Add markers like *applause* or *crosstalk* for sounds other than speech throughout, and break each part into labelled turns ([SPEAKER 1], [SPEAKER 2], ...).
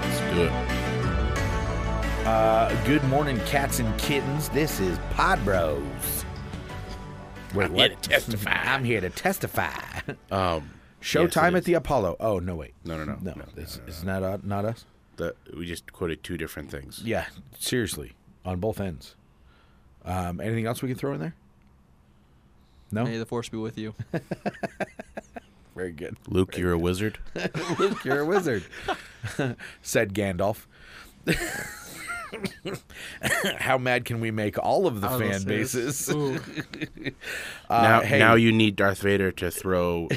[SPEAKER 1] Let's do it.
[SPEAKER 2] Uh, good morning, cats and kittens. This is Pod Bros. Wait,
[SPEAKER 1] I'm here to
[SPEAKER 2] *laughs*
[SPEAKER 1] testify.
[SPEAKER 2] I'm here to testify.
[SPEAKER 1] Um,
[SPEAKER 2] Showtime
[SPEAKER 1] yes, it
[SPEAKER 2] at the Apollo. Oh no, wait.
[SPEAKER 1] No, no, no,
[SPEAKER 2] no.
[SPEAKER 1] no,
[SPEAKER 2] it's, it's not uh, not us.
[SPEAKER 1] is. The- we just quoted two different things.
[SPEAKER 2] Yeah, seriously, on both ends. Um, anything else we can throw in there? No.
[SPEAKER 3] May the force be with you.
[SPEAKER 2] Very good. *laughs*
[SPEAKER 1] Luke, you're a wizard.
[SPEAKER 2] Uh, Luke, you're a wizard," *laughs* said Gandalf. *laughs* How mad can we make all of the fan bases? Uh,
[SPEAKER 1] now,
[SPEAKER 2] hey,
[SPEAKER 1] now you need Darth Vader
[SPEAKER 2] *laughs*
[SPEAKER 1] to throw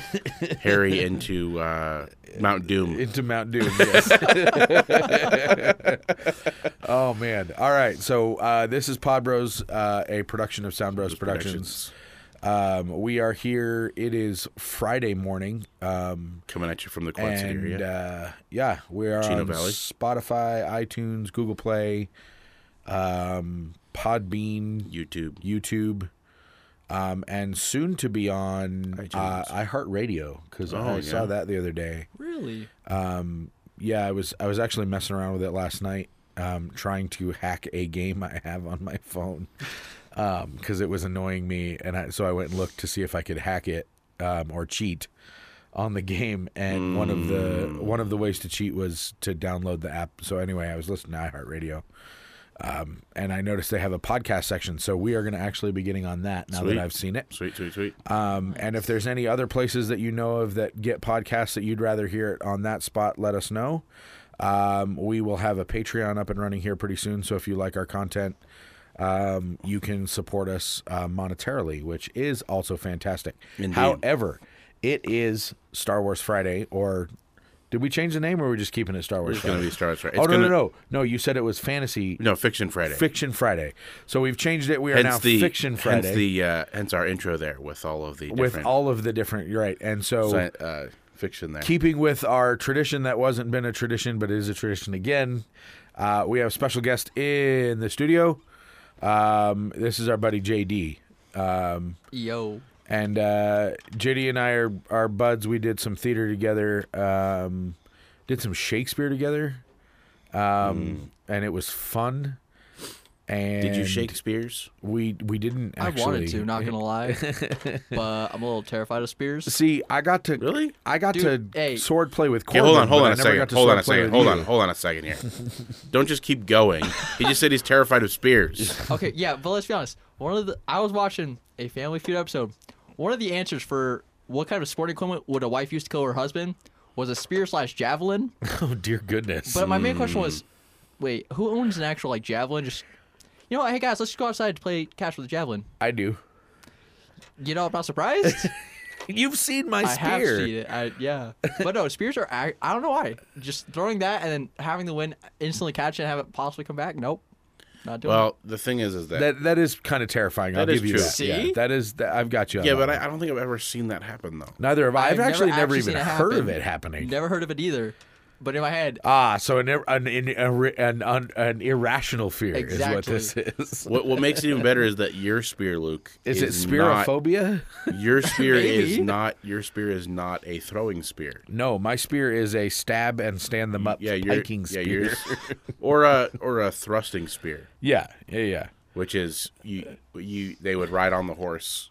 [SPEAKER 1] Harry into uh, Mount Doom.
[SPEAKER 2] into Mount Doom. Yes. *laughs* oh man! All right. So uh, this is Pod Bros, uh, a production of Sound Bros Productions. Um, we are here. It is Friday morning. Um,
[SPEAKER 1] coming at you from the Quad City
[SPEAKER 2] and
[SPEAKER 1] area.
[SPEAKER 2] uh, yeah, we are
[SPEAKER 1] Chino
[SPEAKER 2] on
[SPEAKER 1] Valley.
[SPEAKER 2] Spotify, iTunes, Google Play, um, Podbean,
[SPEAKER 1] YouTube.
[SPEAKER 2] YouTube, um, and soon to be on uh,
[SPEAKER 1] iTunes.
[SPEAKER 2] iHeartRadio because I
[SPEAKER 1] Oh, yeah.
[SPEAKER 2] saw that the other day.
[SPEAKER 3] *laughs* really?
[SPEAKER 2] Yeah, I was I was actually messing around with it last night, um, trying to hack a game I have on my phone because it was annoying me, and I, so I went and looked to see if I could hack it um, or cheat on the game. And one of the one of the ways to cheat was to download the app. So anyway, I was listening to iHeartRadio. Um, and I noticed they have a podcast section, so we are going to actually be getting on that now
[SPEAKER 1] Sweet.
[SPEAKER 2] that I've seen it.
[SPEAKER 1] Sweet, sweet, sweet.
[SPEAKER 2] Um, And if there's any other places that you know of that get podcasts that you'd rather hear it on that spot, let us know. Um, we will have a Patreon up and running here pretty soon. So if you like our content, um, you can support us uh, monetarily, which is also fantastic.
[SPEAKER 1] Indeed.
[SPEAKER 2] However, it is Star Wars Friday, or did we change the name or are we just keeping it Star Wars
[SPEAKER 1] It's going to
[SPEAKER 2] Friday?
[SPEAKER 1] be Star Wars Friday.
[SPEAKER 2] oh,
[SPEAKER 1] It's
[SPEAKER 2] no,
[SPEAKER 1] gonna,
[SPEAKER 2] no, no. No, you said it was Fantasy
[SPEAKER 1] no, Fiction Friday.
[SPEAKER 2] Fiction Friday. So we've changed it. We are
[SPEAKER 1] hence
[SPEAKER 2] now
[SPEAKER 1] the
[SPEAKER 2] Fiction Friday.
[SPEAKER 1] Hence the uh, hence our intro there with all of the
[SPEAKER 2] with
[SPEAKER 1] different
[SPEAKER 2] all of the different, you're right. And so,
[SPEAKER 1] sci- uh, fiction there.
[SPEAKER 2] keeping with our tradition that wasn't been a tradition, but it is a tradition again. Uh, we have a special guest in the studio. Um, this is our buddy JD, um,
[SPEAKER 3] Yo.
[SPEAKER 2] and uh, JD and I are are buds. We did some theater together, um, did some Shakespeare together, um,
[SPEAKER 3] Hmm.
[SPEAKER 2] and it was fun. And
[SPEAKER 1] Did you Shakespeare's?
[SPEAKER 2] We we didn't. Actually.
[SPEAKER 3] I wanted to, not gonna lie, but I'm a little terrified of spears.
[SPEAKER 2] See, I got to
[SPEAKER 1] Really?
[SPEAKER 2] I got
[SPEAKER 3] Dude,
[SPEAKER 2] to
[SPEAKER 3] hey.
[SPEAKER 2] sword play with Corbin.
[SPEAKER 1] Okay, hold on, hold
[SPEAKER 2] but I
[SPEAKER 1] on a
[SPEAKER 2] never got
[SPEAKER 1] second.
[SPEAKER 2] to
[SPEAKER 1] Hold on a
[SPEAKER 2] sword play with
[SPEAKER 1] second. Hold
[SPEAKER 2] you.
[SPEAKER 1] on, hold on a second here.
[SPEAKER 2] *laughs*
[SPEAKER 1] Don't just keep going. He just said he's terrified of spears.
[SPEAKER 3] Okay, yeah, but let's be honest. One of the I was watching a Family Feud episode. One of the answers for what kind of sporting equipment would a wife use to kill her husband was a spear slash javelin.
[SPEAKER 2] *laughs* Oh dear goodness.
[SPEAKER 3] But my main question was, wait, who owns an actual like javelin? Just you know what? Hey guys, let's just go outside to play catch with a javelin.
[SPEAKER 2] I do.
[SPEAKER 3] You know, I'm not surprised.
[SPEAKER 2] You've seen my
[SPEAKER 3] I
[SPEAKER 2] spear.
[SPEAKER 3] have seen it. I, yeah, but no, spears are. I, I don't know why. Just throwing that and then having the wind instantly catch it and have it possibly come back. Nope, not doing.
[SPEAKER 1] Well, the thing is, is that,
[SPEAKER 2] That that is kind of terrifying. I'll
[SPEAKER 1] That is
[SPEAKER 2] give you
[SPEAKER 1] true.
[SPEAKER 2] that.
[SPEAKER 3] See?
[SPEAKER 2] Yeah, that is. That, I've got you. on
[SPEAKER 1] yeah,
[SPEAKER 2] that
[SPEAKER 1] but
[SPEAKER 2] one.
[SPEAKER 1] I, I don't think I've ever seen that happen though.
[SPEAKER 2] neither have I. I've,
[SPEAKER 3] I've never
[SPEAKER 2] actually never
[SPEAKER 3] actually
[SPEAKER 2] even
[SPEAKER 3] seen it
[SPEAKER 2] heard of
[SPEAKER 3] happen.
[SPEAKER 2] it happening.
[SPEAKER 3] it. Never heard of it either. But in my head,
[SPEAKER 2] Ah, so an ir- an, an, an, an, an irrational fear
[SPEAKER 3] Exactly.
[SPEAKER 2] is what this
[SPEAKER 1] *laughs*
[SPEAKER 2] is.
[SPEAKER 1] What, what makes it even better is that your spear, Luke,
[SPEAKER 2] Is it *laughs*
[SPEAKER 1] not-
[SPEAKER 2] spirophobia?
[SPEAKER 1] Your spear is
[SPEAKER 3] Maybe.
[SPEAKER 1] not. Your spear is not a throwing spear.
[SPEAKER 2] No, my spear is a stab and stand them up
[SPEAKER 1] Yeah, you're
[SPEAKER 2] piking
[SPEAKER 1] yeah,
[SPEAKER 2] spear.
[SPEAKER 1] yours- *laughs* or a or a thrusting spear,
[SPEAKER 2] yeah, yeah, yeah.
[SPEAKER 1] which is you you they would ride on the horse,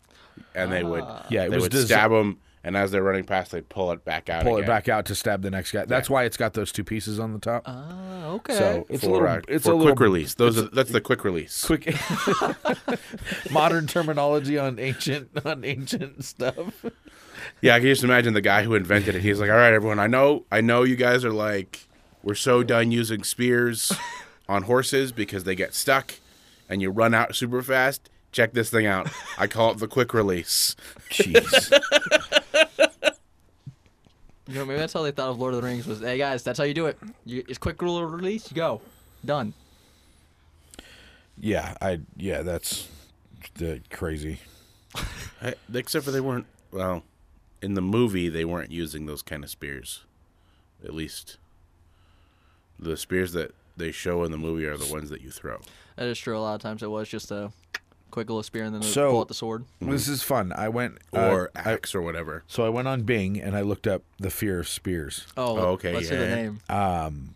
[SPEAKER 1] and they would
[SPEAKER 2] Yeah, it
[SPEAKER 1] they
[SPEAKER 2] was
[SPEAKER 1] would
[SPEAKER 2] desi-
[SPEAKER 1] stab them, and as they're running past, they pull it back out.
[SPEAKER 2] Pull it
[SPEAKER 1] again.
[SPEAKER 2] back out to stab the next guy. That's why it's got those two pieces on the top.
[SPEAKER 3] oh, okay.
[SPEAKER 2] so it's a
[SPEAKER 1] for,
[SPEAKER 2] little.
[SPEAKER 1] uh,
[SPEAKER 2] it's
[SPEAKER 1] for
[SPEAKER 2] a little
[SPEAKER 1] quick release. Those are, that's the quick release.
[SPEAKER 2] quick *laughs* modern terminology on ancient on ancient stuff.
[SPEAKER 1] Yeah, I can just imagine the guy who invented it. He's like, "All right, everyone, I know, I know, you guys are like, we're so done using
[SPEAKER 2] *laughs*
[SPEAKER 1] spears on horses because they get stuck, and you run out super fast. Check this thing out. I call it the quick release.
[SPEAKER 2] Jeez.
[SPEAKER 3] you know, maybe that's how they thought of Lord of the Rings was, hey guys, that's how you do it. You, it's quick rule of release, you go. Done.
[SPEAKER 2] Yeah, I yeah, that's the crazy.
[SPEAKER 1] *laughs* I, except for they weren't. Well, in the movie, they weren't using those kind of spears. At least, the spears that they show in the movie are the ones that you throw.
[SPEAKER 3] That is true. A lot of times it was just a quick little spear and then
[SPEAKER 2] So-
[SPEAKER 3] pull out the sword.
[SPEAKER 2] This is fun. I went
[SPEAKER 1] or
[SPEAKER 2] uh, I-
[SPEAKER 1] axe or whatever.
[SPEAKER 2] so I went on Bing and I looked up the fear of spears.
[SPEAKER 3] Oh,
[SPEAKER 1] Oh, okay,
[SPEAKER 3] Let's hear the
[SPEAKER 1] yeah.
[SPEAKER 3] name.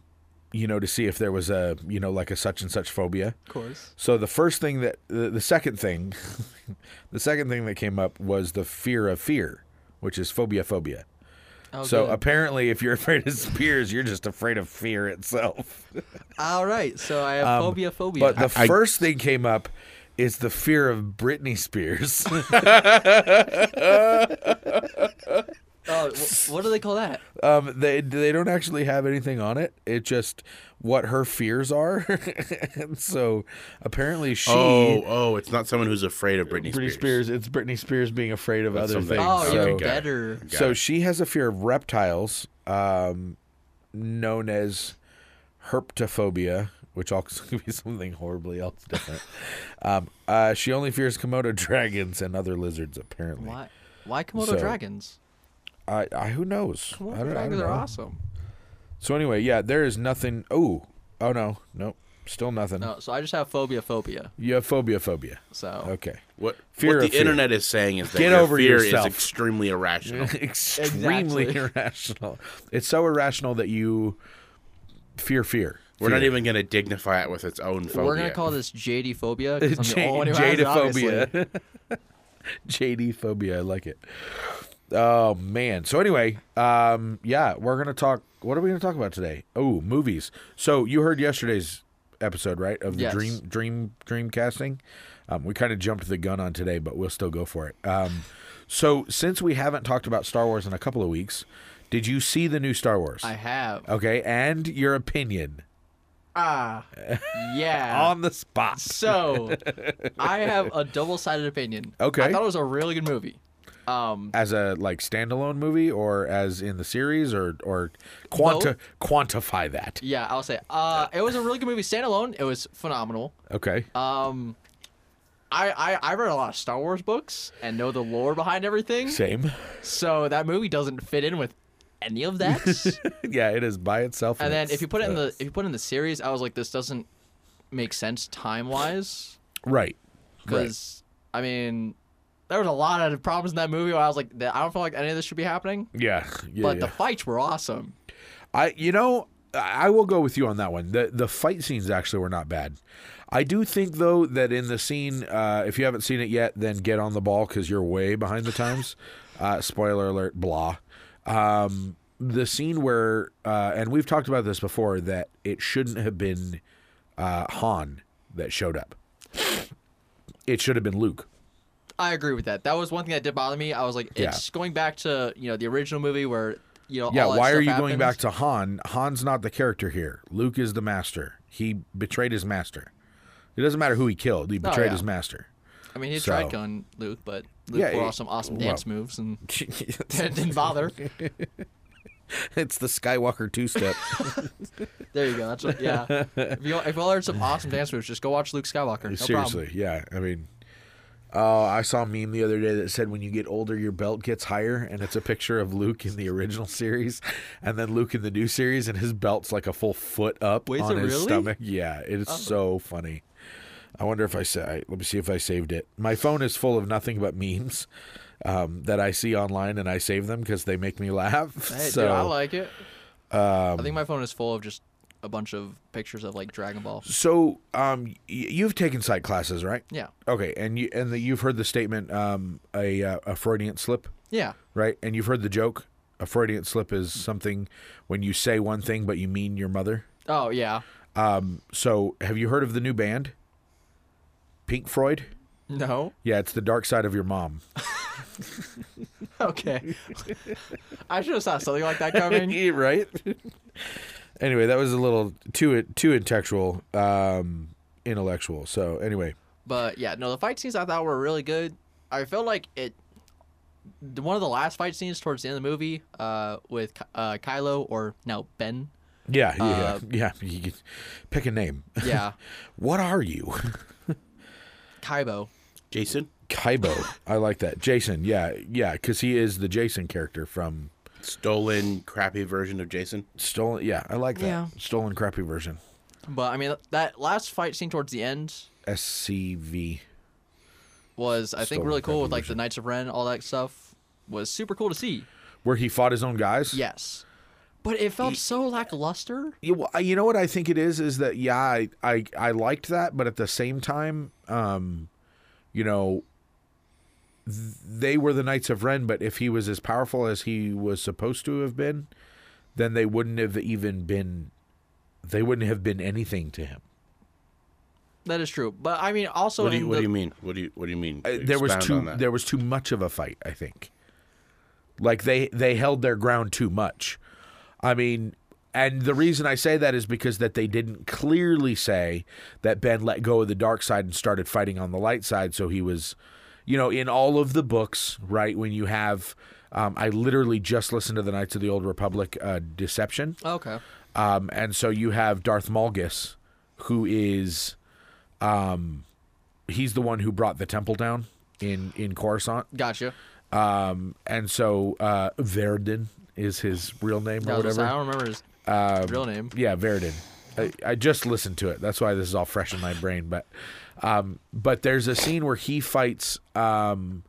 [SPEAKER 2] You know, to see if there was a you know like a such and such phobia.
[SPEAKER 3] of course.
[SPEAKER 2] So the first thing that the, the second thing, *laughs* the second thing that came up was the fear of fear, which is phobia phobia.
[SPEAKER 3] Oh,
[SPEAKER 2] so uh,
[SPEAKER 3] good.
[SPEAKER 2] apparently, if you're *laughs* afraid of spears, you're just afraid of fear itself.
[SPEAKER 3] all right. So I have phobia, phobia.
[SPEAKER 2] But the
[SPEAKER 1] I-
[SPEAKER 2] first thing came up is the fear of Britney Spears. *laughs*
[SPEAKER 3] oh, wh- what do they call that?
[SPEAKER 2] um, they they don't actually have anything on it. It just what her fears are. *laughs* and so apparently she
[SPEAKER 1] Oh, oh, it's not someone who's afraid of Britney,
[SPEAKER 2] Britney
[SPEAKER 1] Spears.
[SPEAKER 2] Spears. It's Britney Spears being afraid of
[SPEAKER 1] That's
[SPEAKER 2] other
[SPEAKER 1] something.
[SPEAKER 2] things.
[SPEAKER 3] Oh,
[SPEAKER 1] so-
[SPEAKER 3] even
[SPEAKER 1] Okay.
[SPEAKER 3] better.
[SPEAKER 1] Got
[SPEAKER 2] so
[SPEAKER 1] it.
[SPEAKER 2] she has a fear of reptiles, um, known as herptophobia, which also *laughs* could be something horribly else *laughs* different. um, uh, she only fears Komodo dragons and other lizards, apparently.
[SPEAKER 3] Why? Why Komodo
[SPEAKER 2] So-
[SPEAKER 3] dragons?
[SPEAKER 2] I, I who knows? I
[SPEAKER 3] Komodo
[SPEAKER 2] don't, I
[SPEAKER 3] dragons
[SPEAKER 2] don't
[SPEAKER 3] are
[SPEAKER 2] know.
[SPEAKER 3] awesome.
[SPEAKER 2] So anyway, yeah, there is nothing. Oh, oh no, nope, still nothing.
[SPEAKER 3] No, so I just have phobia, phobia.
[SPEAKER 2] You have phobia, phobia.
[SPEAKER 3] So
[SPEAKER 2] Okay, *laughs*
[SPEAKER 1] What,
[SPEAKER 2] Fear
[SPEAKER 1] what the
[SPEAKER 2] of fear.
[SPEAKER 1] internet is saying is that
[SPEAKER 2] Get
[SPEAKER 1] your
[SPEAKER 2] over
[SPEAKER 1] fear
[SPEAKER 2] yourself.
[SPEAKER 1] is extremely
[SPEAKER 2] *laughs*
[SPEAKER 1] irrational.
[SPEAKER 2] extremely
[SPEAKER 3] Exactly.
[SPEAKER 2] irrational. It's so irrational that you fear fear.
[SPEAKER 1] We're not
[SPEAKER 2] Fear.
[SPEAKER 1] even going to dignify it with its own phobia.
[SPEAKER 3] we're gonna call this JD *laughs* phobia.
[SPEAKER 2] J-
[SPEAKER 3] Jadophobia.
[SPEAKER 2] Jadophobia. *laughs* JD phobia. I like it. Oh man. So anyway, um, yeah, we're gonna talk. What are we gonna talk about today? Oh, movies. So you heard yesterday's episode, right? Of the
[SPEAKER 3] Yes.
[SPEAKER 2] dream, dream, dream casting. Um, we kind of jumped the gun on today, but we'll still go for it. Um, so since we haven't talked about Star Wars in a couple of weeks, did you see the new Star Wars?
[SPEAKER 3] I have.
[SPEAKER 2] okay, and your opinion
[SPEAKER 3] Ah, *laughs* yeah.
[SPEAKER 2] on the spot.
[SPEAKER 3] *laughs* so, I have a double-sided opinion.
[SPEAKER 2] Okay.
[SPEAKER 3] I thought it was a really good movie. Um,
[SPEAKER 2] as a like standalone movie or as in the series or or quanti- quantify that
[SPEAKER 3] yeah, I'll say. Uh, it was a really good movie standalone. It was phenomenal.
[SPEAKER 2] okay
[SPEAKER 3] Um, I, I I read a lot of Star Wars books and know the lore behind everything.
[SPEAKER 2] same *laughs*
[SPEAKER 3] So that movie doesn't fit in with any
[SPEAKER 2] *laughs*
[SPEAKER 3] of that.
[SPEAKER 2] yeah it is by itself
[SPEAKER 3] And then
[SPEAKER 2] it's-
[SPEAKER 3] if you put it in the
[SPEAKER 2] uh,
[SPEAKER 3] if you put it in the series, I was like, this doesn't make sense time wise
[SPEAKER 2] right
[SPEAKER 3] because I mean, there was a lot of problems in that movie where I was like, I don't feel like any of this should be happening.
[SPEAKER 2] yeah yeah,
[SPEAKER 3] But
[SPEAKER 2] yeah.
[SPEAKER 3] the fights were awesome.
[SPEAKER 2] I you know I I will go with you on that one. The the fight scenes actually were not bad. I do think though that in the scene, uh, if you haven't seen it yet, then get on the ball because you're way behind the times. uh, spoiler alert, blah. Um, the scene where uh, and we've talked about this before that it shouldn't have been uh, Han that showed up. It should have been Luke.
[SPEAKER 3] I agree with that. That was one thing that did bother me. I was like,
[SPEAKER 2] Yeah.
[SPEAKER 3] it's going back to you know the original movie where you know
[SPEAKER 2] Yeah,
[SPEAKER 3] all that
[SPEAKER 2] why are
[SPEAKER 3] stuff
[SPEAKER 2] you going back
[SPEAKER 3] happens.
[SPEAKER 2] to Han? Han's not the character here. Luke is the master. He betrayed his master. It doesn't matter who he killed. He betrayed
[SPEAKER 3] Oh, yeah.
[SPEAKER 2] his
[SPEAKER 3] *laughs*
[SPEAKER 2] master.
[SPEAKER 3] I mean, he
[SPEAKER 2] so-
[SPEAKER 3] tried killing Luke, but Luke
[SPEAKER 2] Yeah,
[SPEAKER 3] pulled
[SPEAKER 2] it-
[SPEAKER 3] off some awesome
[SPEAKER 2] well.
[SPEAKER 3] dance moves and *laughs* it
[SPEAKER 2] *laughs*
[SPEAKER 3] didn't bother.
[SPEAKER 2] it's the Skywalker two-step.
[SPEAKER 3] There you go. That's what, yeah. If you if you learned some awesome dance moves, just go watch Luke Skywalker. No problem.
[SPEAKER 2] Seriously, yeah. I mean, oh, I saw a meme the other day that said when you get older, your belt gets higher, and it's a picture of Luke in the original *laughs* series, and then Luke in the new series, and his belt's like a full foot up
[SPEAKER 3] Wait, is
[SPEAKER 2] on
[SPEAKER 3] it
[SPEAKER 2] his
[SPEAKER 3] really? Oh.
[SPEAKER 2] stomach. Yeah, it is so funny. I wonder if I sa- I Let me see if I saved it. My phone is full of nothing but memes um, that I see online, and I save them because they make me laugh. *laughs*
[SPEAKER 3] Hey,
[SPEAKER 2] so um,
[SPEAKER 3] dude, I like it. I think my phone is full of just a bunch of pictures of like Dragon Ball.
[SPEAKER 2] So, um, y- you've taken psych classes, right?
[SPEAKER 3] Yeah.
[SPEAKER 2] Okay, and you and the, you've heard the statement, um, a uh, a Freudian slip,
[SPEAKER 3] Yeah.
[SPEAKER 2] right? And you've heard the joke, a Freudian slip is something when you say one thing but you mean your mother.
[SPEAKER 3] Oh yeah.
[SPEAKER 2] Um, so have you heard of the new band, Pink Freud?
[SPEAKER 3] No. *laughs*
[SPEAKER 2] Yeah, it's the dark side of your mom.
[SPEAKER 3] Okay. *laughs* I should have saw something like
[SPEAKER 2] *laughs*
[SPEAKER 3] that coming.
[SPEAKER 2] right. anyway, that was a little too too intellectual, um, intellectual. So anyway,
[SPEAKER 3] But yeah, no, the fight scenes I thought were really good. I felt like it the- one of the last fight scenes towards the end of the movie uh, with Ky- uh, Kylo or now Ben.
[SPEAKER 2] Yeah, yeah,
[SPEAKER 3] Uh,
[SPEAKER 2] yeah. *laughs* You could pick a name. *laughs*
[SPEAKER 3] Yeah,
[SPEAKER 2] What are you?
[SPEAKER 3] Kaibo.
[SPEAKER 1] Jason.
[SPEAKER 2] Kaibo. I like that. Jason. Yeah, yeah, because he is the Jason character from
[SPEAKER 1] Stolen, crappy version of Jason.
[SPEAKER 2] Stolen. Yeah, I like that.
[SPEAKER 3] Yeah.
[SPEAKER 2] Stolen crappy version.
[SPEAKER 3] But I mean, that last fight scene towards the end
[SPEAKER 2] SCV.
[SPEAKER 3] was, I think,
[SPEAKER 2] Stolen
[SPEAKER 3] really cool with like the
[SPEAKER 2] Revolution.
[SPEAKER 3] Knights of Ren, all that stuff was super cool to see.
[SPEAKER 2] Where he fought his own guys.
[SPEAKER 3] Yes, but it felt so lackluster.
[SPEAKER 2] Yeah, well, I- you know what I think it is is that yeah, I, I I liked that, but at the same time, um, you know, th- they were the Knights of Ren, but if he was as powerful as he was supposed to have been, then they wouldn't have even been, they wouldn't have been anything to him.
[SPEAKER 3] That is true. But I mean, also
[SPEAKER 1] What do you
[SPEAKER 3] in
[SPEAKER 1] What
[SPEAKER 3] the-
[SPEAKER 1] do you mean? What do you What do you mean?
[SPEAKER 2] Uh, there was
[SPEAKER 1] Expound
[SPEAKER 2] too
[SPEAKER 1] on that.
[SPEAKER 2] there was too much of a fight i think like they they held their ground too much i mean and the reason i say that is because that they didn't clearly say that ben let go of the dark side and started fighting on the light side so he was you know in all of the books right when you have um, i literally just listened to the knights of the old republic uh, deception
[SPEAKER 3] Okay.
[SPEAKER 2] um, and so you have Darth Malgus, who is, um, he's the one who brought the temple down in in Coruscant.
[SPEAKER 3] Gotcha.
[SPEAKER 2] Um, and so uh, Verdun is his real name
[SPEAKER 3] That
[SPEAKER 2] or
[SPEAKER 3] was whatever. I
[SPEAKER 2] whatever. Um,
[SPEAKER 3] don't remember his real name.
[SPEAKER 2] Yeah, Verdun. I, I just listened to it. That's why this is all fresh in my brain. But um, but there's a scene where he fights um,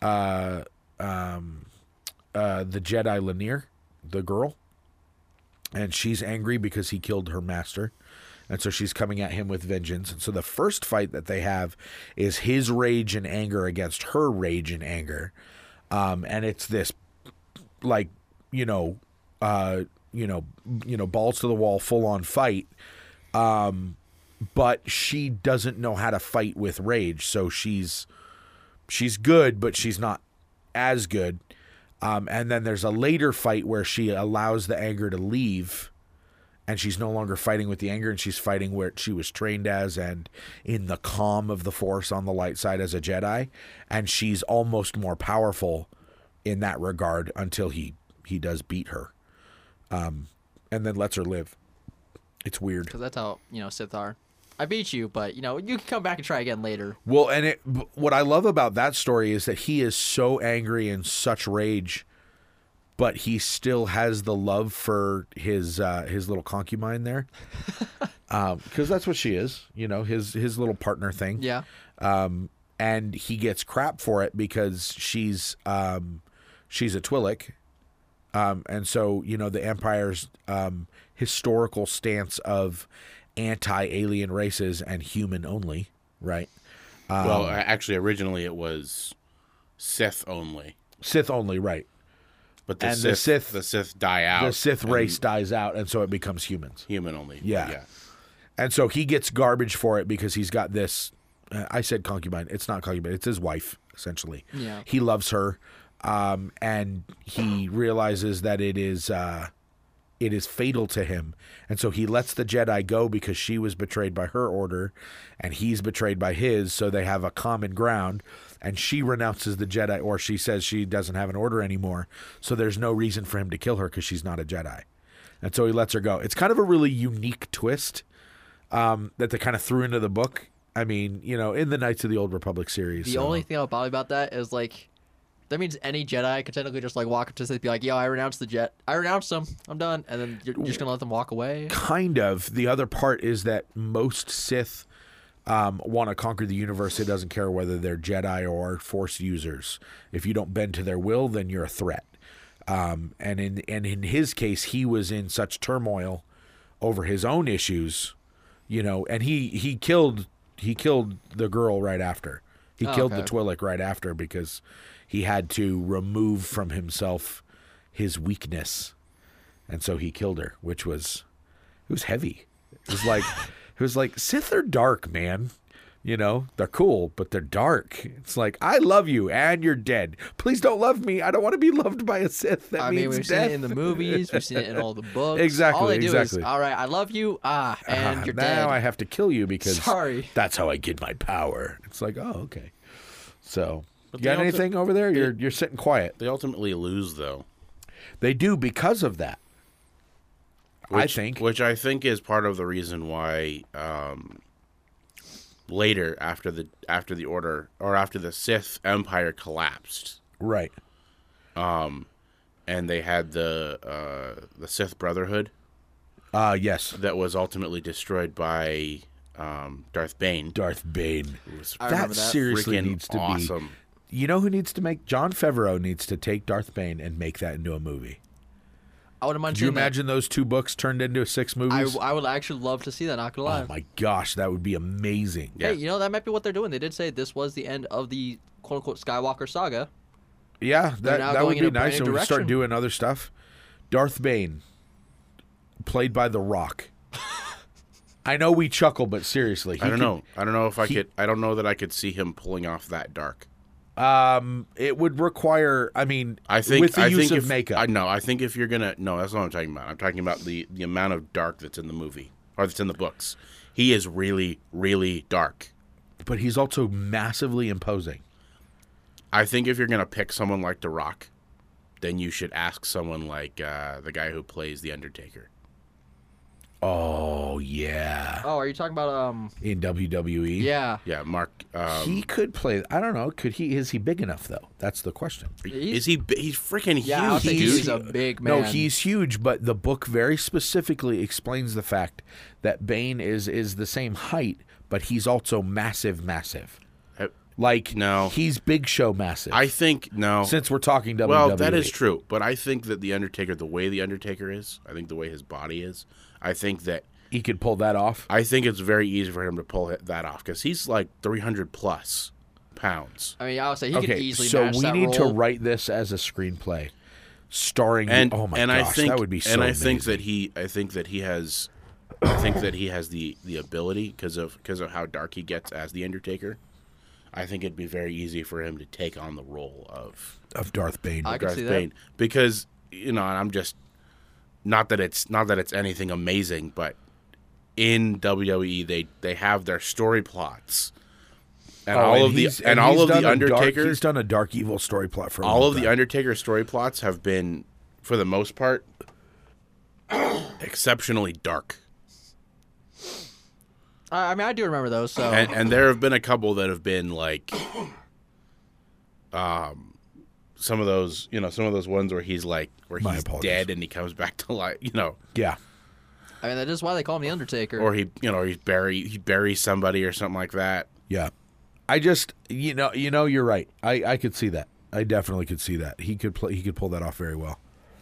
[SPEAKER 2] uh, um, uh, the Jedi Lanier, the girl, and she's angry because he killed her master. And so she's coming at him with vengeance. And so the first fight that they have is his rage and anger against her rage and anger. Um, and it's this like you know uh you know you know balls to the wall full on fight um but she doesn't know how to fight with rage so she's she's good but she's not as good um and then there's a later fight where she allows the anger to leave and she's no longer fighting with the anger and she's fighting where she was trained as and in the calm of the force on the light side as a jedi and she's almost more powerful in that regard until he he does beat her um and then lets her live it's weird
[SPEAKER 3] Because that's how you know Sith are. I beat you, but you know you can come back and try again later.
[SPEAKER 2] Well, and it, b- what I love about that story is that he is so angry and such rage, but he still has the love for his uh, his little concubine there, because that's what she is, you know, his his little partner thing.
[SPEAKER 3] Yeah.
[SPEAKER 2] Um, and he gets crap for it because she's um, she's a Twi'lek, um, and so you know the Empire's um, historical stance of anti-alien races and human only, right?
[SPEAKER 1] well,
[SPEAKER 2] um,
[SPEAKER 1] a- actually, originally it was Sith only,
[SPEAKER 2] Sith only, right?
[SPEAKER 1] but the,
[SPEAKER 2] And
[SPEAKER 1] Sith,
[SPEAKER 2] the
[SPEAKER 1] the
[SPEAKER 2] Sith-
[SPEAKER 1] Sith die out.
[SPEAKER 2] The Sith
[SPEAKER 1] and
[SPEAKER 2] race dies out, and so it becomes humans.
[SPEAKER 1] human only.
[SPEAKER 2] Yeah. And so he gets garbage for it because he's got this. uh, I said concubine. It's not concubine. It's his wife, essentially.
[SPEAKER 3] Yeah.
[SPEAKER 2] He loves her, um, and he realizes that it is uh, it is fatal to him, and so he lets the Jedi go because she was betrayed by her order, and he's betrayed by his. So they have a common ground, and she renounces the Jedi, or she says she doesn't have an order anymore. So there's no reason for him to kill her because she's not a Jedi, and so he lets her go. It's kind of a really unique twist um, that they kind of threw into the book. I mean, you know, in the Knights of the Old Republic series.
[SPEAKER 3] The
[SPEAKER 2] so-
[SPEAKER 3] only thing I'll bother about that is like, that means any Jedi could technically just like walk up to Sith, be like, "Yo, I renounce the jet. I renounce them. I'm done." And then you're, you're just gonna let them walk away.
[SPEAKER 2] kind of. The other part is that most Sith um, want to conquer the universe. It doesn't care whether they're Jedi or Force users. If you don't bend to their will, then you're a threat. Um, and in and in his case, he was in such turmoil over his own issues, you know. And he he killed he killed the girl right after. He
[SPEAKER 3] Oh,
[SPEAKER 2] killed
[SPEAKER 3] okay.
[SPEAKER 2] the Twi'lek right after because he had to remove from himself his weakness and so he killed her, which was it was heavy. It was like it was like Sith are dark, man. You know, they're cool, but they're dark. It's like I love you and you're dead. Please don't love me. I don't want to be *laughs* loved by a Sith. That
[SPEAKER 3] I
[SPEAKER 2] means
[SPEAKER 3] mean, we've
[SPEAKER 2] death. *laughs*
[SPEAKER 3] seen it in the movies, we've seen it in all the books. All
[SPEAKER 2] Exactly,
[SPEAKER 3] they do
[SPEAKER 2] exactly.
[SPEAKER 3] is, "All right, I love you. Ah, and
[SPEAKER 2] Ah,
[SPEAKER 3] you're
[SPEAKER 2] now
[SPEAKER 3] dead."
[SPEAKER 2] I have to kill you because
[SPEAKER 3] Sorry.
[SPEAKER 2] that's how I get my power. It's like, oh, okay. So
[SPEAKER 1] But
[SPEAKER 2] You got
[SPEAKER 1] they ulti-
[SPEAKER 2] anything over there? You're you're sitting quiet.
[SPEAKER 1] They ultimately lose though.
[SPEAKER 2] They do because of that. I
[SPEAKER 1] Which-
[SPEAKER 2] think.
[SPEAKER 1] which I think is part of the reason why um, later after the after the order or after the Sith Empire collapsed
[SPEAKER 2] Right.
[SPEAKER 1] and they had the uh, the Sith Brotherhood
[SPEAKER 2] Uh yes.
[SPEAKER 1] that was ultimately destroyed by um, Darth Bane.
[SPEAKER 2] Darth Bane.
[SPEAKER 3] I
[SPEAKER 2] that,
[SPEAKER 3] remember that.
[SPEAKER 2] seriously
[SPEAKER 1] Freaking
[SPEAKER 2] needs to
[SPEAKER 1] awesome.
[SPEAKER 2] be. You know who needs to make John Favreau needs to take Darth Bane and make that into a movie.
[SPEAKER 3] I wouldn't mind
[SPEAKER 2] Do you
[SPEAKER 3] seeing that.
[SPEAKER 2] imagine those two books turned into six
[SPEAKER 3] I,
[SPEAKER 2] movies?
[SPEAKER 3] I would actually love to see that. Not gonna lie.
[SPEAKER 2] oh my gosh, that would be amazing.
[SPEAKER 1] Yeah.
[SPEAKER 3] Hey, you know that might be what they're doing. They did say this was the end of the quote unquote Skywalker saga.
[SPEAKER 2] Yeah, that,
[SPEAKER 3] now
[SPEAKER 2] that would
[SPEAKER 3] going in
[SPEAKER 2] be
[SPEAKER 3] a brand
[SPEAKER 2] nice.
[SPEAKER 3] new
[SPEAKER 2] And we could start
[SPEAKER 3] direction.
[SPEAKER 2] doing other stuff. Darth Bane, played by The
[SPEAKER 3] *laughs*
[SPEAKER 2] Rock. I know we chuckle, but seriously, he
[SPEAKER 1] I don't
[SPEAKER 2] could-
[SPEAKER 1] know. I don't know if I could. I don't know that I could see him pulling off that dark.
[SPEAKER 2] Um, it would require. I mean,
[SPEAKER 1] I think
[SPEAKER 2] with the
[SPEAKER 1] I
[SPEAKER 2] use
[SPEAKER 1] think
[SPEAKER 2] of
[SPEAKER 1] if,
[SPEAKER 2] makeup,
[SPEAKER 1] I know. I think if you're gonna no, that's not what I'm talking about. I'm talking about the the amount of dark that's in the movie or that's in the books. He is really, really dark.
[SPEAKER 2] but he's also massively imposing.
[SPEAKER 1] I think if you're gonna pick someone like The Rock, then you should ask someone like uh, the guy who plays the Undertaker.
[SPEAKER 2] Oh yeah,
[SPEAKER 3] Oh, are you talking about um?
[SPEAKER 2] in E. WWE,
[SPEAKER 3] Yeah,
[SPEAKER 1] Yeah, Mark. Um,
[SPEAKER 2] he could play. I don't know. Could he? Is he big enough though? That's the question.
[SPEAKER 3] he's-
[SPEAKER 1] is he? bi- He's freaking
[SPEAKER 3] yeah. I would
[SPEAKER 1] huge,
[SPEAKER 3] say
[SPEAKER 1] dude.
[SPEAKER 3] he's a big
[SPEAKER 2] No,
[SPEAKER 3] man.
[SPEAKER 2] he's huge, but the book very specifically explains the fact that Bane is is the same height, but he's also massive, massive.
[SPEAKER 1] I-
[SPEAKER 2] Like
[SPEAKER 1] No.
[SPEAKER 2] he's Big Show massive.
[SPEAKER 1] Uh, I think no.
[SPEAKER 2] since we're talking E, WWE,
[SPEAKER 1] Well, that is true, but I think that the Undertaker, the way the Undertaker is, I think the way his body is, I think that
[SPEAKER 2] He could pull that off.
[SPEAKER 1] I think it's very easy for him to pull it- that off because he's like 300 plus pounds.
[SPEAKER 3] I mean, I would say he could
[SPEAKER 2] Okay,
[SPEAKER 3] easily
[SPEAKER 2] so
[SPEAKER 3] match
[SPEAKER 2] we
[SPEAKER 3] that
[SPEAKER 2] need to
[SPEAKER 3] role.
[SPEAKER 2] write this as a screenplay, starring.
[SPEAKER 1] And
[SPEAKER 2] oh my
[SPEAKER 1] and
[SPEAKER 2] gosh,
[SPEAKER 1] I think
[SPEAKER 2] that would be so.
[SPEAKER 1] and I
[SPEAKER 2] amazing.
[SPEAKER 1] think that he I think that he has I think that he has the the ability because of because of how dark he gets as the Undertaker. I think it'd be very easy for him to take on the role of
[SPEAKER 2] of Darth Bane.
[SPEAKER 3] I could
[SPEAKER 1] Darth
[SPEAKER 3] see that.
[SPEAKER 1] Bane because you know, and I'm just not that it's not that it's anything amazing, but in WWE they they have their story plots. And
[SPEAKER 2] Oh,
[SPEAKER 1] all of the
[SPEAKER 2] he's-
[SPEAKER 1] and, all
[SPEAKER 2] he's
[SPEAKER 1] of the
[SPEAKER 2] done a dark-
[SPEAKER 1] Undertaker
[SPEAKER 2] he's done a dark evil story plot for a
[SPEAKER 1] all
[SPEAKER 2] long
[SPEAKER 1] of the
[SPEAKER 2] time.
[SPEAKER 1] Undertaker story plots have been, for the most part, *coughs* exceptionally dark.
[SPEAKER 3] I, I mean, I do remember those. So
[SPEAKER 1] And, and there have been a couple that have been like, um, some of those, you know, some of those ones where he's like, where
[SPEAKER 2] My
[SPEAKER 1] he's
[SPEAKER 2] apologies.
[SPEAKER 1] dead and he comes back to life, you know,
[SPEAKER 2] yeah.
[SPEAKER 3] I mean, that is why they call him the Undertaker.
[SPEAKER 1] or he, you know, or he's bury he buries somebody or something like that.
[SPEAKER 2] Yeah. I just you know you know you're right. I I could see that. I definitely could see that. He could play he could pull that off very well.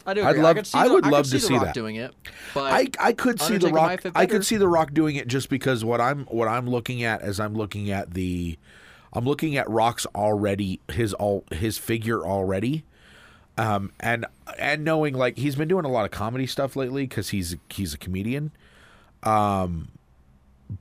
[SPEAKER 3] I do.
[SPEAKER 2] I'd
[SPEAKER 3] Agree. I
[SPEAKER 2] love-
[SPEAKER 3] could see
[SPEAKER 2] I
[SPEAKER 3] the,
[SPEAKER 2] would
[SPEAKER 3] I could
[SPEAKER 2] love to
[SPEAKER 3] see,
[SPEAKER 2] see
[SPEAKER 3] the Rock
[SPEAKER 2] that.
[SPEAKER 3] doing it, but
[SPEAKER 2] I I could see the
[SPEAKER 3] Undertaker
[SPEAKER 2] rock
[SPEAKER 3] might fit
[SPEAKER 2] I
[SPEAKER 3] better.
[SPEAKER 2] could see the rock doing it just because what I'm what I'm looking at as I'm looking at the I'm looking at Rock's already his all his figure already. Um and and knowing like he's been doing a lot of comedy stuff lately cuz he's he's a comedian. Um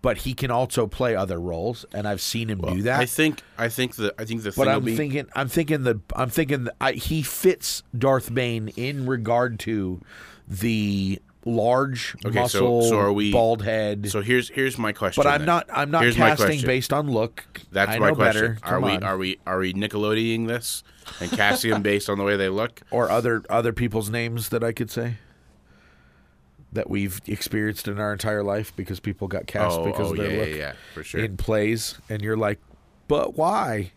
[SPEAKER 2] but he can also play other roles and I've seen him do that.
[SPEAKER 1] I think, I think the, I think the thing
[SPEAKER 2] But
[SPEAKER 1] will
[SPEAKER 2] I'm
[SPEAKER 1] be-
[SPEAKER 2] thinking, I'm thinking the, I'm thinking the, I, he fits Darth Bane in regard to the large
[SPEAKER 1] Okay, so-
[SPEAKER 2] muscle,
[SPEAKER 1] so are we-
[SPEAKER 2] bald head.
[SPEAKER 1] So here's here's my question.
[SPEAKER 2] but I'm
[SPEAKER 1] then.
[SPEAKER 2] not, I'm not
[SPEAKER 1] Here's my
[SPEAKER 2] casting
[SPEAKER 1] question.
[SPEAKER 2] based on look.
[SPEAKER 1] That's
[SPEAKER 2] I
[SPEAKER 1] my
[SPEAKER 2] know
[SPEAKER 1] question.
[SPEAKER 2] better.
[SPEAKER 1] Are
[SPEAKER 2] Come
[SPEAKER 1] we
[SPEAKER 2] on.
[SPEAKER 1] are we are we Nickelodeoning this and
[SPEAKER 2] *laughs*
[SPEAKER 1] casting them based on the way they look?
[SPEAKER 2] or other other people's names that I could say that we've experienced in our entire life because people got cast
[SPEAKER 1] oh,
[SPEAKER 2] because
[SPEAKER 1] oh
[SPEAKER 2] of
[SPEAKER 1] yeah,
[SPEAKER 2] their
[SPEAKER 1] yeah,
[SPEAKER 2] look
[SPEAKER 1] yeah, for sure.
[SPEAKER 2] in plays, and you're like, but
[SPEAKER 1] *laughs*
[SPEAKER 2] why?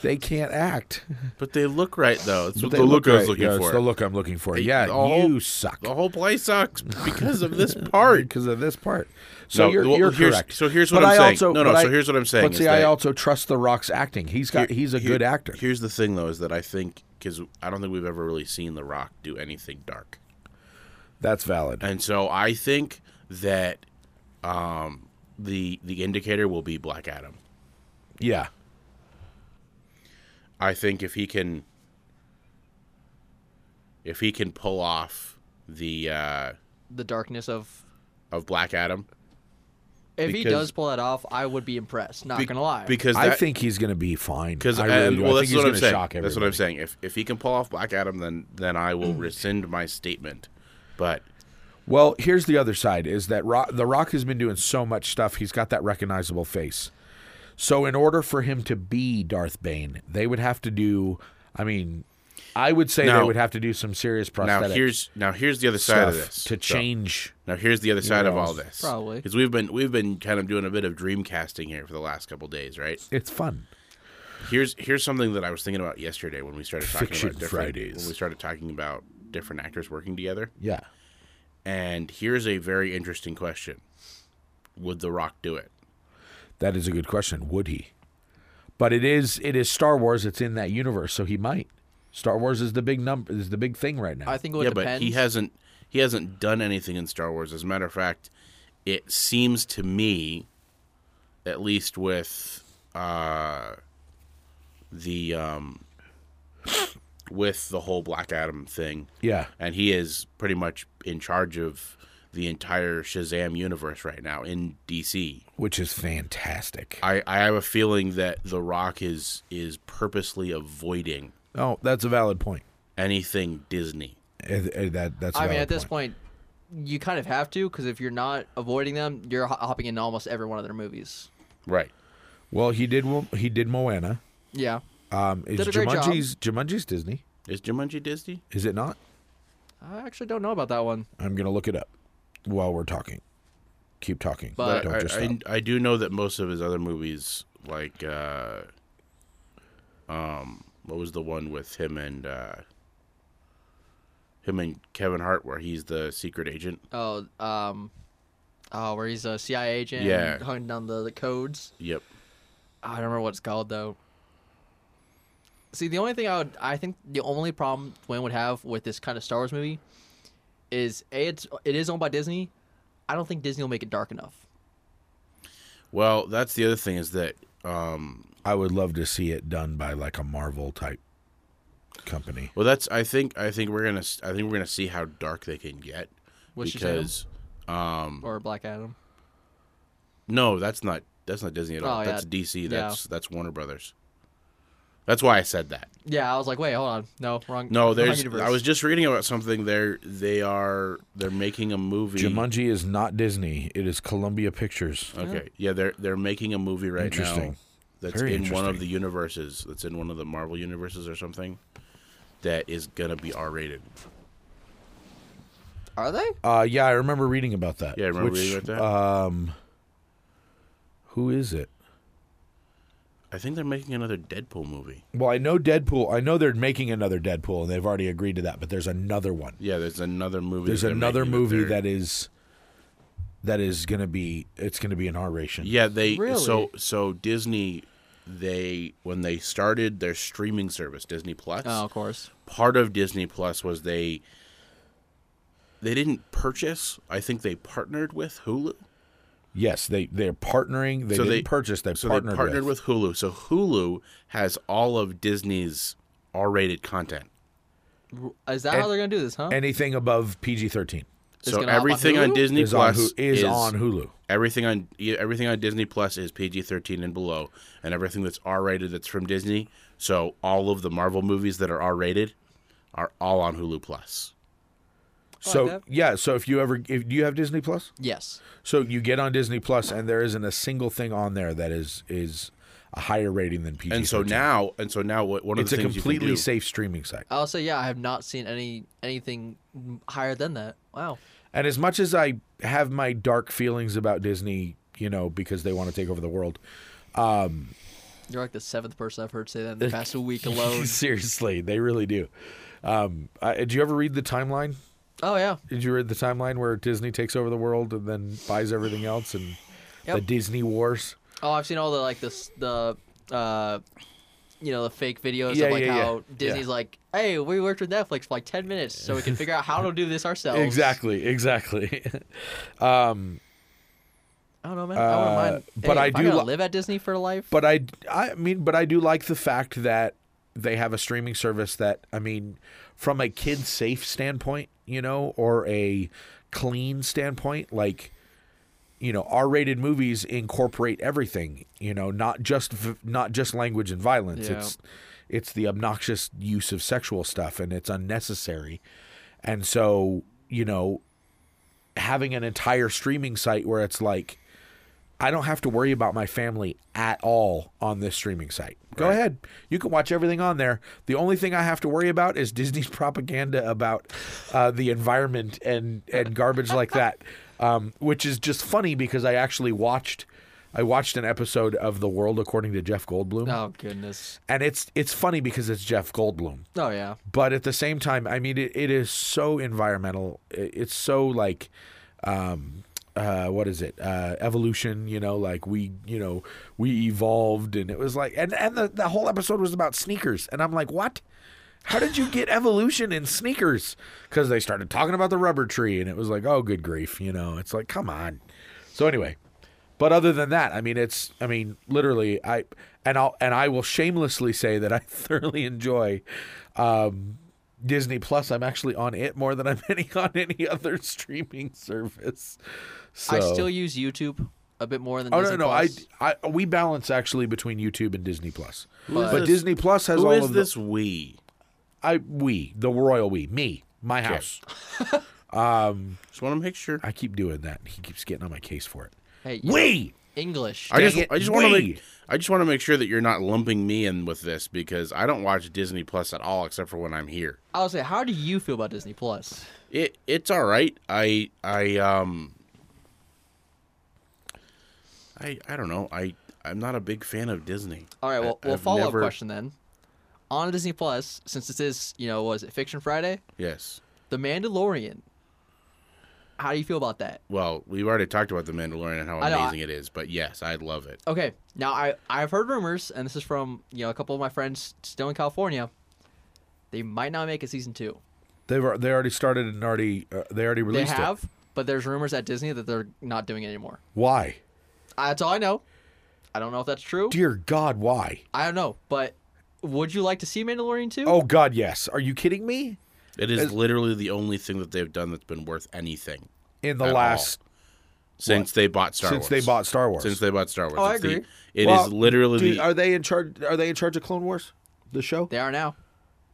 [SPEAKER 2] they can't act.
[SPEAKER 1] but they look right though. That's
[SPEAKER 2] But
[SPEAKER 1] what
[SPEAKER 2] they
[SPEAKER 1] the look, I was
[SPEAKER 2] right.
[SPEAKER 1] looking
[SPEAKER 2] Yeah, it's
[SPEAKER 1] for. Oh,
[SPEAKER 2] the look I'm looking for. Yeah,
[SPEAKER 1] the whole-
[SPEAKER 2] you suck.
[SPEAKER 1] the whole
[SPEAKER 2] *laughs*
[SPEAKER 1] play sucks because of this part.
[SPEAKER 2] because of this part. So
[SPEAKER 1] No,
[SPEAKER 2] you're,
[SPEAKER 1] well,
[SPEAKER 2] you're
[SPEAKER 1] here's-
[SPEAKER 2] correct.
[SPEAKER 1] so here's what
[SPEAKER 2] But
[SPEAKER 1] I'm
[SPEAKER 2] I
[SPEAKER 1] saying.
[SPEAKER 2] Also,
[SPEAKER 1] No, no,
[SPEAKER 2] but
[SPEAKER 1] so
[SPEAKER 2] I-
[SPEAKER 1] here's what I'm saying
[SPEAKER 2] But
[SPEAKER 1] is
[SPEAKER 2] see, I
[SPEAKER 1] that-
[SPEAKER 2] also trust The Rock's acting. He's got
[SPEAKER 1] Here-
[SPEAKER 2] *laughs* he's a
[SPEAKER 1] here-
[SPEAKER 2] good actor.
[SPEAKER 1] Here's the thing though is that I think because I don't think we've ever really seen The Rock do anything dark,
[SPEAKER 2] That's valid.
[SPEAKER 1] and so I think that um, the the indicator will be Black Adam.
[SPEAKER 2] Yeah,
[SPEAKER 1] I think if he can if he can pull off the uh
[SPEAKER 3] the darkness of
[SPEAKER 1] of Black Adam.
[SPEAKER 3] if he
[SPEAKER 1] Because-
[SPEAKER 3] does pull that off, I would be impressed. Not
[SPEAKER 1] Be-
[SPEAKER 3] gonna lie.
[SPEAKER 1] Because
[SPEAKER 2] I
[SPEAKER 1] that-
[SPEAKER 2] think he's going to be fine.
[SPEAKER 1] because
[SPEAKER 2] I really
[SPEAKER 1] and-
[SPEAKER 2] do.
[SPEAKER 1] well
[SPEAKER 2] I
[SPEAKER 1] that's
[SPEAKER 2] think he's
[SPEAKER 1] what I'm
[SPEAKER 2] gonna
[SPEAKER 1] saying.
[SPEAKER 2] shock
[SPEAKER 1] That's what I'm
[SPEAKER 2] everybody.
[SPEAKER 1] saying. If if he can pull off Black Adam then then
[SPEAKER 2] *clears throat*
[SPEAKER 1] I will rescind my statement. But
[SPEAKER 2] Well, here's the other side: is that Rock, The Rock has been doing so much stuff. He's got that recognizable face. So in order for him to be Darth Bane, they would have to do. I mean, I would say they
[SPEAKER 1] Now-
[SPEAKER 2] would have to do some serious
[SPEAKER 1] Now
[SPEAKER 2] prosthetic
[SPEAKER 1] here's now here's the other side
[SPEAKER 2] stuff
[SPEAKER 1] of this.
[SPEAKER 2] to
[SPEAKER 1] So,
[SPEAKER 2] change.
[SPEAKER 1] now here's the other side of
[SPEAKER 2] know,
[SPEAKER 1] all this.
[SPEAKER 3] probably.
[SPEAKER 1] because we've been we've been kind of doing a bit of dream casting here for the last couple days, right?
[SPEAKER 2] It's fun.
[SPEAKER 1] Here's here's something that I was thinking about yesterday when we started talking
[SPEAKER 2] Fiction
[SPEAKER 1] about different
[SPEAKER 2] Fridays.
[SPEAKER 1] when we started talking about different actors working together.
[SPEAKER 2] Yeah.
[SPEAKER 1] And here's a very interesting question: Would The Rock do it?
[SPEAKER 2] That is a good question. Would he? But it is it is Star Wars. It's in that universe, so he might. Star Wars is the big number is the big thing right now.
[SPEAKER 3] I think it would
[SPEAKER 1] yeah,
[SPEAKER 3] depend.
[SPEAKER 1] but he hasn't he hasn't done anything in Star Wars. As a matter of fact, it seems to me, at least with uh, the um, with the whole Black Adam thing,
[SPEAKER 2] yeah.
[SPEAKER 1] and he is pretty much in charge of the entire Shazam universe right now in DC.
[SPEAKER 2] Which is fantastic.
[SPEAKER 1] I, I have a feeling that The Rock is is purposely avoiding
[SPEAKER 2] Oh, that's a valid point.
[SPEAKER 1] anything Disney.
[SPEAKER 2] Eh, eh, That that's. a
[SPEAKER 3] I mean,
[SPEAKER 2] valid
[SPEAKER 3] at this point, you kind of have to because if you're not avoiding them, you're ho- hopping into almost every one of their movies.
[SPEAKER 1] Right.
[SPEAKER 2] Well, he did. Mo- He did Moana.
[SPEAKER 3] Yeah,
[SPEAKER 2] Um, is
[SPEAKER 3] Did a great job.
[SPEAKER 2] Jumanji's Jumanji's Disney?
[SPEAKER 1] Is Jumanji Disney?
[SPEAKER 2] Is it not?
[SPEAKER 3] I actually don't know about that one.
[SPEAKER 2] I'm gonna look it up while we're talking. Keep talking.
[SPEAKER 3] But
[SPEAKER 2] Uh, Don't
[SPEAKER 1] I,
[SPEAKER 2] just
[SPEAKER 1] I-
[SPEAKER 2] stop.
[SPEAKER 1] I do know that most of his other movies, like, uh, um, what was the one with him and uh, him and Kevin Hart, where he's the secret agent?
[SPEAKER 3] Oh, um, oh, where he's a CIA agent,
[SPEAKER 1] Yeah.
[SPEAKER 3] hunting down the, the codes.
[SPEAKER 1] Yep.
[SPEAKER 3] I don't remember what it's called though. See, the only thing I would, I think the only problem Dwayne would have with this kind of Star Wars movie is a it's it is owned by Disney. I don't think Disney will make it dark enough.
[SPEAKER 1] Well, that's the other thing is that um,
[SPEAKER 2] I would love to see it done by like a Marvel type company.
[SPEAKER 1] Well, that's. I think. I think we're gonna. s- I think we're gonna see how dark they can get.
[SPEAKER 3] With Shazam?
[SPEAKER 1] because, um,
[SPEAKER 3] Or Black Adam.
[SPEAKER 1] no, that's not. That's not Disney at all.
[SPEAKER 3] Oh, yeah.
[SPEAKER 1] That's DC. That's that's Warner Brothers. That's why I said that.
[SPEAKER 3] Yeah, I was like, wait, hold on, no, wrong.
[SPEAKER 1] No,
[SPEAKER 3] wrong
[SPEAKER 1] there's.
[SPEAKER 3] universe.
[SPEAKER 1] I was just reading about something. They're they are they're making a movie.
[SPEAKER 2] Jumanji is not Disney. It is Columbia Pictures.
[SPEAKER 1] Okay, yeah, they're they're making a movie right now
[SPEAKER 2] Interesting.
[SPEAKER 1] that's
[SPEAKER 2] Very
[SPEAKER 1] in one
[SPEAKER 2] interesting.
[SPEAKER 1] of the universes. That's in one of the Marvel universes or something. That is gonna be R rated.
[SPEAKER 3] Are they?
[SPEAKER 2] Uh, yeah, I remember reading about that.
[SPEAKER 1] Yeah, I remember
[SPEAKER 2] which,
[SPEAKER 1] reading about that.
[SPEAKER 2] Um, who is it?
[SPEAKER 1] I think they're making another Deadpool movie.
[SPEAKER 2] Well, I know Deadpool. I know they're making another Deadpool, and they've already agreed to that. But there's another one.
[SPEAKER 1] Yeah, there's another movie.
[SPEAKER 2] There's
[SPEAKER 1] that they're
[SPEAKER 2] another
[SPEAKER 1] making
[SPEAKER 2] movie
[SPEAKER 1] they're-
[SPEAKER 2] that is that is gonna be it's gonna be an R ration.
[SPEAKER 1] Yeah, they
[SPEAKER 3] Really?
[SPEAKER 1] so so Disney they when they started their streaming service Disney Plus.
[SPEAKER 3] Oh, of course.
[SPEAKER 1] Part of Disney Plus was they they didn't purchase. I think they partnered with Hulu.
[SPEAKER 2] Yes, they they're partnering. They
[SPEAKER 1] So
[SPEAKER 2] didn't
[SPEAKER 1] they-
[SPEAKER 2] purchase. They
[SPEAKER 1] So
[SPEAKER 2] partnered,
[SPEAKER 1] they partnered with. Hulu. So Hulu has all of Disney's R-rated content.
[SPEAKER 3] Is that how they're gonna do this, huh?
[SPEAKER 2] anything above PG thirteen
[SPEAKER 3] It's
[SPEAKER 1] so
[SPEAKER 3] gonna hop on
[SPEAKER 1] everything on,
[SPEAKER 3] Hulu?
[SPEAKER 1] Disney
[SPEAKER 2] is on
[SPEAKER 1] Plus
[SPEAKER 2] Hu- is, on Hulu.
[SPEAKER 1] everything on e, everything on Disney Plus is PG thirteen and below, and everything that's R rated that's from Disney. So all of the Marvel movies that are R rated are all on Hulu Plus.
[SPEAKER 2] So
[SPEAKER 3] that.
[SPEAKER 2] yeah, so if you ever if do you have Disney Plus,
[SPEAKER 3] yes.
[SPEAKER 2] so you get on Disney Plus, and there isn't a single thing on there that is is a higher rating than PG.
[SPEAKER 1] And so now, and so now, what one of
[SPEAKER 2] it's
[SPEAKER 1] the
[SPEAKER 2] a
[SPEAKER 1] things
[SPEAKER 2] completely
[SPEAKER 1] you can do,
[SPEAKER 2] safe streaming site.
[SPEAKER 3] I'll say yeah. I have not seen any anything m- higher than that. Wow.
[SPEAKER 2] And as much as I have my dark feelings about Disney, you know, because they want to take over the world, *laughs*
[SPEAKER 3] You're like the seventh person I've heard say that in
[SPEAKER 2] *laughs*
[SPEAKER 3] the past week alone.
[SPEAKER 2] Seriously, they really do. Um, I, did you ever read the timeline?
[SPEAKER 3] oh yeah.
[SPEAKER 2] Did you read the timeline where Disney takes over the world and then buys everything else and the
[SPEAKER 3] Yep.
[SPEAKER 2] Disney Wars?
[SPEAKER 3] Oh, I've seen all the like this the uh you know the fake videos
[SPEAKER 2] Yeah,
[SPEAKER 3] of like
[SPEAKER 2] yeah, yeah.
[SPEAKER 3] how Disney's
[SPEAKER 2] Yeah.
[SPEAKER 3] like, hey, we worked with Netflix for like ten minutes so we can figure out how to do this ourselves.
[SPEAKER 2] Exactly, exactly. *laughs*
[SPEAKER 3] I don't know, man. I wouldn't
[SPEAKER 2] Uh,
[SPEAKER 3] mind.
[SPEAKER 2] but
[SPEAKER 3] Hey,
[SPEAKER 2] I
[SPEAKER 3] if
[SPEAKER 2] do
[SPEAKER 3] gotta
[SPEAKER 2] li-
[SPEAKER 3] live at Disney for life.
[SPEAKER 2] but I, I mean, but I do like the fact that they have a streaming service that, I mean, from a kid safe standpoint, you know, or a clean standpoint, like, you know, R-rated movies incorporate everything, you know, not just v- not just language and violence.
[SPEAKER 3] Yeah.
[SPEAKER 2] It's it's the obnoxious use of sexual stuff and it's unnecessary. And so, you know, having an entire streaming site where it's like I don't have to worry about my family at all on this streaming site. Go ahead. You can watch everything on there. The only thing I have to worry about is Disney's *laughs* propaganda about uh, the environment and, and garbage like that, um, which is just funny because I actually watched I watched an episode of The World According to Jeff Goldblum,
[SPEAKER 3] Oh goodness.
[SPEAKER 2] and it's it's funny because it's Jeff Goldblum
[SPEAKER 3] Oh yeah.
[SPEAKER 2] but at the same time i mean it, it is so environmental I- it's so like um uh, what is it? Uh, evolution, you know, like we, you know, we evolved, and it was like, and and the, the whole episode was about sneakers, and I'm like, what? How did you get evolution in sneakers? Because they started talking about the rubber tree, and it was like, oh, good grief, you know, it's like, come on. So anyway, but other than that, I mean, it's I mean, literally, I and I'll and I will shamelessly say that I *laughs* thoroughly enjoy um, Disney Plus. I'm actually on it more than I'm *laughs* any on any other streaming service. So,
[SPEAKER 3] I still use YouTube a bit more than.
[SPEAKER 2] Oh
[SPEAKER 3] Disney
[SPEAKER 2] no, no, I,
[SPEAKER 3] Plus,
[SPEAKER 2] I we balance actually between YouTube and Disney Plus.
[SPEAKER 3] But-
[SPEAKER 2] But Disney Plus has
[SPEAKER 1] Who
[SPEAKER 2] all
[SPEAKER 1] is
[SPEAKER 2] of the-
[SPEAKER 1] this we?
[SPEAKER 2] I we the royal we me my house.
[SPEAKER 1] Just want to make sure.
[SPEAKER 2] I keep doing that. He keeps getting on my case for it.
[SPEAKER 3] Hey,
[SPEAKER 2] We
[SPEAKER 3] English.
[SPEAKER 1] I just,
[SPEAKER 2] Dang it,
[SPEAKER 1] I just want to
[SPEAKER 2] we.
[SPEAKER 1] make, I just want to make sure that you're not lumping me in with this because I don't watch Disney Plus at all except for when I'm here.
[SPEAKER 3] I'll say, how do you feel about Disney Plus?
[SPEAKER 1] It, it's all right. I, I, um, I, I don't know. I, I'm not a big fan of Disney.
[SPEAKER 3] All right, well,
[SPEAKER 1] I-
[SPEAKER 3] well,
[SPEAKER 1] I've
[SPEAKER 3] follow up
[SPEAKER 1] never-
[SPEAKER 3] question then. On Disney Plus, since this is, you know, was it Fiction Friday?
[SPEAKER 1] Yes.
[SPEAKER 3] The Mandalorian. How do you feel about that?
[SPEAKER 1] Well, we've already talked about the Mandalorian and how
[SPEAKER 3] I know, I-
[SPEAKER 1] amazing it is, but yes, I love it.
[SPEAKER 3] Okay, now I I've heard rumors, and this is from you know a couple of my friends still in California. They might not make a season two.
[SPEAKER 2] they've al- they already started and already uh, they already
[SPEAKER 3] They
[SPEAKER 2] released it.
[SPEAKER 3] have, but there's rumors at Disney that they're not doing it anymore.
[SPEAKER 2] Why?
[SPEAKER 3] That's all I know. I don't know if that's true.
[SPEAKER 2] Dear God, why?
[SPEAKER 3] I don't know, but would you like to see Mandalorian two?
[SPEAKER 2] Oh God, yes. Are you kidding me?
[SPEAKER 1] It is literally the only thing that they've done that's been worth anything
[SPEAKER 2] In the
[SPEAKER 1] At all.
[SPEAKER 2] last
[SPEAKER 1] since they bought Star
[SPEAKER 2] since
[SPEAKER 1] Wars.
[SPEAKER 2] they bought Star Wars,
[SPEAKER 1] Since they bought Star Wars.
[SPEAKER 3] Oh, I
[SPEAKER 1] It's the-
[SPEAKER 3] agree.
[SPEAKER 1] It is
[SPEAKER 2] Well,
[SPEAKER 1] literally
[SPEAKER 2] Dude,
[SPEAKER 1] the
[SPEAKER 2] are they in charge? Are they in charge of Clone Wars? The show?
[SPEAKER 3] They are now.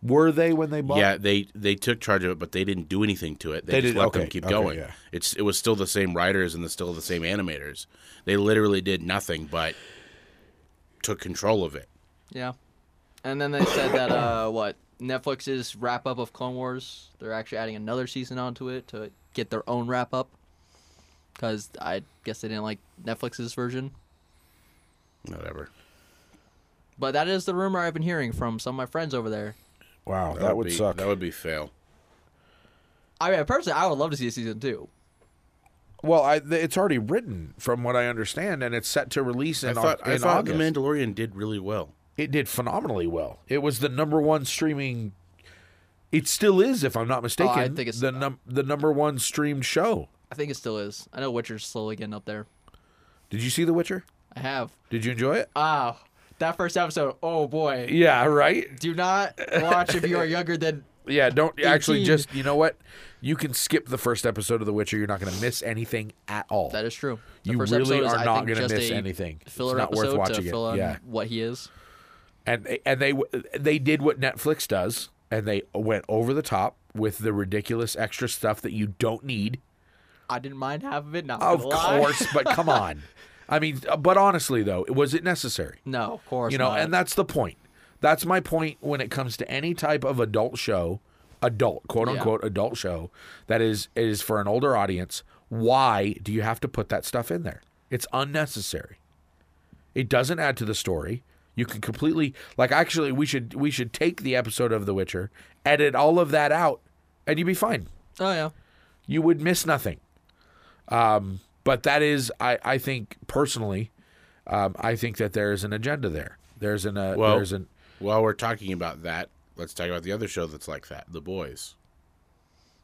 [SPEAKER 2] Were they when they bought?
[SPEAKER 1] Yeah, they they took charge of it, but they didn't do anything to it. They,
[SPEAKER 2] They
[SPEAKER 1] just
[SPEAKER 2] did-
[SPEAKER 1] let them
[SPEAKER 2] okay,
[SPEAKER 1] keep
[SPEAKER 2] okay,
[SPEAKER 1] going.
[SPEAKER 2] yeah.
[SPEAKER 1] It's it was still the same writers and the, still the same animators. They literally did nothing but took control of it.
[SPEAKER 3] Yeah. And then they said
[SPEAKER 2] *coughs*
[SPEAKER 3] that uh what Netflix's wrap up of Clone Wars, they're actually adding another season onto it to get their own wrap up. Cuz I guess they didn't like Netflix's version.
[SPEAKER 1] Whatever.
[SPEAKER 3] But that is the rumor I've been hearing from some of my friends over there.
[SPEAKER 2] Wow, that, would
[SPEAKER 1] be,
[SPEAKER 2] suck.
[SPEAKER 1] That would be fail.
[SPEAKER 3] I mean, personally, I would love to see a season 2.
[SPEAKER 2] Well, I, th- it's already written, from what I understand, and it's set to release in,
[SPEAKER 1] I thought
[SPEAKER 2] Au-
[SPEAKER 1] I
[SPEAKER 2] in
[SPEAKER 1] thought
[SPEAKER 2] August.
[SPEAKER 1] the Mandalorian did really well.
[SPEAKER 2] it did phenomenally well. It was the number one streaming. It still is, if I'm not mistaken.
[SPEAKER 3] Oh, think it's-
[SPEAKER 2] the num- the number one streamed show.
[SPEAKER 3] I think it still is. I know Witcher's slowly getting up there.
[SPEAKER 2] Did you see The Witcher?
[SPEAKER 3] I have.
[SPEAKER 2] Did you enjoy it?
[SPEAKER 3] Ah, that first episode. Oh boy.
[SPEAKER 2] Yeah, right.
[SPEAKER 3] Do not watch if you
[SPEAKER 2] *laughs*
[SPEAKER 3] are younger than
[SPEAKER 2] Yeah, don't actually
[SPEAKER 3] 18.
[SPEAKER 2] just you know what? You can skip the first episode of The Witcher. You're not going to miss anything at all.
[SPEAKER 3] That is true.
[SPEAKER 2] You really
[SPEAKER 3] episode
[SPEAKER 2] are
[SPEAKER 3] I
[SPEAKER 2] not
[SPEAKER 3] think,
[SPEAKER 2] gonna
[SPEAKER 3] just
[SPEAKER 2] miss
[SPEAKER 3] a
[SPEAKER 2] anything. It's
[SPEAKER 3] Filler
[SPEAKER 2] not worth
[SPEAKER 3] episode
[SPEAKER 2] watching
[SPEAKER 3] to
[SPEAKER 2] it.
[SPEAKER 3] fill in
[SPEAKER 2] Yeah.
[SPEAKER 3] what he is.
[SPEAKER 2] and and they they did what Netflix does, and they went over the top with the ridiculous extra stuff that you don't need.
[SPEAKER 3] I didn't mind half of it. Not
[SPEAKER 2] Of
[SPEAKER 3] gonna lie.
[SPEAKER 2] course, but come on. I mean, but honestly though, was it necessary?
[SPEAKER 3] *laughs* No, of course.
[SPEAKER 2] You know,
[SPEAKER 3] not.
[SPEAKER 2] and that's the point. That's my point when it comes to any type of adult show, adult, quote
[SPEAKER 3] Yeah.
[SPEAKER 2] unquote adult show that is is for an older audience. Why do you have to put that stuff in there? It's unnecessary. It doesn't add to the story. You can completely like actually we should we should take the episode of The Witcher, edit all of that out, and you'd be fine
[SPEAKER 3] oh yeah,
[SPEAKER 2] you would miss nothing. Um, but that is, I, I think personally, um, I think that there is an agenda there. There's an uh,
[SPEAKER 1] Well-
[SPEAKER 2] there's an
[SPEAKER 1] While we're talking about that, let's talk about the other show that's like that, The Boys.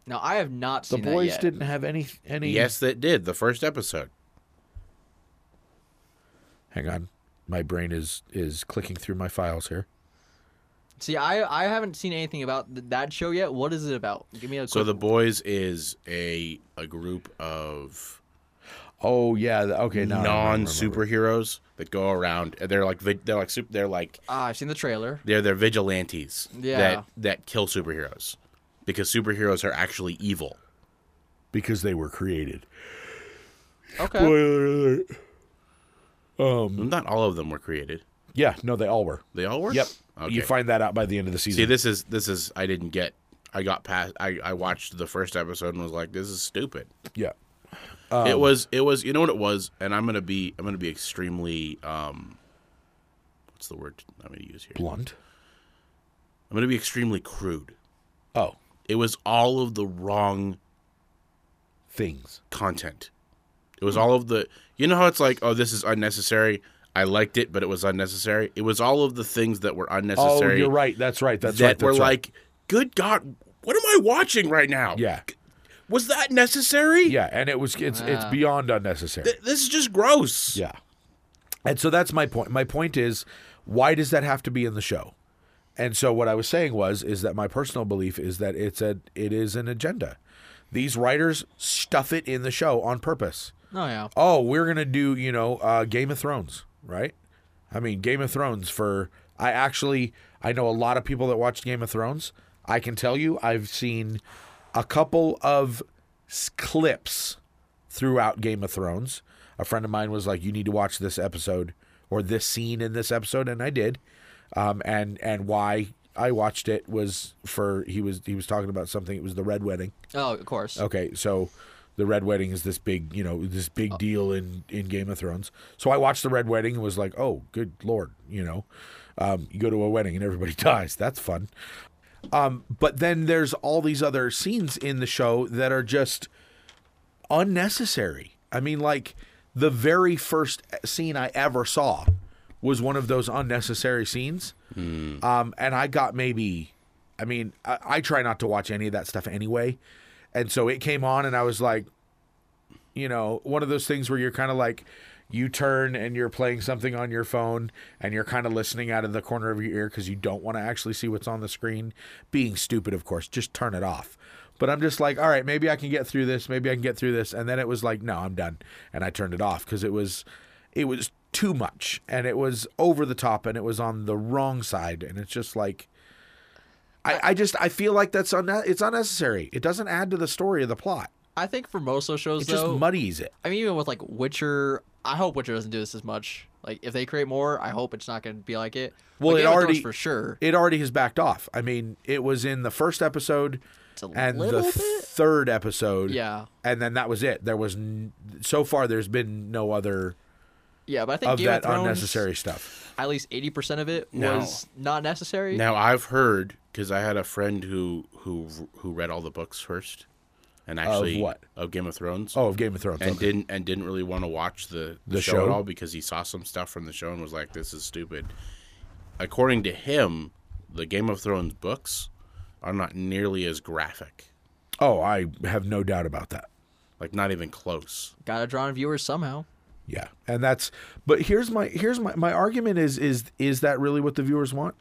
[SPEAKER 3] no, I have not
[SPEAKER 2] the
[SPEAKER 3] seen that
[SPEAKER 2] boys
[SPEAKER 3] yet.
[SPEAKER 2] didn't have any any.
[SPEAKER 1] Yes, that did the first episode.
[SPEAKER 2] Hang on, my brain is is clicking through my files here.
[SPEAKER 3] See, I I haven't seen anything about th- that show yet. What is it about? Give me a.
[SPEAKER 1] So
[SPEAKER 3] quick-
[SPEAKER 1] The Boys is a a group of
[SPEAKER 2] Oh yeah, the- okay, now I remember,
[SPEAKER 1] non
[SPEAKER 2] remember.
[SPEAKER 1] superheroes that go around. They're like vi- they're like super, they're like
[SPEAKER 3] Ah, I've seen
[SPEAKER 2] *laughs*
[SPEAKER 3] the trailer.
[SPEAKER 1] they're they're vigilantes
[SPEAKER 3] Yeah.
[SPEAKER 1] that that kill superheroes because superheroes are actually evil.
[SPEAKER 2] because they were created.
[SPEAKER 3] Okay.
[SPEAKER 2] Spoiler alert.
[SPEAKER 1] Not all of them were created.
[SPEAKER 2] Yeah, no, they all were.
[SPEAKER 1] They all were.
[SPEAKER 2] Mm-hmm. Yep.
[SPEAKER 1] Okay.
[SPEAKER 2] You find that out by the end of the
[SPEAKER 1] See,
[SPEAKER 2] season.
[SPEAKER 1] this is this is I didn't get. I got past. I I watched the first episode and was like, this is stupid.
[SPEAKER 2] yeah. Oh.
[SPEAKER 1] it was it was you know what it was, and I'm gonna be I'm gonna be extremely um. What's the word I'm gonna use here?
[SPEAKER 2] Blunt.
[SPEAKER 1] I'm gonna be extremely crude.
[SPEAKER 2] Oh,
[SPEAKER 1] It was all of the wrong
[SPEAKER 2] things.
[SPEAKER 1] content. It was all of the you know how it's like, oh, this is unnecessary. I liked it, but it was unnecessary. It was all of the things that were
[SPEAKER 2] Oh,
[SPEAKER 1] unnecessary
[SPEAKER 2] you're right. That's right. That's
[SPEAKER 1] that
[SPEAKER 2] right. That's
[SPEAKER 1] were
[SPEAKER 2] right.
[SPEAKER 1] like, good God, what am I watching right now?
[SPEAKER 2] yeah,
[SPEAKER 1] Was that necessary?
[SPEAKER 2] yeah, and it was it's it's
[SPEAKER 3] Wow.
[SPEAKER 2] beyond unnecessary.
[SPEAKER 1] Th- This is just gross.
[SPEAKER 2] Yeah. And so that's my point. My point is, why does that have to be in the show? And so what I was saying was is that my personal belief is that it's a it is an agenda. These writers stuff it in the show on purpose.
[SPEAKER 3] No, yeah.
[SPEAKER 2] Oh, we're gonna do you know uh, Game of Thrones, right? I mean Game of Thrones for I actually I know a lot of people that watch Game of Thrones. I can tell you I've seen a couple of s- clips throughout Game of Thrones. A friend of mine was like, "You need to watch this episode or this scene in this episode," and I did. Um, and and why I watched it was for he was he was talking about something. It was the Red Wedding.
[SPEAKER 3] Oh, of course.
[SPEAKER 2] Okay, so the red wedding is this big, you know, this big deal in in Game of Thrones. So I watched the red wedding and was like, oh, good lord, you know, um, you go to a wedding and everybody *laughs* dies. That's fun. Um, but then there's all these other scenes in the show that are just unnecessary. I mean, like the very first scene I ever saw was one of those unnecessary scenes. Um, and I got maybe, I mean, I, I try not to watch any of that stuff anyway. And so it came on, and I was like, you know, one of those things where you're kind of like, you turn and you're playing something on your phone and you're kind of listening out of the corner of your ear because you don't want to actually see what's on the screen. Being stupid, of course, just turn it off. But I'm just like, all right, maybe I can get through this. Maybe I can get through this. And then it was like, no, I'm done. And I turned it off because it was, it was too much and it was over the top and it was on the wrong side. And it's just like, I, I just, I feel like that's, unne- it's unnecessary. It doesn't add to the story of the plot.
[SPEAKER 3] I think for most of those shows,
[SPEAKER 2] It just
[SPEAKER 3] though,
[SPEAKER 2] muddies it.
[SPEAKER 3] I mean, even with like Witcher, I hope Witcher doesn't do this as much. Like, if they create more, I hope it's not going to be like it. But
[SPEAKER 2] Well, it
[SPEAKER 3] Game of Thrones
[SPEAKER 2] already-
[SPEAKER 3] for sure.
[SPEAKER 2] it already has backed off. I mean, it was in the first episode
[SPEAKER 3] It's a
[SPEAKER 2] and the
[SPEAKER 3] little bit.
[SPEAKER 2] third episode.
[SPEAKER 3] Yeah,
[SPEAKER 2] And then that was it. There was n- so far there's been no other
[SPEAKER 3] yeah, but I think
[SPEAKER 2] of
[SPEAKER 3] Game
[SPEAKER 2] that
[SPEAKER 3] of Thrones,
[SPEAKER 2] unnecessary stuff.
[SPEAKER 3] At least eighty percent of it
[SPEAKER 1] No.
[SPEAKER 3] was not necessary.
[SPEAKER 1] Now I've heard because I had a friend who who who read all the books first, and actually
[SPEAKER 2] what?
[SPEAKER 1] of Game of Thrones.
[SPEAKER 2] Oh, of Game of Thrones.
[SPEAKER 1] and
[SPEAKER 2] okay.
[SPEAKER 1] didn't and didn't really want to watch the, the,
[SPEAKER 2] The
[SPEAKER 1] show,
[SPEAKER 2] show?
[SPEAKER 1] at all because he saw some stuff from the show and was like, "This is stupid." According to him, the Game of Thrones books are not nearly as graphic,
[SPEAKER 2] oh, I have no doubt about that.
[SPEAKER 1] like not even close.
[SPEAKER 3] Gotta draw in viewers somehow.
[SPEAKER 2] Yeah. And that's but here's my here's my my argument is is is that really what the viewers want?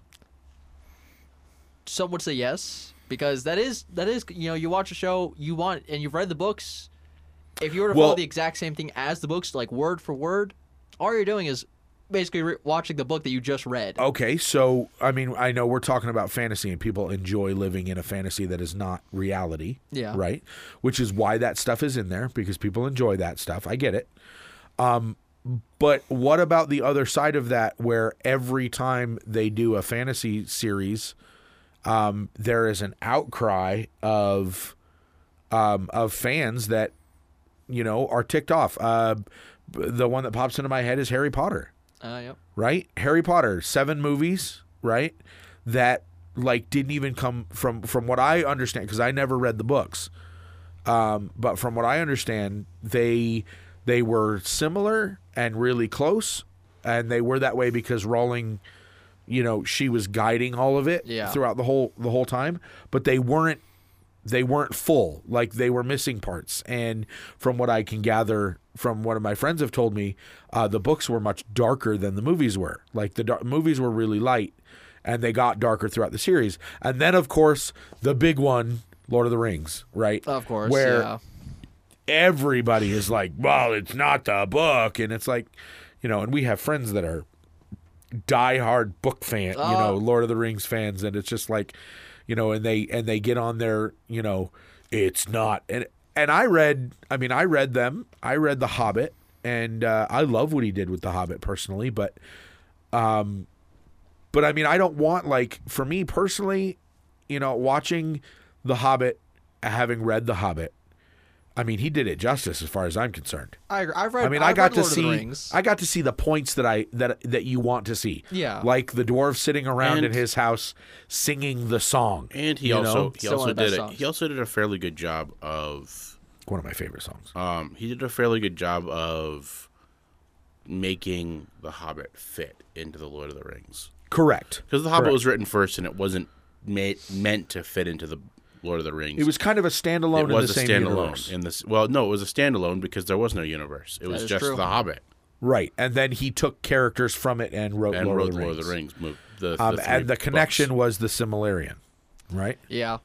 [SPEAKER 3] Some would say yes because that is that is you know you watch a show you want and you've read the books. If you were to
[SPEAKER 2] Well-
[SPEAKER 3] follow the exact same thing as the books, like word for word, all you're doing is basically re- watching the book that you just read.
[SPEAKER 2] Okay, so I mean, I know we're talking about fantasy and people enjoy living in a fantasy that is not reality.
[SPEAKER 3] Yeah.
[SPEAKER 2] Right? Which is why that stuff is in there because people enjoy that stuff. I get it. Um but what about the other side of that where every time they do a fantasy series um there is an outcry of um of fans that you know are ticked off. Uh b- the one that pops into my head is Harry Potter
[SPEAKER 3] Uh, yep.
[SPEAKER 2] right? Harry Potter, seven movies, right? That like didn't even come from from what I understand because I never read the books. Um, but from what I understand, they they were similar and really close, and they were that way because Rowling, you know, she was guiding all of it
[SPEAKER 3] Yeah.
[SPEAKER 2] throughout the whole the whole time. But they weren't they weren't full like they were missing parts and from what i can gather from what my friends have told me uh, the books were much darker than the movies were like the dar- movies were really light and they got darker throughout the series and then of course the big one lord of the rings right
[SPEAKER 3] Of course.
[SPEAKER 2] where
[SPEAKER 3] yeah.
[SPEAKER 2] everybody is like well it's not the book and it's like you know and we have friends that are diehard book fan, you
[SPEAKER 3] Oh.
[SPEAKER 2] know, Lord of the Rings fans, and it's just like, you know, and they and they get on their, you know, it's not, and and I read, I mean, I read them, I read The Hobbit, and uh, I love what he did with The Hobbit personally, but um, but I mean, I don't want like for me personally, you know, watching The Hobbit, having read The Hobbit. I mean, he did it justice as far as I'm concerned.
[SPEAKER 3] I agree. I've read.
[SPEAKER 2] I mean,
[SPEAKER 3] I've
[SPEAKER 2] I got
[SPEAKER 3] read
[SPEAKER 2] to
[SPEAKER 3] Lord of the
[SPEAKER 2] see
[SPEAKER 3] Rings.
[SPEAKER 2] I got to see the points that I that that you want to see.
[SPEAKER 3] Yeah.
[SPEAKER 2] like the dwarf sitting around
[SPEAKER 1] And-
[SPEAKER 2] in his house singing the song,
[SPEAKER 1] And he
[SPEAKER 2] you
[SPEAKER 1] also
[SPEAKER 2] know?
[SPEAKER 1] he
[SPEAKER 3] Still one
[SPEAKER 1] also
[SPEAKER 3] of the best
[SPEAKER 1] did a,
[SPEAKER 3] songs.
[SPEAKER 1] he also did a fairly good job of
[SPEAKER 2] one of my favorite songs.
[SPEAKER 1] um he did a fairly good job of making the Hobbit fit into the Lord of the Rings
[SPEAKER 2] Correct.
[SPEAKER 1] because the Hobbit
[SPEAKER 2] Correct.
[SPEAKER 1] was written first and it wasn't ma- meant to fit into the Lord of the Rings.
[SPEAKER 2] It was kind of a standalone.
[SPEAKER 1] it
[SPEAKER 2] in
[SPEAKER 1] was
[SPEAKER 2] the
[SPEAKER 1] a
[SPEAKER 2] same
[SPEAKER 1] standalone
[SPEAKER 2] universe.
[SPEAKER 1] in this. Well, no, it was a standalone because there was no universe. It was
[SPEAKER 3] is
[SPEAKER 1] just
[SPEAKER 3] true.
[SPEAKER 1] the Hobbit
[SPEAKER 2] Right, and then he took characters from it and wrote
[SPEAKER 1] and
[SPEAKER 2] Lord,
[SPEAKER 1] wrote
[SPEAKER 2] of the
[SPEAKER 1] Lord
[SPEAKER 2] Rings.
[SPEAKER 1] of the Rings. Moved the, the
[SPEAKER 2] Um,
[SPEAKER 1] three
[SPEAKER 2] and the
[SPEAKER 1] books.
[SPEAKER 2] connection was the Similarian, right?
[SPEAKER 3] Yeah.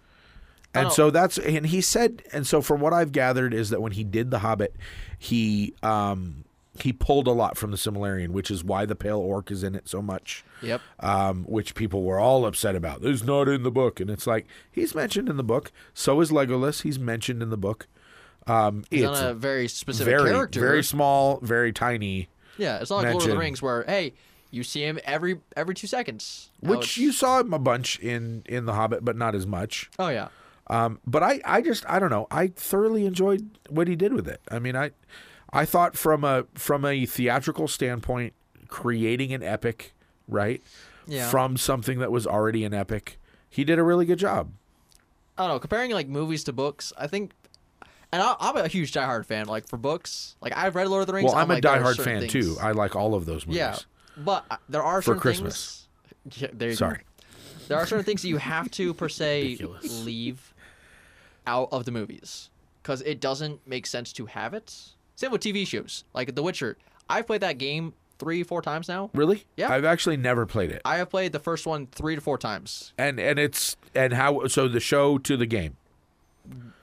[SPEAKER 2] And
[SPEAKER 3] don't-
[SPEAKER 2] so that's and he said and so from what I've gathered is that when he did The Hobbit, he um he pulled a lot from the Similarian, which is why the pale orc is in it so much.
[SPEAKER 3] Yep.
[SPEAKER 2] Um, which people were all upset about. It's not in the book, and it's like he's mentioned in the book. So is Legolas. He's mentioned in the book. Um,
[SPEAKER 3] He's
[SPEAKER 2] it's
[SPEAKER 3] on a very specific
[SPEAKER 2] very
[SPEAKER 3] character.
[SPEAKER 2] very small, very tiny.
[SPEAKER 3] yeah. It's not like Lord of
[SPEAKER 2] mention.
[SPEAKER 3] the Rings where hey, you see him every every two seconds. No,
[SPEAKER 2] Which
[SPEAKER 3] it's-
[SPEAKER 2] you saw him a bunch in in The Hobbit, but not as much.
[SPEAKER 3] Oh yeah.
[SPEAKER 2] Um, but I, I just I don't know. I thoroughly enjoyed what he did with it. I mean, I I thought from a from a theatrical standpoint, creating an epic, right?
[SPEAKER 3] Yeah.
[SPEAKER 2] From something that was already an epic, he did a really good job.
[SPEAKER 3] I don't know. Comparing like movies to books, I think, and I, I'm a huge diehard fan. Like for books, like I've read Lord of the Rings.
[SPEAKER 2] Well, I'm, a
[SPEAKER 3] like, there are
[SPEAKER 2] diehard
[SPEAKER 3] certain
[SPEAKER 2] fan
[SPEAKER 3] things-
[SPEAKER 2] too. I like all of those movies.
[SPEAKER 3] yeah, but uh, there are
[SPEAKER 2] For
[SPEAKER 3] certain
[SPEAKER 2] Christmas.
[SPEAKER 3] Things, *laughs* yeah, there you go.
[SPEAKER 2] Sorry.
[SPEAKER 3] there are certain things that you have to per se
[SPEAKER 1] Ridiculous.
[SPEAKER 3] leave out of the movies because it doesn't make sense to have it. Same with TV shows, like The Witcher. I've played that game three, four times now.
[SPEAKER 2] Really?
[SPEAKER 3] Yeah.
[SPEAKER 2] I've actually never played it.
[SPEAKER 3] I have played the first one three to four times.
[SPEAKER 2] And and it's and how so the show to the game.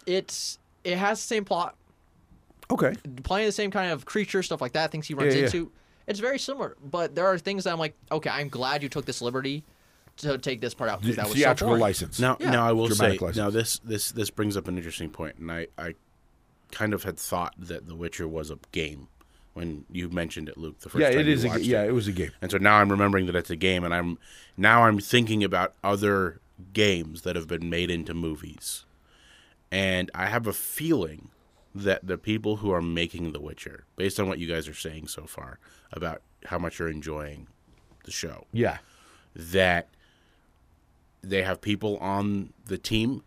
[SPEAKER 3] It's it has the same plot,
[SPEAKER 2] Okay.
[SPEAKER 3] playing the same kind of creature stuff like that, things he runs
[SPEAKER 2] Yeah, yeah.
[SPEAKER 3] into. It's very similar, but there are things that I'm like, okay, I'm glad you took this liberty to take this part out because that was so
[SPEAKER 2] theatrical
[SPEAKER 3] boring.
[SPEAKER 2] license.
[SPEAKER 1] Now,
[SPEAKER 3] Yeah.
[SPEAKER 1] now I will say,
[SPEAKER 2] Dramatic license.
[SPEAKER 1] now this this this brings up an interesting point, and I I kind of had thought that The Witcher was a game when you mentioned it, Luke. The first
[SPEAKER 2] yeah,
[SPEAKER 1] time
[SPEAKER 2] it
[SPEAKER 1] you
[SPEAKER 2] is. A,
[SPEAKER 1] watched
[SPEAKER 2] yeah,
[SPEAKER 1] it.
[SPEAKER 2] it was a game.
[SPEAKER 1] and so now I'm remembering that it's a game, and I'm now I'm thinking about other games that have been made into movies, and I have a feeling that the people who are making The Witcher, based on what you guys are saying so far about how much you're enjoying the show,
[SPEAKER 2] Yeah.
[SPEAKER 1] that they have people on the team,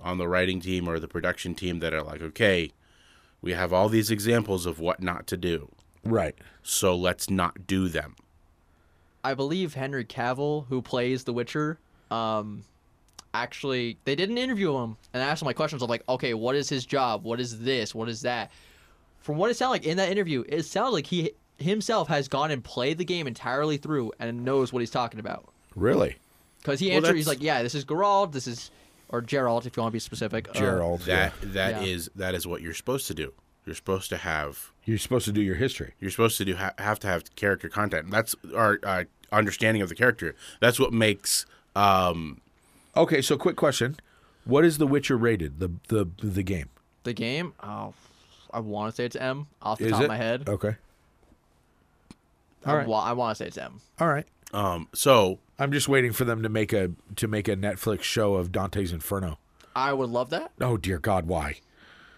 [SPEAKER 1] on the writing team or the production team that are like, okay, we have all these examples of what not to do,
[SPEAKER 2] Right.
[SPEAKER 1] so let's not do them.
[SPEAKER 3] I believe Henry Cavill, who plays The Witcher, um, actually they did an interview of him and I asked him like questions of like, okay, what is his job? What is this? What is that? From what it sounded like in that interview, it sounds like he himself has gone and played the game entirely through and knows what he's talking about.
[SPEAKER 2] Really.
[SPEAKER 3] Because he
[SPEAKER 1] Well,
[SPEAKER 3] answered, he's
[SPEAKER 1] that's-
[SPEAKER 3] like, yeah, this is Geralt, this is or Geralt if you want to be specific. uh,
[SPEAKER 2] Gerald.
[SPEAKER 1] That
[SPEAKER 2] yeah.
[SPEAKER 1] that is
[SPEAKER 3] Yeah.
[SPEAKER 1] that is what you're supposed to do. You're supposed to have
[SPEAKER 2] You're supposed to do your history.
[SPEAKER 1] you're supposed to do ha- have to have character content. That's our uh, understanding of the character. That's what makes um,
[SPEAKER 2] Okay, so quick question: What is The Witcher rated? The the the game
[SPEAKER 3] the game. Oh, I want to say it's M off the
[SPEAKER 2] is
[SPEAKER 3] top
[SPEAKER 2] it? Uh,
[SPEAKER 3] of my head.
[SPEAKER 2] Okay,
[SPEAKER 3] I, wa- I want to say it's M.
[SPEAKER 2] all right.
[SPEAKER 1] um so
[SPEAKER 2] I'm just waiting for them to make a to make a Netflix show of Dante's Inferno.
[SPEAKER 3] I would love that.
[SPEAKER 2] Oh dear God, why?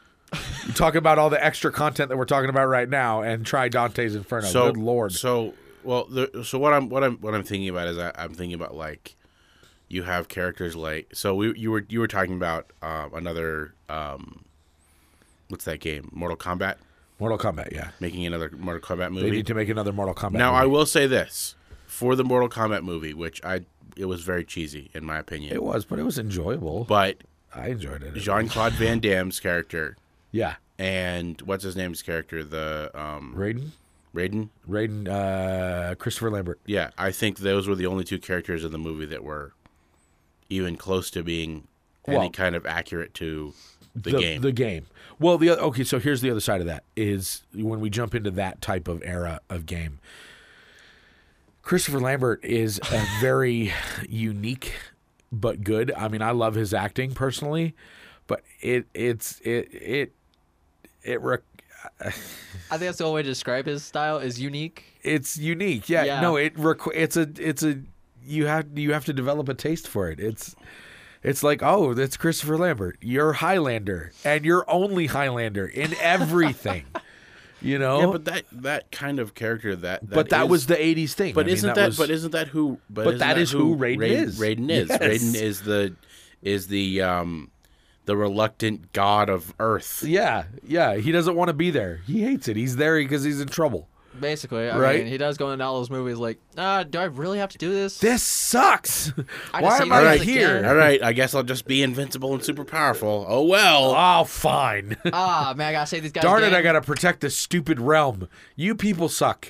[SPEAKER 2] *laughs* you talk about all the extra content that we're talking about right now, and try Dante's Inferno.
[SPEAKER 1] so
[SPEAKER 2] Good Lord,
[SPEAKER 1] So well, the, so what I'm what I'm what I'm thinking about is I, I'm thinking about like you have characters like so we you were you were talking about um, another um, what's that game Mortal Kombat
[SPEAKER 2] Mortal Kombat. Yeah,
[SPEAKER 1] making another Mortal Kombat
[SPEAKER 2] they
[SPEAKER 1] movie.
[SPEAKER 2] need to make another Mortal Kombat.
[SPEAKER 1] now I
[SPEAKER 2] movie.
[SPEAKER 1] will say this for the Mortal Kombat movie, which I it was very cheesy in my opinion,
[SPEAKER 2] It was, but it was enjoyable.
[SPEAKER 1] but
[SPEAKER 2] I enjoyed it.
[SPEAKER 1] Jean Claude Van Damme's character
[SPEAKER 2] yeah,
[SPEAKER 1] and what's his name's character the um,
[SPEAKER 2] Raiden,
[SPEAKER 1] Raiden
[SPEAKER 2] Raiden, uh, Christopher Lambert.
[SPEAKER 1] yeah, I think those were the only two characters in the movie that were even close to being
[SPEAKER 2] Well-
[SPEAKER 1] any kind of accurate to the, game.
[SPEAKER 2] The game. Well, the oth- okay. So here's the other side of that is when we jump into that type of era of game. Christopher Lambert is
[SPEAKER 1] *laughs*
[SPEAKER 2] a very unique but good. I mean, I love his acting personally, but it it's it it it. Rec-
[SPEAKER 3] I think that's the only way to describe his style is unique.
[SPEAKER 2] It's unique. Yeah.
[SPEAKER 3] Yeah.
[SPEAKER 2] No, it requ- it's a it's a you have you have to develop a taste for it. It's it's like, oh, that's Christopher Lambert. You're Highlander and you're only Highlander in
[SPEAKER 1] *laughs*
[SPEAKER 2] everything. you know?
[SPEAKER 1] Yeah,
[SPEAKER 2] but,
[SPEAKER 1] but that that kind of character that, that
[SPEAKER 2] that
[SPEAKER 1] is-
[SPEAKER 2] was the 80s thing.
[SPEAKER 1] But
[SPEAKER 2] I mean,
[SPEAKER 1] isn't that,
[SPEAKER 2] was-
[SPEAKER 1] but isn't that who? But,
[SPEAKER 2] But
[SPEAKER 1] isn't
[SPEAKER 2] that is who Raiden
[SPEAKER 1] Raid-
[SPEAKER 2] is.
[SPEAKER 1] Raiden is.
[SPEAKER 2] Yes.
[SPEAKER 1] Raiden is the is the um the reluctant god of Earth.
[SPEAKER 2] yeah, yeah, he doesn't want to be there. He hates it. He's there because he's in trouble.
[SPEAKER 3] Basically, I
[SPEAKER 2] Right.
[SPEAKER 3] mean, he does go into all those movies like, ah, do I really have to do this?
[SPEAKER 2] This
[SPEAKER 1] *laughs*
[SPEAKER 2] sucks.
[SPEAKER 3] I
[SPEAKER 2] Why
[SPEAKER 3] just
[SPEAKER 2] am
[SPEAKER 3] hate
[SPEAKER 2] I
[SPEAKER 1] All right,
[SPEAKER 3] this
[SPEAKER 2] here?
[SPEAKER 3] again.
[SPEAKER 1] All right, I guess I'll just be invincible and super powerful. Oh well.
[SPEAKER 2] Oh, fine.
[SPEAKER 3] Ah, man, I gotta save these guys.
[SPEAKER 2] Darn it,
[SPEAKER 3] again.
[SPEAKER 2] I got to protect this stupid realm. You people suck.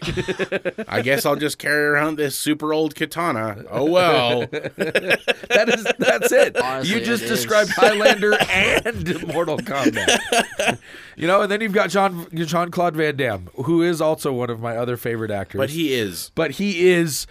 [SPEAKER 1] I guess I'll just carry around this super old katana.
[SPEAKER 2] *laughs*
[SPEAKER 1] Oh well.
[SPEAKER 2] That is that's it.
[SPEAKER 3] Honestly,
[SPEAKER 2] you just
[SPEAKER 3] it is.
[SPEAKER 2] described
[SPEAKER 3] *laughs*
[SPEAKER 2] Highlander and Mortal Kombat. you know, and then you've got John Jean Claude Van Damme, who is also one of my other favorite actors.
[SPEAKER 1] but he is.
[SPEAKER 2] but he is.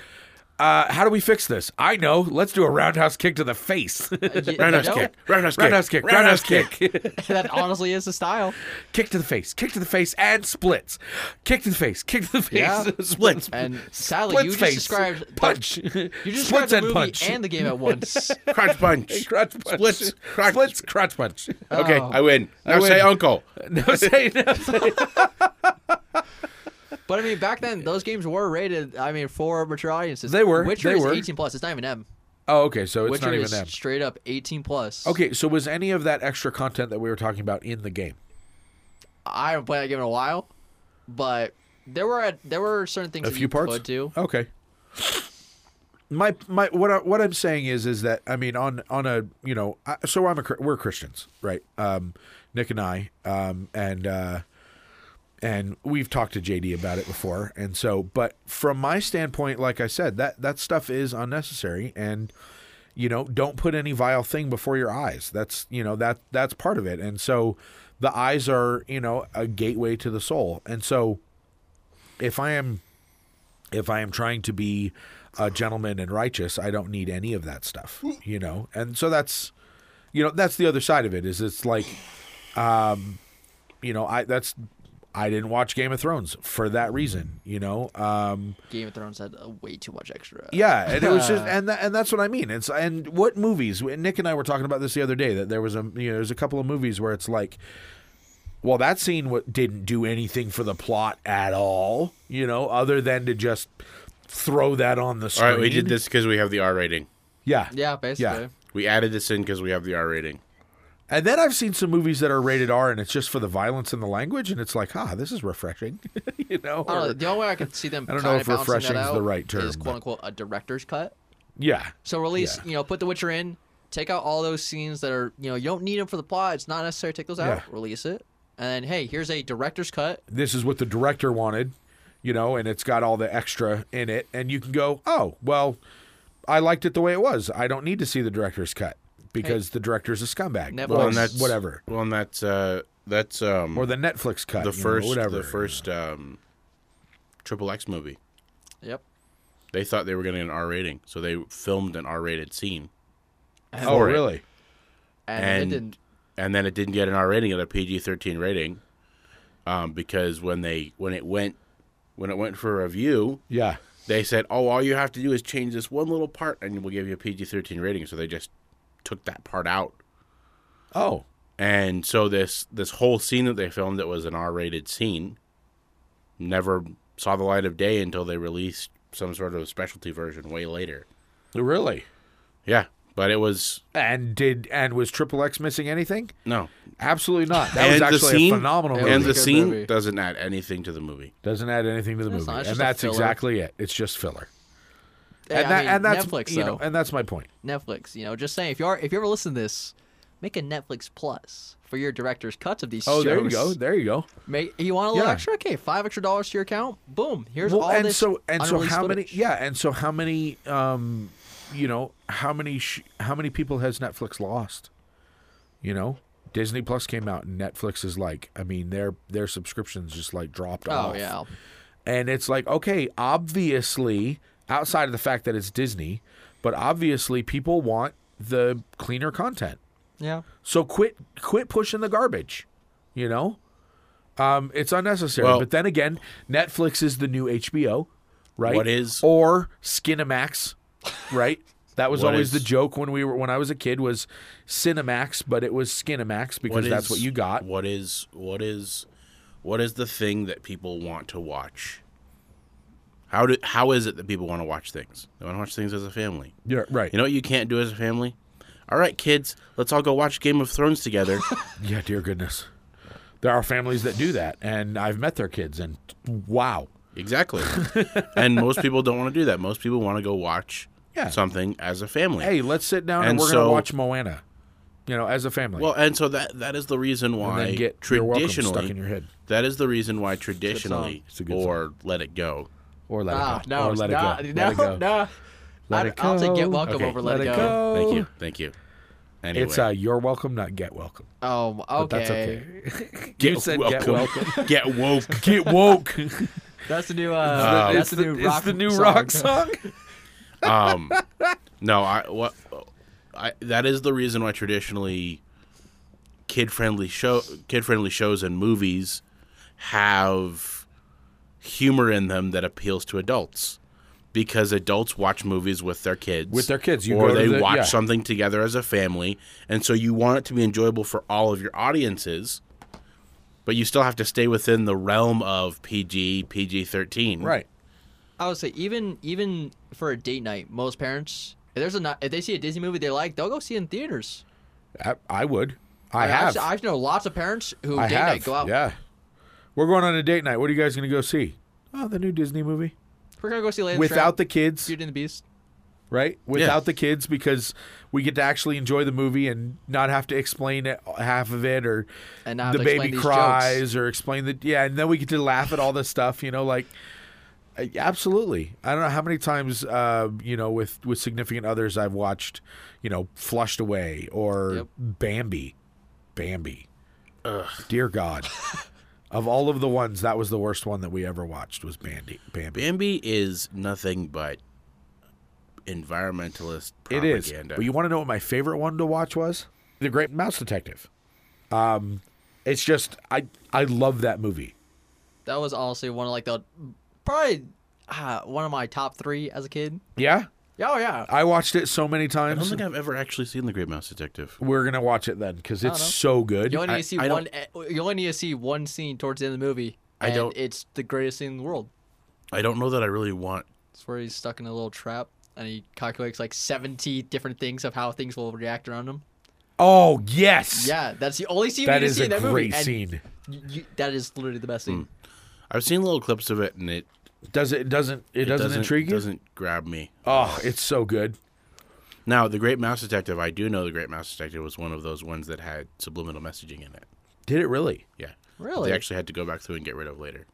[SPEAKER 2] Uh, how do we fix this? I know. Let's do a roundhouse kick to the face. *laughs*
[SPEAKER 3] *laughs* You- you
[SPEAKER 1] Roundhouse
[SPEAKER 3] know,
[SPEAKER 1] kick. Roundhouse kick.
[SPEAKER 2] roundhouse kick. Roundhouse kick.
[SPEAKER 3] that honestly is the style.
[SPEAKER 2] *laughs* kick to the face. Kick to the face and splits. Kick to the face. Kick to the face. *laughs*
[SPEAKER 3] Yeah.
[SPEAKER 2] splits.
[SPEAKER 3] And sadly,
[SPEAKER 2] splits
[SPEAKER 3] you just
[SPEAKER 2] face.
[SPEAKER 3] described the-
[SPEAKER 2] punch.
[SPEAKER 3] You just
[SPEAKER 2] splits
[SPEAKER 3] described the
[SPEAKER 2] and
[SPEAKER 3] movie
[SPEAKER 2] punch.
[SPEAKER 3] and the
[SPEAKER 2] *laughs*
[SPEAKER 3] game at once.
[SPEAKER 1] Crotch punch.
[SPEAKER 2] crotch punch.
[SPEAKER 1] Splits. Crotch.
[SPEAKER 2] Splits. Crotch punch.
[SPEAKER 1] Okay,
[SPEAKER 3] Oh.
[SPEAKER 1] I win. Now
[SPEAKER 2] win.
[SPEAKER 1] say uncle.
[SPEAKER 2] *laughs* No say no.
[SPEAKER 3] but I mean, back then those games were rated. I mean, for mature audiences.
[SPEAKER 2] They were,
[SPEAKER 3] Witcher
[SPEAKER 2] they
[SPEAKER 3] is
[SPEAKER 2] were.
[SPEAKER 3] 18 plus. It's not even M.
[SPEAKER 2] Oh, okay. So it's
[SPEAKER 3] Witcher
[SPEAKER 2] not even
[SPEAKER 3] is
[SPEAKER 2] them.
[SPEAKER 3] straight up 18 plus.
[SPEAKER 2] Okay, so was any of that extra content that we were talking about in the game?
[SPEAKER 3] I haven't played that game in a while, but there were a, there were certain things
[SPEAKER 2] A
[SPEAKER 3] that
[SPEAKER 2] few
[SPEAKER 3] you
[SPEAKER 2] parts. Uh,
[SPEAKER 3] could do.
[SPEAKER 2] Okay. My my what I, what I'm saying is is that I mean on on a you know I, so I'm a Chri- we're Christians right um Nick and I um and uh and we've talked to JD about it before and so but from my standpoint like I said that that stuff is unnecessary and you know don't put any vile thing before your eyes that's you know that that's part of it and so the eyes are you know a gateway to the soul and so if I am if I am trying to be a gentleman and righteous, I don't need any of that stuff, you know. And so that's, you know, that's the other side of it. Is it's like, um, you know, I that's I didn't watch Game of Thrones for that reason, you know. Um,
[SPEAKER 3] Game of Thrones had uh, way too much extra.
[SPEAKER 2] yeah, and it was just and tha- and that's what I mean. It's and what movies? Nick and I were talking about this the other day that there was a you know there's a couple of movies where it's like, well that scene w- didn't do anything for the plot at all, you know, other than to just throw that on the
[SPEAKER 1] All
[SPEAKER 2] screen.
[SPEAKER 1] right, we did this because we have the R rating.
[SPEAKER 2] Yeah,
[SPEAKER 3] Yeah, basically.
[SPEAKER 2] Yeah.
[SPEAKER 1] We added this in because we have the R rating.
[SPEAKER 2] And then I've seen some movies that are rated R, and it's just for the violence and the language, and it's like, ah, this is refreshing, *laughs* you know.
[SPEAKER 3] I don't know,
[SPEAKER 2] or-
[SPEAKER 3] the only way I could see them.
[SPEAKER 2] I don't know
[SPEAKER 3] kinda
[SPEAKER 2] if
[SPEAKER 3] balancing
[SPEAKER 2] refreshing's
[SPEAKER 3] that out
[SPEAKER 2] the right term,
[SPEAKER 3] Is
[SPEAKER 2] but-
[SPEAKER 3] quote unquote a director's cut.
[SPEAKER 2] yeah,
[SPEAKER 3] So release,
[SPEAKER 2] Yeah.
[SPEAKER 3] you know, put The Witcher in, take out all those scenes that are, you know, you don't need them for the plot. It's not necessary. Take those out,
[SPEAKER 2] Yeah.
[SPEAKER 3] release it, and then hey, here's a director's cut.
[SPEAKER 2] this is what the director wanted, you know, and it's got all the extra in it, and you can go, oh, well, I liked it the way it was. I don't need to see the director's cut because the director's a scumbag. Well,
[SPEAKER 3] Netflix.
[SPEAKER 1] Well,
[SPEAKER 3] Or
[SPEAKER 1] and that's
[SPEAKER 2] whatever,
[SPEAKER 1] Well, and that's uh, that's um,
[SPEAKER 2] or the Netflix cut,
[SPEAKER 1] the
[SPEAKER 2] you know,
[SPEAKER 1] first
[SPEAKER 2] whatever,
[SPEAKER 1] the first um, triple X movie.
[SPEAKER 3] Yep.
[SPEAKER 1] They thought they were getting an R rating, so they filmed an R rated scene,
[SPEAKER 2] Oh,
[SPEAKER 1] for it.
[SPEAKER 2] really?
[SPEAKER 3] And, it
[SPEAKER 1] And-
[SPEAKER 3] didn't.
[SPEAKER 1] and then it didn't get an R rating, it got a PG thirteen rating, um, because when they when it went when it went for review,
[SPEAKER 2] Yeah.
[SPEAKER 1] they said, "Oh, all you have to do is change this one little part, and we'll give you a PG thirteen rating." So they just took that part out,
[SPEAKER 2] Oh,
[SPEAKER 1] and so this this whole scene that they filmed that was an R rated scene never saw the light of day until they released some sort of specialty version way later.
[SPEAKER 2] really?
[SPEAKER 1] Yeah, but it was
[SPEAKER 2] And did and was Triple X missing anything?
[SPEAKER 1] no.
[SPEAKER 2] Absolutely not. That was
[SPEAKER 1] And the
[SPEAKER 2] actually
[SPEAKER 1] scene-
[SPEAKER 2] a phenomenal
[SPEAKER 3] and
[SPEAKER 2] movie.
[SPEAKER 1] And
[SPEAKER 3] was
[SPEAKER 1] the
[SPEAKER 3] a good
[SPEAKER 1] scene
[SPEAKER 3] movie.
[SPEAKER 1] doesn't add anything to the movie.
[SPEAKER 2] Doesn't add anything to the
[SPEAKER 3] That's
[SPEAKER 2] movie,
[SPEAKER 3] not- it's
[SPEAKER 2] and
[SPEAKER 3] just a
[SPEAKER 2] that's
[SPEAKER 3] filler.
[SPEAKER 2] exactly it. It's just filler,
[SPEAKER 3] Hey,
[SPEAKER 2] and,
[SPEAKER 3] I
[SPEAKER 2] that,
[SPEAKER 3] mean,
[SPEAKER 2] and that's
[SPEAKER 3] Netflix
[SPEAKER 2] you
[SPEAKER 3] though.
[SPEAKER 2] know, and that's my point.
[SPEAKER 3] Netflix. You know, just saying. If you are, if you ever listen to this, make a Netflix Plus for your director's cuts of these
[SPEAKER 2] Oh,
[SPEAKER 3] shows.
[SPEAKER 2] there you go, there you go.
[SPEAKER 3] Make, you want a little
[SPEAKER 2] Yeah.
[SPEAKER 3] extra? Okay, five extra dollars to your account. Boom. Here's all
[SPEAKER 2] and
[SPEAKER 3] this.
[SPEAKER 2] so and so
[SPEAKER 3] unreleased
[SPEAKER 2] how
[SPEAKER 3] footage.
[SPEAKER 2] many? Yeah, and so how many? Um, you know, how many? Sh- how many people has Netflix lost? You know, Disney Plus came out, and Netflix is like, I mean, their their subscriptions just like dropped
[SPEAKER 3] Oh
[SPEAKER 2] off.
[SPEAKER 3] yeah.
[SPEAKER 2] And it's like, okay, obviously, outside of the fact that it's Disney, but obviously people want the cleaner content.
[SPEAKER 3] Yeah.
[SPEAKER 2] So quit quit pushing the garbage, you know? Um, it's unnecessary.
[SPEAKER 1] Well-
[SPEAKER 2] but then again, Netflix is the new HBO, right?
[SPEAKER 1] What is-
[SPEAKER 2] or Skinamax, right?
[SPEAKER 1] *laughs*
[SPEAKER 2] That was
[SPEAKER 1] What
[SPEAKER 2] always
[SPEAKER 1] is-
[SPEAKER 2] the joke when we were when I was a kid was Cinemax, but it was Skinamax because that's what you got.
[SPEAKER 1] What is what is what is the thing that people want to watch? How do how is it that people want to watch things? They want to watch things as a family.
[SPEAKER 2] Yeah, right.
[SPEAKER 1] You know what you can't do as a family? All right, kids, let's all go watch Game of Thrones
[SPEAKER 2] *laughs*
[SPEAKER 1] together.
[SPEAKER 2] yeah, dear goodness, there are families that do that, and I've met their kids, and wow,
[SPEAKER 1] exactly. and most people don't want to do that. Most people want to go watch
[SPEAKER 2] Yeah.
[SPEAKER 1] something as a family.
[SPEAKER 2] hey, let's sit down and,
[SPEAKER 1] And
[SPEAKER 2] we're
[SPEAKER 1] so-
[SPEAKER 2] gonna watch Moana, you know, as a family.
[SPEAKER 1] Well, and so that that is the reason
[SPEAKER 2] and
[SPEAKER 1] why
[SPEAKER 2] then get You're Welcome
[SPEAKER 1] traditionally
[SPEAKER 2] stuck in your head,
[SPEAKER 1] that is the reason why traditionally
[SPEAKER 2] It's a good song.
[SPEAKER 1] or Let It Go
[SPEAKER 2] or let
[SPEAKER 3] Nah,
[SPEAKER 2] it go,
[SPEAKER 3] Ah, no,
[SPEAKER 2] or let
[SPEAKER 3] nah,
[SPEAKER 2] it go,
[SPEAKER 3] no,
[SPEAKER 2] let it go.
[SPEAKER 3] no.
[SPEAKER 2] Let
[SPEAKER 3] I,
[SPEAKER 2] it
[SPEAKER 3] I'll take
[SPEAKER 2] go.
[SPEAKER 3] get welcome
[SPEAKER 2] Okay,
[SPEAKER 3] over let, it go.
[SPEAKER 1] Thank you. Thank you. Anyway,
[SPEAKER 2] It's uh, you're welcome, not get welcome.
[SPEAKER 3] Oh, okay.
[SPEAKER 2] But that's *laughs* okay. you said get welcome. *laughs*
[SPEAKER 1] get woke.
[SPEAKER 2] get woke.
[SPEAKER 3] That's the new. Uh,
[SPEAKER 1] Uh,
[SPEAKER 3] that's the, new rock. song. *laughs*
[SPEAKER 1] Um, no, I what I that is the reason why traditionally kid friendly show kid friendly shows and movies have humor in them that appeals to adults because adults watch movies with their kids
[SPEAKER 2] With their kids, you
[SPEAKER 1] or
[SPEAKER 2] go to
[SPEAKER 1] they
[SPEAKER 2] the-
[SPEAKER 1] watch
[SPEAKER 2] yeah.
[SPEAKER 1] something together as a family and so you want it to be enjoyable for all of your audiences but you still have to stay within the realm of PG PG-13
[SPEAKER 2] Right.
[SPEAKER 3] I would say even even for a date night, most parents if there's a ni- if they see a Disney movie they like, they'll go see it in theaters.
[SPEAKER 2] I, I would. I
[SPEAKER 3] Like,
[SPEAKER 2] have.
[SPEAKER 3] I've, I've known lots of parents who
[SPEAKER 2] I
[SPEAKER 3] date
[SPEAKER 2] have.
[SPEAKER 3] night go out.
[SPEAKER 2] Yeah. We're going on a date night. What are you guys going to go see? Oh, the new Disney movie.
[SPEAKER 3] We're gonna go see Land
[SPEAKER 2] Without the kids,
[SPEAKER 3] Beauty and the Beast.
[SPEAKER 2] right? Without the kids, because we get to actually enjoy the movie and not have to explain it, half of it, or
[SPEAKER 3] And not have
[SPEAKER 2] the
[SPEAKER 3] to explain
[SPEAKER 2] baby
[SPEAKER 3] these
[SPEAKER 2] cries,
[SPEAKER 3] jokes.
[SPEAKER 2] or explain the yeah, and then we get to laugh at all this stuff. You know, like uh, absolutely. I don't know how many times, uh, you know, with with significant others, I've watched, you know, Flushed Away or
[SPEAKER 3] Yep.
[SPEAKER 2] Bambi, Bambi. Dear God. Of all of the ones, that was the worst one that we ever watched was Bambi. Bambi.
[SPEAKER 1] Bambi is nothing but environmentalist
[SPEAKER 2] It
[SPEAKER 1] propaganda.
[SPEAKER 2] is. But you want to know what my favorite one to watch was? The Great Mouse Detective. Um, it's just I I love that movie.
[SPEAKER 3] That was honestly one of like the probably uh, one of my top three as a kid.
[SPEAKER 2] Yeah,
[SPEAKER 3] Yeah, Oh yeah.
[SPEAKER 2] I watched it so many
[SPEAKER 1] I don't
[SPEAKER 2] times.
[SPEAKER 1] think I've ever actually seen The Great Mouse Detective.
[SPEAKER 2] We're gonna watch it then because it's
[SPEAKER 3] don't know.
[SPEAKER 2] so good.
[SPEAKER 3] You only
[SPEAKER 1] I-
[SPEAKER 3] need to see
[SPEAKER 1] I
[SPEAKER 3] one. e,
[SPEAKER 1] don't-
[SPEAKER 3] You only need to see one scene towards the end of the movie.
[SPEAKER 1] I
[SPEAKER 3] and
[SPEAKER 1] don't-
[SPEAKER 3] It's the greatest scene in the world.
[SPEAKER 1] I don't know that I really want.
[SPEAKER 3] It's where he's stuck in a little trap and he calculates like 70 different things of how things will react around him.
[SPEAKER 2] oh yes,
[SPEAKER 3] Yeah, that's the only scene
[SPEAKER 2] that
[SPEAKER 3] you
[SPEAKER 2] is
[SPEAKER 3] see
[SPEAKER 2] a
[SPEAKER 3] in that
[SPEAKER 2] great
[SPEAKER 3] movie. and
[SPEAKER 2] scene.
[SPEAKER 3] y- you- that is literally the best scene.
[SPEAKER 1] I've seen little clips of it, and it,
[SPEAKER 2] Does it doesn't it, doesn't, intrigue you?
[SPEAKER 1] Doesn't grab me.
[SPEAKER 2] Oh, it's so good.
[SPEAKER 1] Now, The Great Mouse Detective. I do know The Great Mouse Detective was one of those ones that had subliminal messaging in it.
[SPEAKER 2] Did it really?
[SPEAKER 1] Yeah,
[SPEAKER 3] Really?
[SPEAKER 1] They actually had to go back through and get rid of later.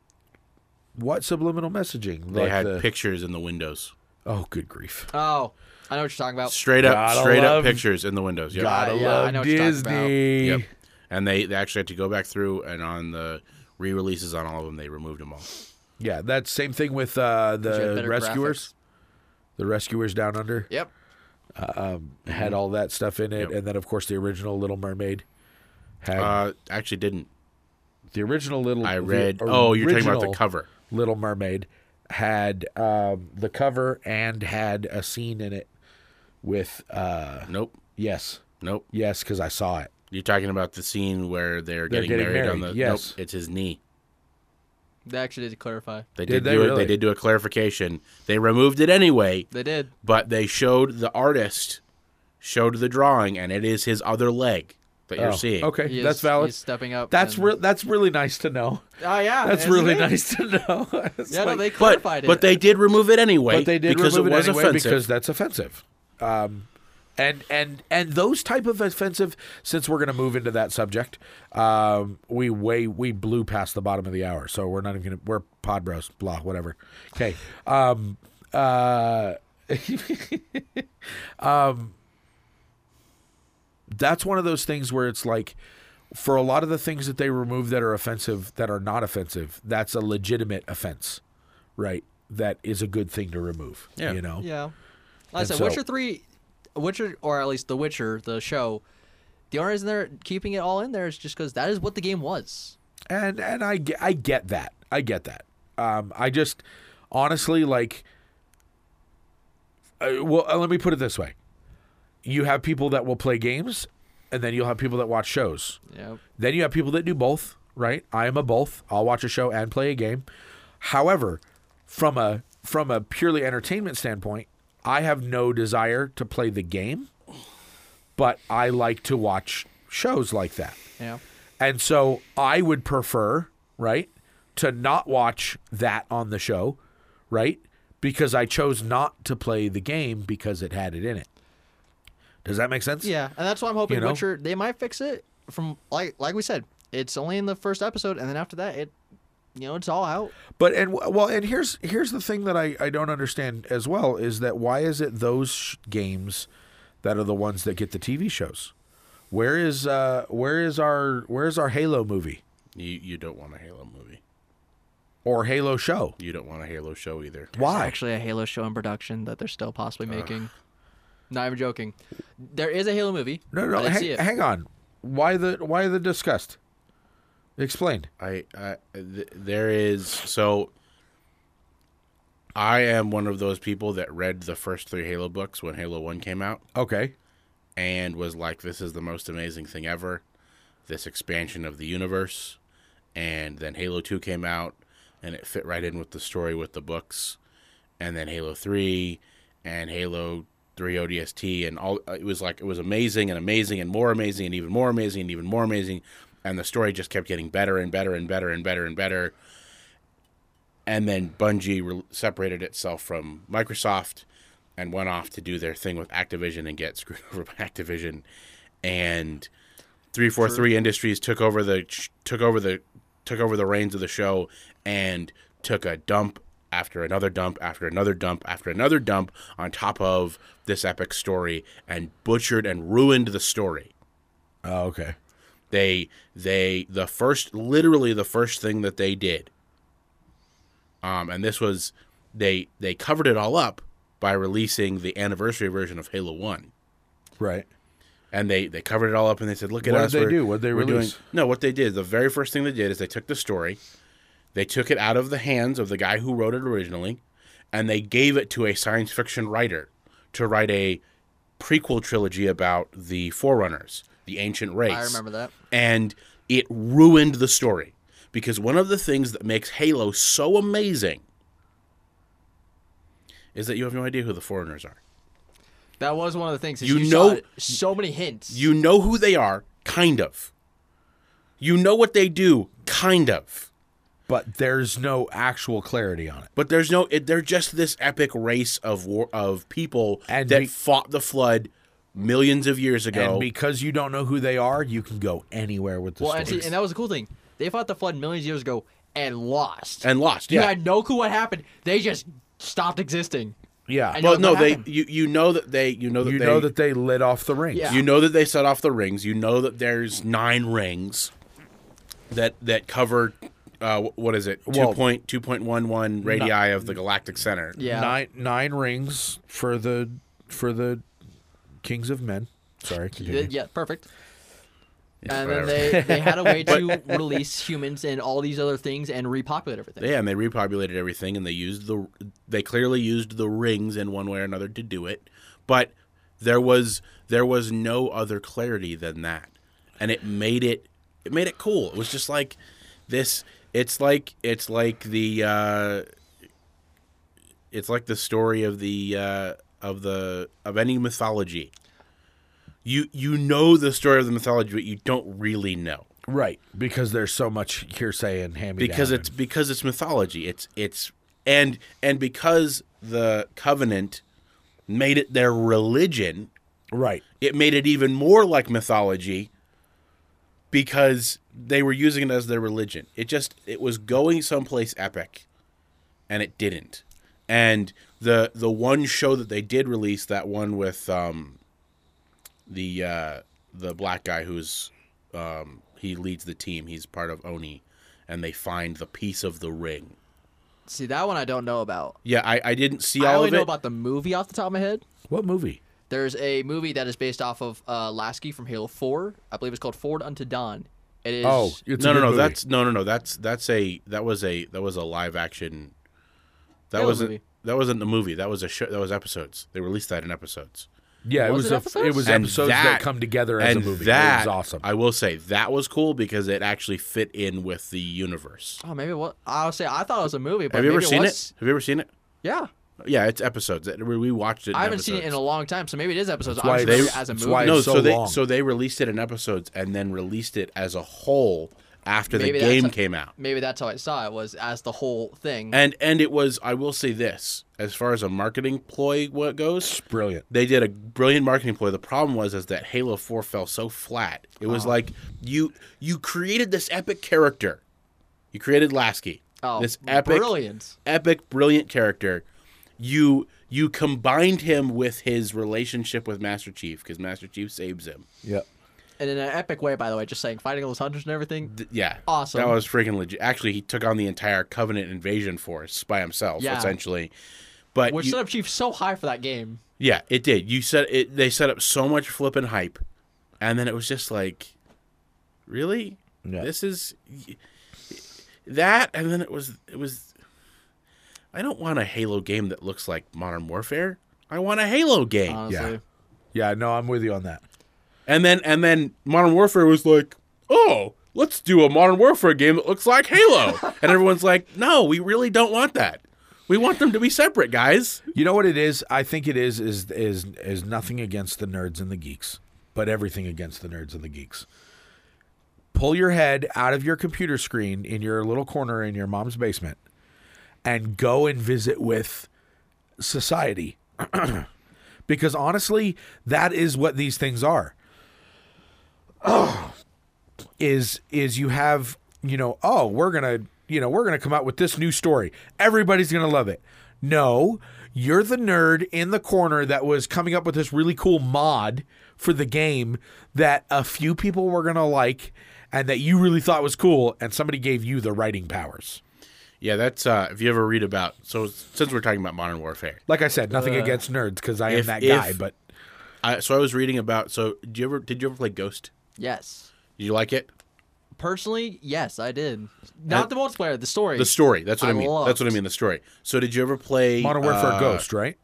[SPEAKER 2] What subliminal messaging?
[SPEAKER 1] They
[SPEAKER 2] Like
[SPEAKER 1] had
[SPEAKER 2] the-
[SPEAKER 1] pictures in the windows.
[SPEAKER 2] oh, good grief!
[SPEAKER 3] Oh, I know what you're talking about.
[SPEAKER 1] Straight up,
[SPEAKER 2] Gotta
[SPEAKER 1] straight
[SPEAKER 2] love-
[SPEAKER 1] up pictures in the windows. Yep.
[SPEAKER 2] Gotta
[SPEAKER 3] yeah, I
[SPEAKER 2] love
[SPEAKER 3] know what you're talking about.
[SPEAKER 2] Disney.
[SPEAKER 1] Yep. And they, they actually had to go back through and on the re-releases on all of them, they removed them all.
[SPEAKER 2] Yeah, that same thing with uh,
[SPEAKER 3] She had
[SPEAKER 2] the
[SPEAKER 3] better
[SPEAKER 2] rescuers. The rescuers down under
[SPEAKER 3] graphics. Yep.
[SPEAKER 2] had all that stuff in it,
[SPEAKER 1] Mm-hmm. Yep.
[SPEAKER 2] and then of course the original Little Mermaid had
[SPEAKER 1] Uh, actually, didn't.
[SPEAKER 2] the original Little.
[SPEAKER 1] I
[SPEAKER 2] the
[SPEAKER 1] read. oh, you're talking about the
[SPEAKER 2] original
[SPEAKER 1] cover.
[SPEAKER 2] Little Mermaid had um, the cover and had a scene in it with uh,
[SPEAKER 1] Nope.
[SPEAKER 2] yes,
[SPEAKER 1] Nope.
[SPEAKER 2] yes, because I saw it.
[SPEAKER 1] You're talking about the scene where they're,
[SPEAKER 2] They're
[SPEAKER 1] getting,
[SPEAKER 2] getting
[SPEAKER 1] married, on
[SPEAKER 2] married,
[SPEAKER 1] the.
[SPEAKER 2] yes.
[SPEAKER 1] Nope. It's his knee.
[SPEAKER 3] They actually did clarify.
[SPEAKER 1] They
[SPEAKER 2] Did
[SPEAKER 1] did,
[SPEAKER 2] they
[SPEAKER 1] do it.
[SPEAKER 2] really?
[SPEAKER 1] They did do a clarification. They removed it anyway,
[SPEAKER 2] *laughs*
[SPEAKER 3] They did.
[SPEAKER 1] but they showed the artist showed the drawing, and it is his other leg that
[SPEAKER 2] Oh,
[SPEAKER 1] you're seeing.
[SPEAKER 2] Okay,
[SPEAKER 3] He is-
[SPEAKER 2] that's valid.
[SPEAKER 3] He's stepping up.
[SPEAKER 2] That's
[SPEAKER 3] and-
[SPEAKER 2] re- that's really nice to
[SPEAKER 3] *laughs*
[SPEAKER 2] know.
[SPEAKER 3] Oh, yeah.
[SPEAKER 2] That's
[SPEAKER 3] isn't
[SPEAKER 2] really
[SPEAKER 3] it?
[SPEAKER 2] nice to know. *laughs* It's
[SPEAKER 3] Yeah, no,
[SPEAKER 2] like-
[SPEAKER 3] they
[SPEAKER 1] But
[SPEAKER 3] clarified it.
[SPEAKER 1] but they did remove it anyway.
[SPEAKER 2] but they did
[SPEAKER 1] because
[SPEAKER 2] remove
[SPEAKER 1] it was
[SPEAKER 2] anyway
[SPEAKER 1] offensive.
[SPEAKER 2] because that's offensive. Um, and and and those type of offensive. Since we're going to move into that subject, um, we way we blew past the bottom of the hour, so we're not even going to. We're pod bros, blah, whatever. Okay. Um, uh, *laughs* um, that's one of those things where it's like for a lot of the things that they remove that are offensive that are not offensive that's a legitimate offense right that is a good thing to remove
[SPEAKER 1] Yeah.
[SPEAKER 2] you know
[SPEAKER 3] Yeah. Like I
[SPEAKER 2] And
[SPEAKER 3] said,
[SPEAKER 2] so-
[SPEAKER 3] Witcher 3, Witcher, or at least The Witcher, the show, the only reason they're keeping it all in there is just because that is what the game was.
[SPEAKER 2] and and I get, I get that. I get that. Um, I just honestly like. Uh, well, uh, let me put it this way: you have people that will play games, and then you'll have people that watch shows.
[SPEAKER 3] Yeah.
[SPEAKER 2] Then you have people that do both, right? I am a both. I'll watch a show and play a game. However, from a from a purely entertainment standpoint, I have no desire to play the game, but I like to watch shows like that.
[SPEAKER 3] Yeah.
[SPEAKER 2] And so I would prefer, right, to not watch that on the show, right? Because I chose not to play the game because it had it in it. Does that make sense?
[SPEAKER 3] Yeah, and that's why I'm hoping
[SPEAKER 2] You know?
[SPEAKER 3] Witcher they might fix it from like like we said, it's only in the first episode, and then after that, it you know it's all out.
[SPEAKER 2] But and well, and here's here's the thing that I I don't understand as well is that why is it those sh- games that are the ones that get the TV shows? Where is uh where is our where is our Halo movie
[SPEAKER 1] You you don't want a Halo movie.
[SPEAKER 2] or Halo show?
[SPEAKER 1] You don't want a Halo show either.
[SPEAKER 2] Why?
[SPEAKER 3] Actually, a Halo show in production that they're still possibly making. Not even joking. There is a Halo movie.
[SPEAKER 2] no, no,
[SPEAKER 3] I didn't
[SPEAKER 2] hang,
[SPEAKER 3] see it.
[SPEAKER 2] hang on. Why the why the disgust? Explain.
[SPEAKER 1] I, I th- there is so. I am one of those people that read the first three Halo books when Halo One came out.
[SPEAKER 2] Okay.
[SPEAKER 1] and was like, "This is the most amazing thing ever, this expansion of the universe." And then Halo Two came out, and it fit right in with the story with the books, and then Halo Three, and Halo Three ODST, and all it was like it was amazing and amazing and more amazing and even more amazing and even more amazing, and the story just kept getting better and better and better and better and better. And then Bungie re- separated itself from Microsoft and went off to do their thing with Activision and get *laughs* screwed over by Activision, and three four three Industries took over the took over the took over the reins of the show and took a dump after another dump after another dump after another dump on top of this epic story and butchered and ruined the story.
[SPEAKER 2] Oh, okay.
[SPEAKER 1] They they the first literally the first thing that they did. Um, and this was they they covered it all up by releasing the anniversary version of Halo One,
[SPEAKER 2] Right.
[SPEAKER 1] and they they covered it all up and they said, "Look at
[SPEAKER 2] What did
[SPEAKER 1] us."
[SPEAKER 2] they
[SPEAKER 1] we're-
[SPEAKER 2] do? What did they
[SPEAKER 1] we're
[SPEAKER 2] release?
[SPEAKER 1] no, what they did the very first thing they did is they took the story, they took it out of the hands of the guy who wrote it originally, and they gave it to a science fiction writer to write a prequel trilogy about the Forerunners, the ancient race
[SPEAKER 3] I remember that.
[SPEAKER 1] and it ruined the story because one of the things that makes Halo so amazing is that you have no idea who the foreigners are.
[SPEAKER 3] That was one of the things. is
[SPEAKER 1] You
[SPEAKER 3] You, saw
[SPEAKER 1] know-
[SPEAKER 3] so many hints.
[SPEAKER 1] You know who they are, kind of. You know what they do, kind of.
[SPEAKER 2] But there's no actual clarity on it.
[SPEAKER 1] But there's no it, they're just this epic race of war, of people
[SPEAKER 2] And
[SPEAKER 1] that
[SPEAKER 2] be-
[SPEAKER 1] fought the flood millions of years
[SPEAKER 2] And
[SPEAKER 1] ago.
[SPEAKER 2] because you don't know who they are, you can go anywhere with the
[SPEAKER 3] well,
[SPEAKER 2] story.
[SPEAKER 3] and, see, and that was the cool thing. They fought the flood millions of years ago and lost.
[SPEAKER 1] and lost,
[SPEAKER 3] you
[SPEAKER 1] yeah.
[SPEAKER 3] had no clue what happened. They just stopped existing.
[SPEAKER 2] yeah.
[SPEAKER 3] and-
[SPEAKER 1] well,
[SPEAKER 3] know
[SPEAKER 1] no,
[SPEAKER 3] what
[SPEAKER 1] they
[SPEAKER 3] happened.
[SPEAKER 1] you, you know that they you know that
[SPEAKER 2] you
[SPEAKER 1] they
[SPEAKER 2] know that they lit off the rings.
[SPEAKER 3] Yeah.
[SPEAKER 1] You know that they set off the rings. You know that there's nine rings that that cover uh, wh- what is it?
[SPEAKER 2] Well-
[SPEAKER 1] Two point two point one one radii of the galactic center.
[SPEAKER 3] Yeah.
[SPEAKER 2] Nine nine rings for the for the kings of men. Sorry.
[SPEAKER 3] Yeah,
[SPEAKER 2] continue.
[SPEAKER 3] yeah, perfect.
[SPEAKER 1] Yeah,
[SPEAKER 3] And then
[SPEAKER 1] whatever.
[SPEAKER 3] they, they had
[SPEAKER 1] *laughs*
[SPEAKER 3] a way to release humans and all these other things and repopulate everything.
[SPEAKER 1] yeah, and they repopulated everything, and they used the they clearly used the rings in one way or another to do it, but there was there was no other clarity than that, and it made it it made it cool. It was just like this. It's like it's like the uh, it's like the story of the uh, of the of any mythology. You you know the story of the mythology, but you don't really know
[SPEAKER 2] Right. Because there's so much hearsay and hand
[SPEAKER 1] because it's because it's mythology. It's it's and and because the covenant made it their religion,
[SPEAKER 2] right.
[SPEAKER 1] it made it even more like mythology because they were using it as their religion. It just it was going someplace epic and it didn't. And the the one show that they did release, that one with um the uh the black guy who's um he leads the team, he's part of Oni and they find the piece of the ring.
[SPEAKER 3] See, that one I don't know about.
[SPEAKER 1] Yeah, I, I didn't see
[SPEAKER 3] I
[SPEAKER 1] all
[SPEAKER 3] only
[SPEAKER 1] of
[SPEAKER 3] know
[SPEAKER 1] it.
[SPEAKER 3] about the movie off the top of my head.
[SPEAKER 2] What movie?
[SPEAKER 3] There's a movie that is based off of uh, Lasky from Halo 4. I believe it's called Forward Unto Dawn. It is.
[SPEAKER 2] Oh, it's
[SPEAKER 1] no,
[SPEAKER 2] a good
[SPEAKER 1] no, no.
[SPEAKER 2] movie.
[SPEAKER 1] That's no, no, no. That's that's a that was a that was a live action. That
[SPEAKER 3] Yeah, it was a
[SPEAKER 1] wasn't
[SPEAKER 3] movie.
[SPEAKER 1] that wasn't the movie. That was a show. That was episodes. They released that in episodes.
[SPEAKER 2] yeah. It
[SPEAKER 3] Was
[SPEAKER 2] was
[SPEAKER 3] it
[SPEAKER 2] a-
[SPEAKER 3] episodes?
[SPEAKER 2] it was
[SPEAKER 1] And
[SPEAKER 2] episodes
[SPEAKER 1] that-
[SPEAKER 2] that come together as
[SPEAKER 1] and
[SPEAKER 2] a movie.
[SPEAKER 1] that
[SPEAKER 2] it was awesome.
[SPEAKER 1] I will say that was cool because it actually fit in with the universe.
[SPEAKER 3] Oh, maybe what I'll say. I thought it was a movie, but
[SPEAKER 1] Have you ever
[SPEAKER 3] maybe
[SPEAKER 1] seen
[SPEAKER 3] was,
[SPEAKER 1] it? Have you ever seen it?
[SPEAKER 3] Yeah,
[SPEAKER 1] Yeah, it's episodes. It- We we watched it.
[SPEAKER 3] I haven't seen it in a long time, so maybe it is episodes.
[SPEAKER 2] why
[SPEAKER 3] I'm sure
[SPEAKER 2] it's-
[SPEAKER 3] it as a
[SPEAKER 2] that's
[SPEAKER 3] movie.
[SPEAKER 2] why
[SPEAKER 1] No,
[SPEAKER 2] It's
[SPEAKER 1] so,
[SPEAKER 2] so
[SPEAKER 1] they
[SPEAKER 2] long.
[SPEAKER 1] so they released it in episodes and then released it as a whole after
[SPEAKER 3] Maybe
[SPEAKER 1] the
[SPEAKER 3] that's
[SPEAKER 1] game
[SPEAKER 3] a-
[SPEAKER 1] came out.
[SPEAKER 3] maybe that's how I saw it was as the whole thing.
[SPEAKER 1] And and it was I will say this as far as a marketing ploy what goes
[SPEAKER 2] Brilliant.
[SPEAKER 1] they did a brilliant marketing ploy. The problem was is that Halo 4 fell so flat. It was
[SPEAKER 3] Uh-huh.
[SPEAKER 1] like you you created this epic character. You created Lasky.
[SPEAKER 3] oh,
[SPEAKER 1] this epic
[SPEAKER 3] brilliant.
[SPEAKER 1] epic brilliant character. You you combined him with his relationship with Master Chief cuz Master Chief saves him.
[SPEAKER 2] Yep.
[SPEAKER 3] and in an epic way, by the way, just saying fighting all those hunters and everything.
[SPEAKER 1] Th- yeah.
[SPEAKER 3] Awesome.
[SPEAKER 1] That was freaking legit. Actually, he took on the entire Covenant invasion force by himself
[SPEAKER 3] Yeah.
[SPEAKER 1] essentially. But
[SPEAKER 3] Which
[SPEAKER 1] you-
[SPEAKER 3] set up Chief so high for that game.
[SPEAKER 1] Yeah, it did. You set it. They set up so much flippin' hype, and then it was just like, really,
[SPEAKER 2] Yeah.
[SPEAKER 1] this is that. And then it was it was. I don't want a Halo game that looks like Modern Warfare. I want a Halo game.
[SPEAKER 3] Honestly,
[SPEAKER 2] Yeah. Yeah. No, I'm with you on that.
[SPEAKER 1] and then and then Modern Warfare was like, oh, let's do a Modern Warfare game that looks like Halo. and everyone's like, no, we really don't want that. We want them to be separate, guys.
[SPEAKER 2] You know what it is? I think it is is is is nothing against the nerds and the geeks, but everything against the nerds and the geeks. Pull your head out of your computer screen in your little corner in your mom's basement and go and visit with society. *clears throat* because honestly, that is what these things are. is is you have you know oh we're gonna you know we're gonna come out with this new story everybody's gonna love it no you're the nerd in the corner that was coming up with this really cool mod for the game that a few people were gonna like and that you really thought was cool and somebody gave you the writing powers
[SPEAKER 1] Yeah, that's uh, if you ever read about. So since we're talking about Modern Warfare.
[SPEAKER 2] like i said nothing against nerds because i am
[SPEAKER 1] Uh, if-
[SPEAKER 2] that
[SPEAKER 1] if-
[SPEAKER 2] guy but
[SPEAKER 1] I, so I was reading about. So did you ever did you ever play Ghost?
[SPEAKER 3] yes.
[SPEAKER 1] Did you like it?
[SPEAKER 3] Personally, yes, I did. Not the multiplayer, the story.
[SPEAKER 1] The story. That's what I,
[SPEAKER 3] I
[SPEAKER 1] mean.
[SPEAKER 3] loved.
[SPEAKER 1] That's what I mean. The story. So did you ever play
[SPEAKER 2] modern warfare
[SPEAKER 1] uh,
[SPEAKER 2] ghost right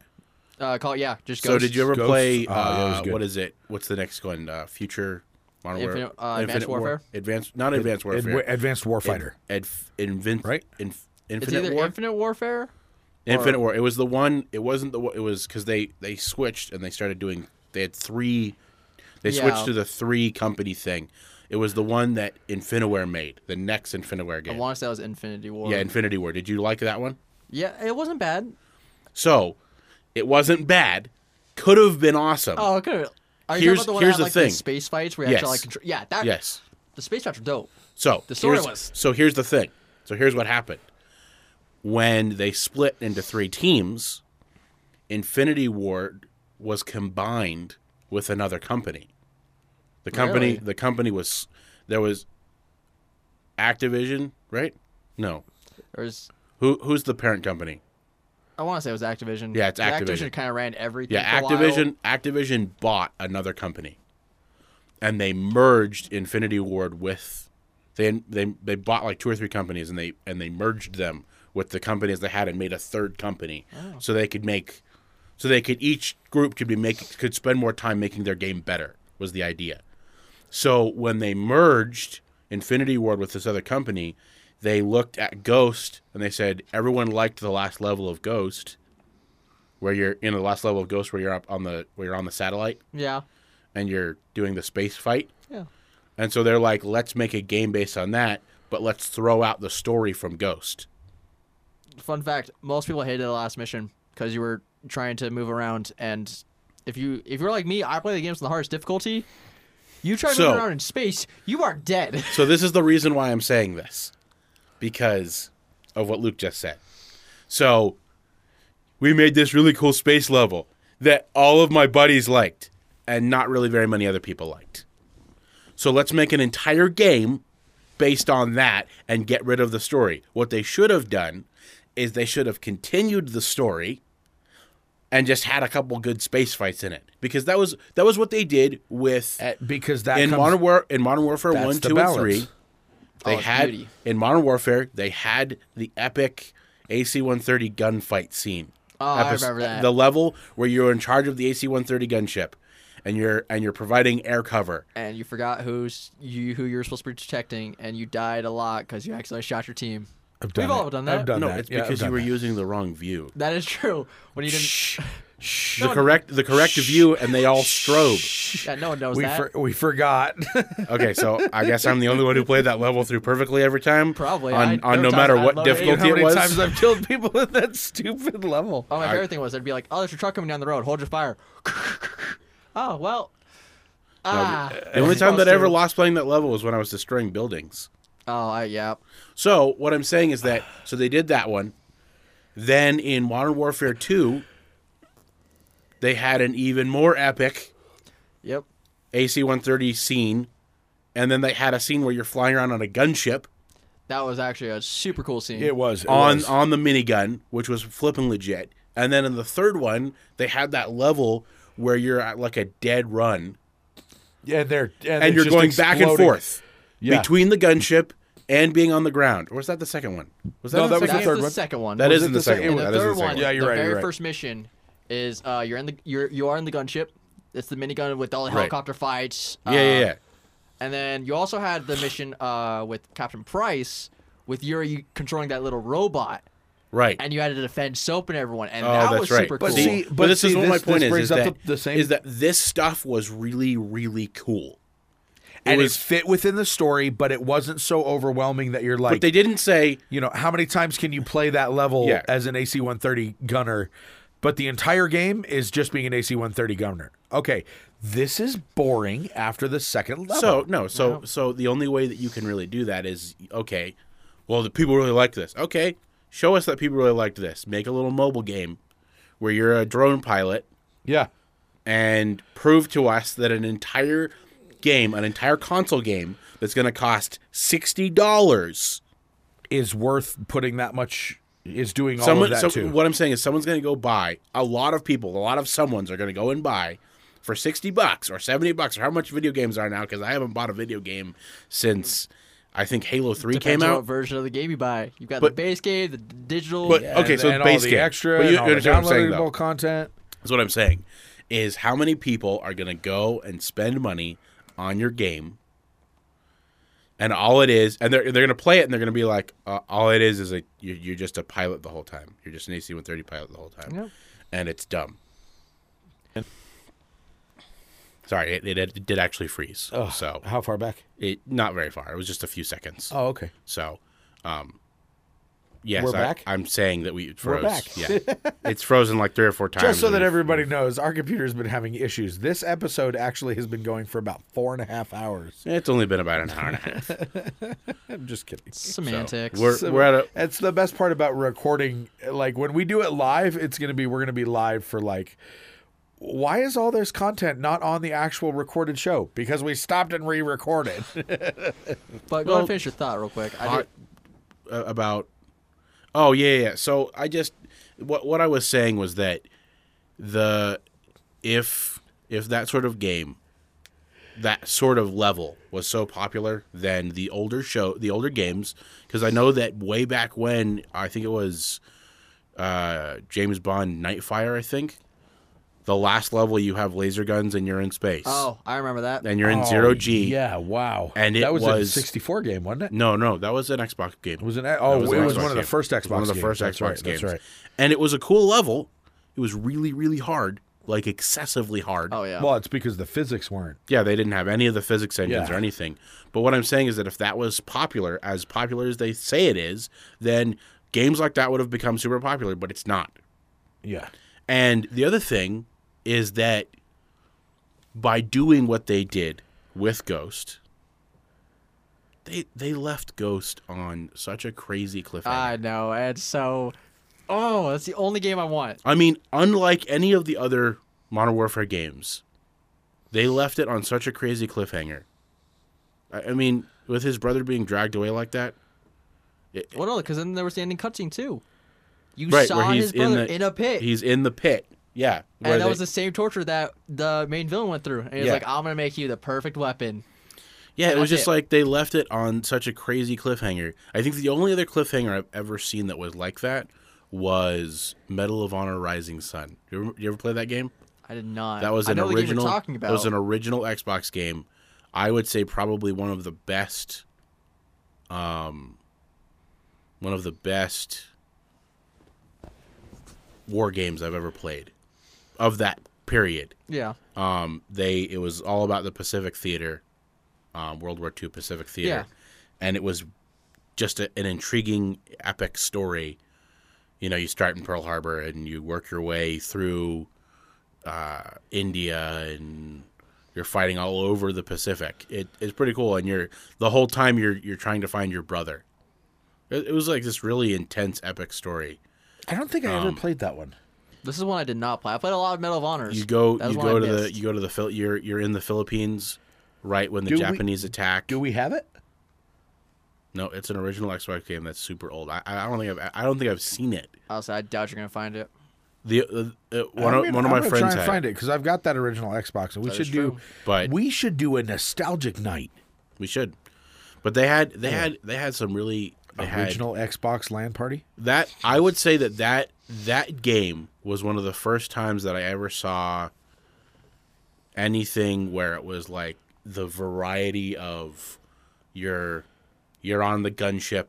[SPEAKER 3] uh, call yeah, just
[SPEAKER 1] So did you ever
[SPEAKER 2] Ghost?
[SPEAKER 1] play?
[SPEAKER 2] Oh, yeah, it was
[SPEAKER 1] uh,
[SPEAKER 2] good.
[SPEAKER 1] what is it? What's the next one? Uh, future. Modern
[SPEAKER 3] Infinite-
[SPEAKER 1] Warfare.
[SPEAKER 3] uh, Advanced
[SPEAKER 1] War-
[SPEAKER 3] Warfare?
[SPEAKER 1] Advanced. Not Advanced
[SPEAKER 2] Ad-
[SPEAKER 1] Warfare.
[SPEAKER 2] advanced warfighter
[SPEAKER 1] Ad, invin-
[SPEAKER 2] Right?
[SPEAKER 1] inf-
[SPEAKER 3] It's
[SPEAKER 1] Infinite
[SPEAKER 3] either
[SPEAKER 1] War.
[SPEAKER 3] Infinite Warfare.
[SPEAKER 1] Infinite War. It was the one. It wasn't the. one- It was because they they switched and they started doing. They had three. They
[SPEAKER 3] Yeah.
[SPEAKER 1] switched to the three company thing. It was the one that Infinaware made. The next Infinaware
[SPEAKER 3] I
[SPEAKER 1] game.
[SPEAKER 3] want to say that was Infinity War.
[SPEAKER 1] Yeah, Infinity War. Did you like that one?
[SPEAKER 3] yeah, it wasn't bad.
[SPEAKER 1] So, it wasn't bad. Could have been awesome.
[SPEAKER 3] Oh, okay. Are you
[SPEAKER 1] Here's-
[SPEAKER 3] talking about the one
[SPEAKER 1] here's
[SPEAKER 3] that had,
[SPEAKER 1] the
[SPEAKER 3] like
[SPEAKER 1] thing.
[SPEAKER 3] the space fights where you
[SPEAKER 1] Yes.
[SPEAKER 3] actually like contr- yeah that
[SPEAKER 1] Yes.
[SPEAKER 3] the space fights were dope.
[SPEAKER 1] So
[SPEAKER 3] The story
[SPEAKER 1] here's,
[SPEAKER 3] was-
[SPEAKER 1] So here's the thing. So here's what happened. When they split into three teams, Infinity Ward was combined with another company. The company
[SPEAKER 3] Really?
[SPEAKER 1] the company was there was Activision, right? No.
[SPEAKER 3] There was
[SPEAKER 1] Who who's the parent company?
[SPEAKER 3] I want to say it was Activision.
[SPEAKER 1] Yeah, it's
[SPEAKER 3] Activision
[SPEAKER 1] Activision.
[SPEAKER 3] kind of ran everything.
[SPEAKER 1] Yeah,
[SPEAKER 3] for a while.
[SPEAKER 1] Activision. Activision bought another company, and they merged Infinity Ward with. They they they bought like two or three companies, and they and they merged them with the companies they had and made a third company,
[SPEAKER 3] Oh.
[SPEAKER 1] so they could make, so they could each group could be making could spend more time making their game better was the idea. So when they merged Infinity Ward with this other company, they looked at Ghost and they said everyone liked the last level of Ghost, where you're in the last level of Ghost where you're up on the where you're on the satellite
[SPEAKER 3] Yeah,
[SPEAKER 1] and you're doing the space fight.
[SPEAKER 3] yeah.
[SPEAKER 1] And so they're like, let's make a game based on that, but let's throw out the story from Ghost.
[SPEAKER 3] Fun fact: most people hated the last mission because you were trying to move around, and if you if you're like me, I play the games on the hardest difficulty. You try to
[SPEAKER 1] So-
[SPEAKER 3] move around in space, you are dead. *laughs*
[SPEAKER 1] So this is the reason why I'm saying this, because of what Luke just said. So we made this really cool space level that all of my buddies liked, and not really very many other people liked. So let's make an entire game based on that and get rid of the story. What they should have done is they should have continued the story and just had a couple good space fights in it because that was that was what they did with
[SPEAKER 2] Uh, because that
[SPEAKER 1] in
[SPEAKER 2] comes-
[SPEAKER 1] Modern War in Modern Warfare
[SPEAKER 2] that's
[SPEAKER 1] one,
[SPEAKER 2] the
[SPEAKER 1] two, and
[SPEAKER 2] balance.
[SPEAKER 1] three. They
[SPEAKER 3] Oh, it's
[SPEAKER 1] had
[SPEAKER 3] beauty.
[SPEAKER 1] in Modern Warfare they had the epic AC-130 gunfight scene.
[SPEAKER 3] Oh, I remember that.
[SPEAKER 1] The level where you're in charge of the AC-130 gunship, and you're and you're providing air cover.
[SPEAKER 3] and you forgot who's you who you're supposed to be protecting, and you died a lot because you accidentally shot your team.
[SPEAKER 2] I've done
[SPEAKER 3] We've all
[SPEAKER 2] it.
[SPEAKER 3] done
[SPEAKER 2] I've
[SPEAKER 3] that.
[SPEAKER 2] done
[SPEAKER 1] no,
[SPEAKER 2] that.
[SPEAKER 1] it's
[SPEAKER 2] Yeah, I've
[SPEAKER 1] because you
[SPEAKER 2] done
[SPEAKER 1] were
[SPEAKER 2] that.
[SPEAKER 1] using the wrong view.
[SPEAKER 3] That is true. When you didn't,
[SPEAKER 1] The correct the correct view, and they all strobe.
[SPEAKER 3] yeah, no one knows
[SPEAKER 2] We,
[SPEAKER 3] that.
[SPEAKER 2] for, we forgot.
[SPEAKER 1] Okay, so I guess I'm the only one who played that level through perfectly every time.
[SPEAKER 3] Probably. I-
[SPEAKER 1] on, on
[SPEAKER 3] there
[SPEAKER 1] no
[SPEAKER 3] were times
[SPEAKER 1] matter
[SPEAKER 3] I
[SPEAKER 1] what
[SPEAKER 3] loaded it.
[SPEAKER 2] You know
[SPEAKER 1] difficulty
[SPEAKER 2] how
[SPEAKER 1] it
[SPEAKER 2] many
[SPEAKER 1] was.
[SPEAKER 2] times I've killed people in that stupid level.
[SPEAKER 3] oh, my favorite thing was they'd be like, "Oh, there's a truck coming down the road. Hold your fire." *laughs* oh well. Ah.
[SPEAKER 1] the only time that I
[SPEAKER 3] Supposed
[SPEAKER 1] ever
[SPEAKER 3] to.
[SPEAKER 1] lost playing that level was when I was destroying buildings.
[SPEAKER 3] Oh I, yeah.
[SPEAKER 1] So what I'm saying is that so they did that one. Then in Modern Warfare 2, they had an even more epic
[SPEAKER 3] Yep.
[SPEAKER 1] AC-130 scene, and then they had a scene where you're flying around on a gunship
[SPEAKER 3] That was actually a super cool scene.
[SPEAKER 2] It was it
[SPEAKER 1] on
[SPEAKER 2] was.
[SPEAKER 1] on the minigun, which was flipping legit. And then in the third one, they had that level where you're at like a dead run.
[SPEAKER 2] Yeah, and they're and,
[SPEAKER 1] and
[SPEAKER 2] they're
[SPEAKER 1] you're
[SPEAKER 2] just
[SPEAKER 1] going back and
[SPEAKER 2] exploding.
[SPEAKER 1] forth
[SPEAKER 2] Yeah.
[SPEAKER 1] between the gunship and being on the ground. Or was that the second one? Was that
[SPEAKER 2] No,
[SPEAKER 1] in
[SPEAKER 2] that was the
[SPEAKER 3] That's
[SPEAKER 1] second
[SPEAKER 2] third
[SPEAKER 3] the
[SPEAKER 2] one.
[SPEAKER 3] second one.
[SPEAKER 1] That
[SPEAKER 2] Was
[SPEAKER 1] is
[SPEAKER 2] it
[SPEAKER 1] in the
[SPEAKER 2] the
[SPEAKER 1] second
[SPEAKER 2] second
[SPEAKER 1] one.
[SPEAKER 3] And
[SPEAKER 1] That is
[SPEAKER 3] the
[SPEAKER 1] in
[SPEAKER 3] third
[SPEAKER 1] the second
[SPEAKER 3] one,
[SPEAKER 2] Yeah,
[SPEAKER 1] one.
[SPEAKER 2] you're
[SPEAKER 3] the
[SPEAKER 2] right, you're
[SPEAKER 3] very
[SPEAKER 2] right.
[SPEAKER 3] first mission is uh, you're in the you're you are in the gunship. It's the minigun with all the
[SPEAKER 1] Right.
[SPEAKER 3] helicopter fights. Uh,
[SPEAKER 1] Yeah, yeah, yeah.
[SPEAKER 3] And then you also had the mission uh, with Captain Price with Yuri controlling that little robot,
[SPEAKER 1] Right.
[SPEAKER 3] and you had to defend Soap and everyone, and
[SPEAKER 1] Oh,
[SPEAKER 3] that
[SPEAKER 1] that's
[SPEAKER 3] was
[SPEAKER 1] right.
[SPEAKER 3] super
[SPEAKER 1] but
[SPEAKER 3] cool.
[SPEAKER 1] see,
[SPEAKER 2] See,
[SPEAKER 1] but,
[SPEAKER 2] but
[SPEAKER 1] this is
[SPEAKER 2] see,
[SPEAKER 1] what my
[SPEAKER 2] this-
[SPEAKER 1] point
[SPEAKER 2] this
[SPEAKER 1] is:
[SPEAKER 2] brings
[SPEAKER 1] is
[SPEAKER 2] up
[SPEAKER 1] that,
[SPEAKER 2] the- the same-
[SPEAKER 1] is that this stuff was really, really cool.
[SPEAKER 2] and
[SPEAKER 1] was-
[SPEAKER 2] it fit within the story, but it wasn't so overwhelming that you're
[SPEAKER 1] But
[SPEAKER 2] like,
[SPEAKER 1] they didn't say
[SPEAKER 2] you know, how many times can you play that level
[SPEAKER 1] Yeah.
[SPEAKER 2] as an AC-130 gunner? But the entire game is just being an AC-130 gunner. Okay, this is boring after the second level.
[SPEAKER 1] so. No, so so the only way that you can really do that is okay. Well, the people really liked this. Okay, show us that people really liked this. Make a little mobile game where you're a drone pilot
[SPEAKER 2] yeah,
[SPEAKER 1] and prove to us that an entire game, an entire console game that's going to cost sixty dollars.
[SPEAKER 2] is worth putting that much. Is doing all
[SPEAKER 1] Someone,
[SPEAKER 2] of that
[SPEAKER 1] so
[SPEAKER 2] too.
[SPEAKER 1] what I'm saying is, someone's going to go buy. A lot of people, a lot of someone's are going to go and buy for sixty bucks or seventy bucks or how much video games are now. Because I haven't bought a video game since I think Halo Three came
[SPEAKER 3] Depends on
[SPEAKER 1] out.
[SPEAKER 3] What version of the game you buy? You've got
[SPEAKER 1] But-
[SPEAKER 3] the base game, the d- digital.
[SPEAKER 1] But- oh,
[SPEAKER 2] And-
[SPEAKER 1] okay, so
[SPEAKER 2] and
[SPEAKER 1] base
[SPEAKER 2] all the
[SPEAKER 1] game.
[SPEAKER 2] extra,
[SPEAKER 1] But you-
[SPEAKER 2] and all
[SPEAKER 1] you
[SPEAKER 2] the
[SPEAKER 1] understand what I'm saying, though.
[SPEAKER 2] downloadable content.
[SPEAKER 1] That's what I'm saying. Is how many people are going to go and spend money on your game, and all it is, and they're they're going to play it, and they're going to be like, uh, all it is is a you're, you're just a pilot the whole time. You're just an AC-130 pilot the whole time,
[SPEAKER 3] Yep.
[SPEAKER 1] and it's dumb. Sorry, it, it, it did actually freeze. so
[SPEAKER 2] How far back?
[SPEAKER 1] it not very far. It was just a few seconds.
[SPEAKER 2] Oh, okay.
[SPEAKER 1] So, um, yes,
[SPEAKER 2] We're
[SPEAKER 1] I,
[SPEAKER 2] back?
[SPEAKER 1] I'm saying that we it froze.
[SPEAKER 2] We're back.
[SPEAKER 1] Yeah, it's frozen like three or four times.
[SPEAKER 2] *laughs* Just so
[SPEAKER 1] and
[SPEAKER 2] that
[SPEAKER 1] we've-
[SPEAKER 2] everybody knows, our computer's been having issues. This episode actually has been going for about four and a half hours. *laughs*
[SPEAKER 1] It's only been about an hour and a half. so
[SPEAKER 2] I'm just kidding.
[SPEAKER 3] semantics.
[SPEAKER 1] we're we're at a
[SPEAKER 2] That's the best part about recording. Like when we do it live, it's gonna be we're gonna be live for like. Why is all this content not on the actual recorded show? Because we stopped and re-recorded.
[SPEAKER 3] but go ahead and finish your thought real quick. I did,
[SPEAKER 1] uh, about. Oh yeah, yeah, yeah. So I just what what I was saying was that the if if that sort of game that sort of level was so popular then the older show the older games because i know that way back when i think it was uh james bond nightfire i think the last level you have laser guns and you're in space
[SPEAKER 3] oh, I remember
[SPEAKER 1] *laughs*
[SPEAKER 3] that.
[SPEAKER 1] and you're in zero g
[SPEAKER 2] Oh, Yeah, wow.
[SPEAKER 1] And it
[SPEAKER 2] that was,
[SPEAKER 1] was-
[SPEAKER 2] a 64 game, wasn't it?
[SPEAKER 1] No, no, that was an Xbox game.
[SPEAKER 2] It was an oh,
[SPEAKER 1] That
[SPEAKER 2] it
[SPEAKER 1] an
[SPEAKER 2] was
[SPEAKER 1] Xbox
[SPEAKER 2] one of the
[SPEAKER 1] game.
[SPEAKER 2] first
[SPEAKER 1] It was
[SPEAKER 2] Xbox.
[SPEAKER 1] One of the
[SPEAKER 2] games.
[SPEAKER 1] first
[SPEAKER 2] That's
[SPEAKER 1] Xbox
[SPEAKER 2] right,
[SPEAKER 1] games.
[SPEAKER 2] That's right.
[SPEAKER 1] And it was a cool level. It was really, really hard, like excessively hard.
[SPEAKER 3] Oh yeah.
[SPEAKER 2] Well, it's because the physics weren't.
[SPEAKER 1] Yeah, they didn't have any of the physics engines
[SPEAKER 2] Yeah.
[SPEAKER 1] or anything. But what I'm saying is that if that was popular, as popular as they say it is, then games like that would have become super popular. But it's not.
[SPEAKER 2] Yeah.
[SPEAKER 1] And the other thing is that by doing what they did with Ghost, they they left Ghost on such a crazy cliffhanger.
[SPEAKER 3] I know, and so, oh, that's the only game I want.
[SPEAKER 1] I mean, unlike any of the other Modern Warfare games, they left it on such a crazy cliffhanger. I, I mean, with his brother being dragged away like that,
[SPEAKER 3] Well, no, because then there was the ending cutscene too. You
[SPEAKER 1] right?
[SPEAKER 3] saw
[SPEAKER 1] where he's
[SPEAKER 3] his brother in,
[SPEAKER 1] in the
[SPEAKER 3] a pit.
[SPEAKER 1] He's in the pit, Yeah. where
[SPEAKER 3] And that
[SPEAKER 1] they-
[SPEAKER 3] was the same torture that the main villain went through. And he's
[SPEAKER 1] Yeah.
[SPEAKER 3] like, I'm gonna make you the perfect weapon.
[SPEAKER 1] yeah, it was
[SPEAKER 3] that's
[SPEAKER 1] just
[SPEAKER 3] it.
[SPEAKER 1] like they left it on such a crazy cliffhanger. I think the only other cliffhanger I've ever seen that was like that was Medal of Honor Rising Sun. You ever, you ever play that game?
[SPEAKER 3] I did not.
[SPEAKER 1] That was
[SPEAKER 3] I
[SPEAKER 1] an
[SPEAKER 3] know the game
[SPEAKER 1] original.
[SPEAKER 3] you're talking about.
[SPEAKER 1] That was an original Xbox game. I would say probably one of the best. Um, one of the best war games I've ever played, of that period.
[SPEAKER 3] yeah.
[SPEAKER 1] Um, they it was all about the Pacific Theater, um, World War II Pacific Theater, and it was just a, an intriguing, epic story. You know, you start in Pearl Harbor and you work your way through uh, India, and you're fighting all over the Pacific. It, it's pretty cool, and you're the whole time you're you're trying to find your brother. It, it was like this really intense, epic story.
[SPEAKER 2] I don't think I
[SPEAKER 1] Um,
[SPEAKER 2] ever played that one.
[SPEAKER 3] This is one I did not play. I played a lot of Medal of Honors.
[SPEAKER 1] You go,
[SPEAKER 3] That's
[SPEAKER 1] you
[SPEAKER 3] one I
[SPEAKER 1] go to the,
[SPEAKER 3] missed.
[SPEAKER 1] you go to the, Phil- you're you're in the Philippines, right when the
[SPEAKER 2] Do we-
[SPEAKER 1] Japanese attack.
[SPEAKER 2] Do we have it?
[SPEAKER 1] no, it's an original Xbox game that's super old. I, I don't think I've, I don't think I've seen it.
[SPEAKER 3] Also, I doubt you're gonna find it.
[SPEAKER 1] The uh, uh, one,
[SPEAKER 2] I'm
[SPEAKER 1] of,
[SPEAKER 2] gonna-
[SPEAKER 1] one of
[SPEAKER 2] I'm
[SPEAKER 1] my
[SPEAKER 2] gonna
[SPEAKER 1] friends
[SPEAKER 2] try
[SPEAKER 1] had
[SPEAKER 2] and find
[SPEAKER 1] it.
[SPEAKER 2] it because I've got that original Xbox, and we
[SPEAKER 3] is
[SPEAKER 2] should do.
[SPEAKER 3] true.
[SPEAKER 1] But-
[SPEAKER 2] we should do a nostalgic night.
[SPEAKER 1] We should, but they had they had they had some really they had-
[SPEAKER 2] Original Xbox land party.
[SPEAKER 1] that I would say that that that game was one of the first times that I ever saw anything where it was like the variety of you're you're on the gunship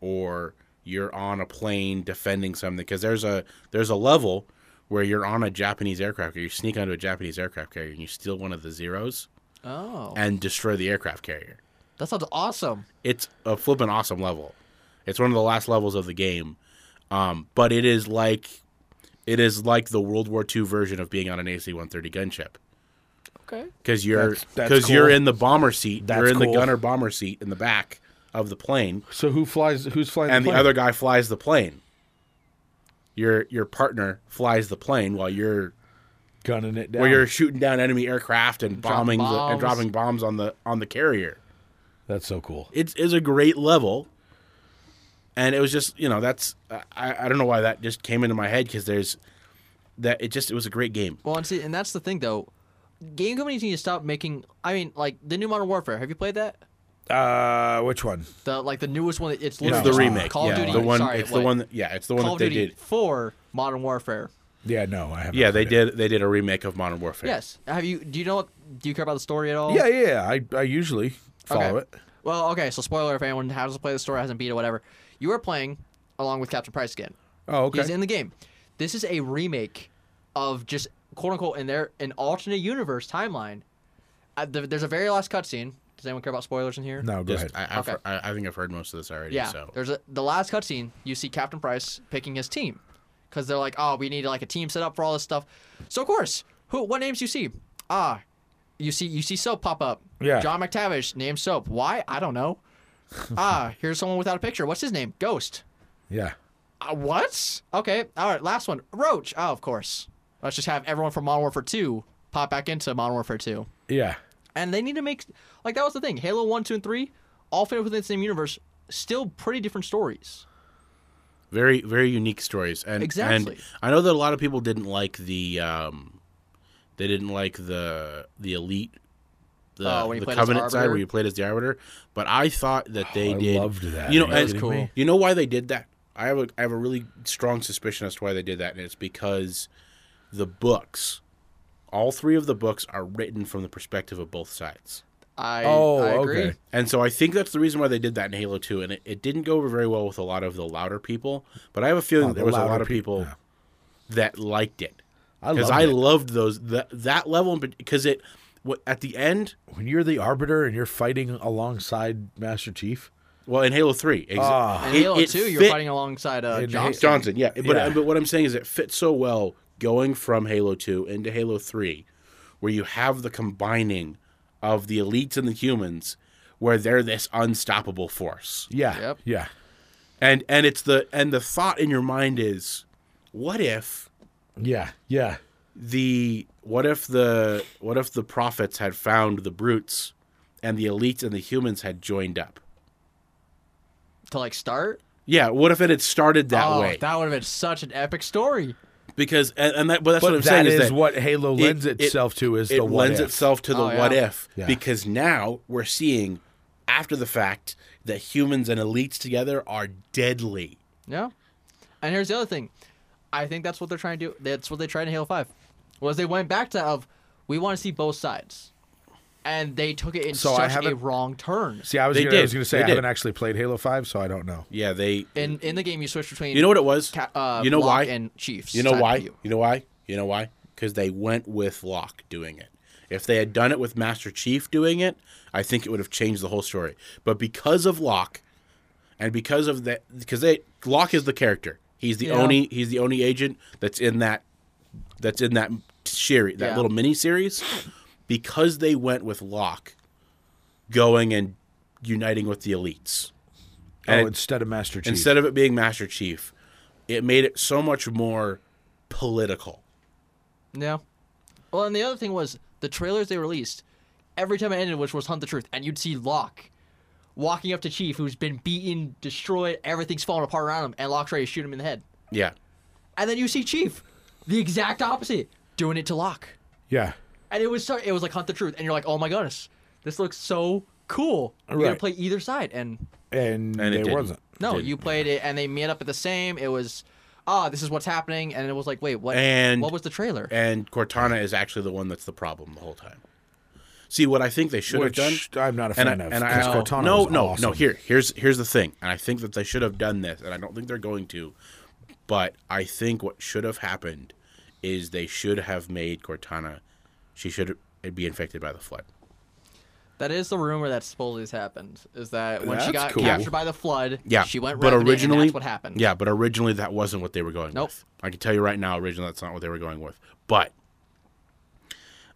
[SPEAKER 1] or you're on a plane defending something because there's a there's a level where you're on a Japanese aircraft carrier, you sneak onto a Japanese aircraft carrier and you steal one of the zeros
[SPEAKER 3] Oh,
[SPEAKER 1] and destroy the aircraft carrier
[SPEAKER 3] that sounds awesome.
[SPEAKER 1] it's a flippin' awesome level. It's one of the last levels of the game, um, but it is like it is like the World War II version of being on an AC-130 gunship
[SPEAKER 3] Okay.
[SPEAKER 1] because you're
[SPEAKER 2] That's- that's
[SPEAKER 1] because you're
[SPEAKER 2] cool.
[SPEAKER 1] in the bomber seat, you're
[SPEAKER 2] That's
[SPEAKER 1] in
[SPEAKER 2] cool.
[SPEAKER 1] the gunner bomber seat in the back of the plane,
[SPEAKER 2] So who flies? Who's flying?
[SPEAKER 1] and the
[SPEAKER 2] plane?
[SPEAKER 1] other guy flies the plane. Your your partner flies the plane while you're
[SPEAKER 2] gunning it down.
[SPEAKER 1] while you're shooting down enemy aircraft and bombing
[SPEAKER 3] Dropping
[SPEAKER 1] the, and
[SPEAKER 3] bombs.
[SPEAKER 1] dropping bombs on the on the carrier.
[SPEAKER 2] That's so cool.
[SPEAKER 1] it's is a great level and it was just you know that's i i don't know why that just came into my head because there's that it just it was a great game
[SPEAKER 3] Well, and see, and that's the thing though. Game companies need to stop making. I mean, like the new Modern Warfare. Have you played that?
[SPEAKER 2] Uh, which one?
[SPEAKER 3] The like the newest one. It's
[SPEAKER 1] it's
[SPEAKER 3] literally
[SPEAKER 1] the
[SPEAKER 3] just
[SPEAKER 1] remake
[SPEAKER 3] Call
[SPEAKER 1] yeah
[SPEAKER 3] of Duty.
[SPEAKER 1] the one
[SPEAKER 3] sorry,
[SPEAKER 1] it's
[SPEAKER 3] what?
[SPEAKER 1] the one that- yeah it's the one
[SPEAKER 3] Call
[SPEAKER 1] that
[SPEAKER 3] of
[SPEAKER 1] they
[SPEAKER 3] Duty
[SPEAKER 1] did
[SPEAKER 3] for Modern Warfare.
[SPEAKER 2] Yeah, no, I haven't.
[SPEAKER 1] yeah they
[SPEAKER 2] played it.
[SPEAKER 1] did they did a remake of modern warfare
[SPEAKER 3] Yes. Have you? Do you know? what- Do you care about the story at all?
[SPEAKER 2] Yeah, yeah. yeah. I I usually follow
[SPEAKER 3] Okay.
[SPEAKER 2] it.
[SPEAKER 3] Well, okay. So spoiler if anyone hasn't played the story, hasn't beat it, whatever. You were playing along with Captain Price again.
[SPEAKER 2] Oh, okay.
[SPEAKER 3] He's in the game. This is a remake of just quote unquote in their an alternate universe timeline. Uh, there- there's a very last cutscene. Does anyone care about spoilers in here?
[SPEAKER 2] no, go
[SPEAKER 1] just
[SPEAKER 2] ahead.
[SPEAKER 1] I, I've
[SPEAKER 3] Okay.
[SPEAKER 1] heard- I, I think i've heard most of this already
[SPEAKER 3] Yeah.
[SPEAKER 1] so
[SPEAKER 3] There's a, the last cutscene. You see Captain Price picking his team, because they're like, oh, we need like a team set up for all this stuff. So of course, who? What names you see? Ah, you see you see Soap pop up.
[SPEAKER 2] Yeah.
[SPEAKER 3] John McTavish named Soap. Why? I
[SPEAKER 2] *laughs*
[SPEAKER 3] don't know. ah, here's someone without a picture. What's his name? Ghost.
[SPEAKER 2] Yeah.
[SPEAKER 3] Uh, what? Okay. All right. Last one. Roach. Oh, of course. Let's just have everyone from Modern Warfare 2 pop back into Modern Warfare 2.
[SPEAKER 2] Yeah.
[SPEAKER 3] And they need to make like that was the thing. Halo 1, 2, and 3, all fit within the same universe, still pretty different stories.
[SPEAKER 1] very very unique stories and
[SPEAKER 3] Exactly.
[SPEAKER 1] and i know that a lot of people didn't like the um they didn't like the the elite the,
[SPEAKER 3] Oh, when you
[SPEAKER 1] the
[SPEAKER 3] played as
[SPEAKER 1] covenant side where
[SPEAKER 3] Arbiter?
[SPEAKER 1] you played as the arbiter but i thought that they
[SPEAKER 2] I
[SPEAKER 1] did
[SPEAKER 2] loved that.
[SPEAKER 1] you know
[SPEAKER 2] Are you
[SPEAKER 1] and
[SPEAKER 2] kidding me?
[SPEAKER 1] you know why they did that i have a i have a really strong suspicion as to why they did that and it's because the books all three of the books are written from the perspective of both sides
[SPEAKER 3] I,
[SPEAKER 2] Oh,
[SPEAKER 3] I agree.
[SPEAKER 2] okay.
[SPEAKER 1] and so I think that's the reason why they did that in Halo 2. And it, it didn't go over very well with a lot of the louder people. But I have a feeling
[SPEAKER 2] Oh,
[SPEAKER 1] that there
[SPEAKER 2] the
[SPEAKER 1] was a
[SPEAKER 2] louder
[SPEAKER 1] lot of
[SPEAKER 2] peop-
[SPEAKER 1] people
[SPEAKER 2] yeah.
[SPEAKER 1] that liked it.
[SPEAKER 2] I
[SPEAKER 1] Because
[SPEAKER 2] loved
[SPEAKER 1] I,
[SPEAKER 2] it.
[SPEAKER 1] loved those that, that level because it what- at the end
[SPEAKER 2] when you're the arbiter and you're fighting alongside Master Chief.
[SPEAKER 1] well in Halo 3 exa-
[SPEAKER 2] Ah.
[SPEAKER 3] And
[SPEAKER 1] it-
[SPEAKER 3] Halo
[SPEAKER 1] it
[SPEAKER 3] 2, you're
[SPEAKER 1] fit-
[SPEAKER 3] fighting alongside uh,
[SPEAKER 2] In
[SPEAKER 3] Johnson.
[SPEAKER 1] Johnson yeah but
[SPEAKER 2] Yeah.
[SPEAKER 1] but what I'm saying is it fits so well going from Halo 2 into Halo 3 where you have the combining of the elites and the humans where they're this unstoppable force
[SPEAKER 2] Yeah.
[SPEAKER 3] Yep.
[SPEAKER 2] Yeah.
[SPEAKER 1] and and it's the and the thought in your mind is what if
[SPEAKER 2] Yeah. Yeah.
[SPEAKER 1] the what if the what if the prophets had found the brutes and the elites and the humans had joined up
[SPEAKER 3] To like start?
[SPEAKER 1] yeah what if it had started that
[SPEAKER 3] oh,
[SPEAKER 1] way
[SPEAKER 3] That would have been such an epic story.
[SPEAKER 1] because and, and that but that's
[SPEAKER 2] But
[SPEAKER 1] what I'm
[SPEAKER 2] that
[SPEAKER 1] saying is
[SPEAKER 2] is
[SPEAKER 1] that
[SPEAKER 2] what Halo lends itself to is
[SPEAKER 1] it
[SPEAKER 2] the what
[SPEAKER 1] lends
[SPEAKER 2] if.
[SPEAKER 1] itself to the
[SPEAKER 3] Oh, yeah.
[SPEAKER 1] what if
[SPEAKER 2] Yeah.
[SPEAKER 1] because now we're seeing after the fact that humans and elites together are deadly.
[SPEAKER 3] Yeah. And here's the other thing. I think that's what they're trying to do. That's what they tried in Halo 5. Was they went back to of we want to see both sides. And they took it in
[SPEAKER 2] So I
[SPEAKER 3] such a
[SPEAKER 2] haven't-
[SPEAKER 3] wrong turn.
[SPEAKER 2] See, I was
[SPEAKER 1] They
[SPEAKER 2] gonna, I
[SPEAKER 1] did.
[SPEAKER 2] was going to say
[SPEAKER 1] They
[SPEAKER 2] I
[SPEAKER 1] did.
[SPEAKER 2] haven't actually played Halo Five, so I don't know.
[SPEAKER 1] Yeah, they
[SPEAKER 3] In in the game you switch between
[SPEAKER 1] You know what it was?
[SPEAKER 3] Ca- uh,
[SPEAKER 1] you know
[SPEAKER 3] Locke
[SPEAKER 1] why?
[SPEAKER 3] and Chiefs.
[SPEAKER 1] you know
[SPEAKER 3] side of
[SPEAKER 1] why?
[SPEAKER 3] you.
[SPEAKER 1] You know why? You know why? Because they went with Locke doing it. If they had done it with Master Chief doing it, I think it would have changed the whole story. But because of Locke, and because of that, because they Locke is the character. He's the
[SPEAKER 3] Yeah.
[SPEAKER 1] only he's the only agent that's in that that's in that series, that
[SPEAKER 3] Yeah.
[SPEAKER 1] little mini series. Because they went with Locke, going and uniting with the elites And
[SPEAKER 2] oh,
[SPEAKER 1] it-
[SPEAKER 2] instead of Master Chief.
[SPEAKER 1] instead of it being Master Chief, it made it so much more political.
[SPEAKER 3] Yeah. Well, and the other thing was the trailers they released. Every time it ended, which was Hunt the Truth, and you'd see Locke walking up to Chief, who's been beaten, destroyed, everything's falling apart around him, and Locke's ready to shoot him in the head.
[SPEAKER 1] Yeah.
[SPEAKER 3] And then you see Chief, the exact opposite, doing it to Locke.
[SPEAKER 2] yeah,
[SPEAKER 3] And it was so, it was like Hunt the Truth, and you're like, oh my goodness, this looks so cool. You're
[SPEAKER 2] Right.
[SPEAKER 3] gonna play either side, and
[SPEAKER 2] and,
[SPEAKER 1] And it
[SPEAKER 2] it
[SPEAKER 1] didn't.
[SPEAKER 2] wasn't.
[SPEAKER 3] no,
[SPEAKER 1] Didn't.
[SPEAKER 3] you played it, and they met up at the same. It was, ah, this is what's happening, and it was like, wait, what?
[SPEAKER 1] And-
[SPEAKER 3] what was the trailer?
[SPEAKER 1] And Cortana is actually the one that's the problem the whole time. See what I think they should
[SPEAKER 2] Which
[SPEAKER 1] have done.
[SPEAKER 2] I'm not a
[SPEAKER 1] and
[SPEAKER 2] fan
[SPEAKER 1] I,
[SPEAKER 2] of.
[SPEAKER 1] and I-
[SPEAKER 2] 'cause
[SPEAKER 1] no,
[SPEAKER 2] Cortana
[SPEAKER 1] no,
[SPEAKER 2] was
[SPEAKER 1] no, no.
[SPEAKER 2] awesome.
[SPEAKER 1] Here, here's here's the thing, and I think that they should have done this, and I don't think they're going to. But I think what should have happened is they should have made Cortana. She should be infected by the flood.
[SPEAKER 3] That is the rumor that supposedly has happened. Is that when
[SPEAKER 2] That's
[SPEAKER 3] she got
[SPEAKER 2] cool.
[SPEAKER 3] captured by the flood?
[SPEAKER 1] Yeah,
[SPEAKER 3] she went.
[SPEAKER 1] But
[SPEAKER 3] rampant, and
[SPEAKER 1] originally,
[SPEAKER 3] that's what happened.
[SPEAKER 1] Yeah, but originally that wasn't what they were going
[SPEAKER 3] Nope.
[SPEAKER 1] with. I can tell you right now, originally that's not what they were going with. But,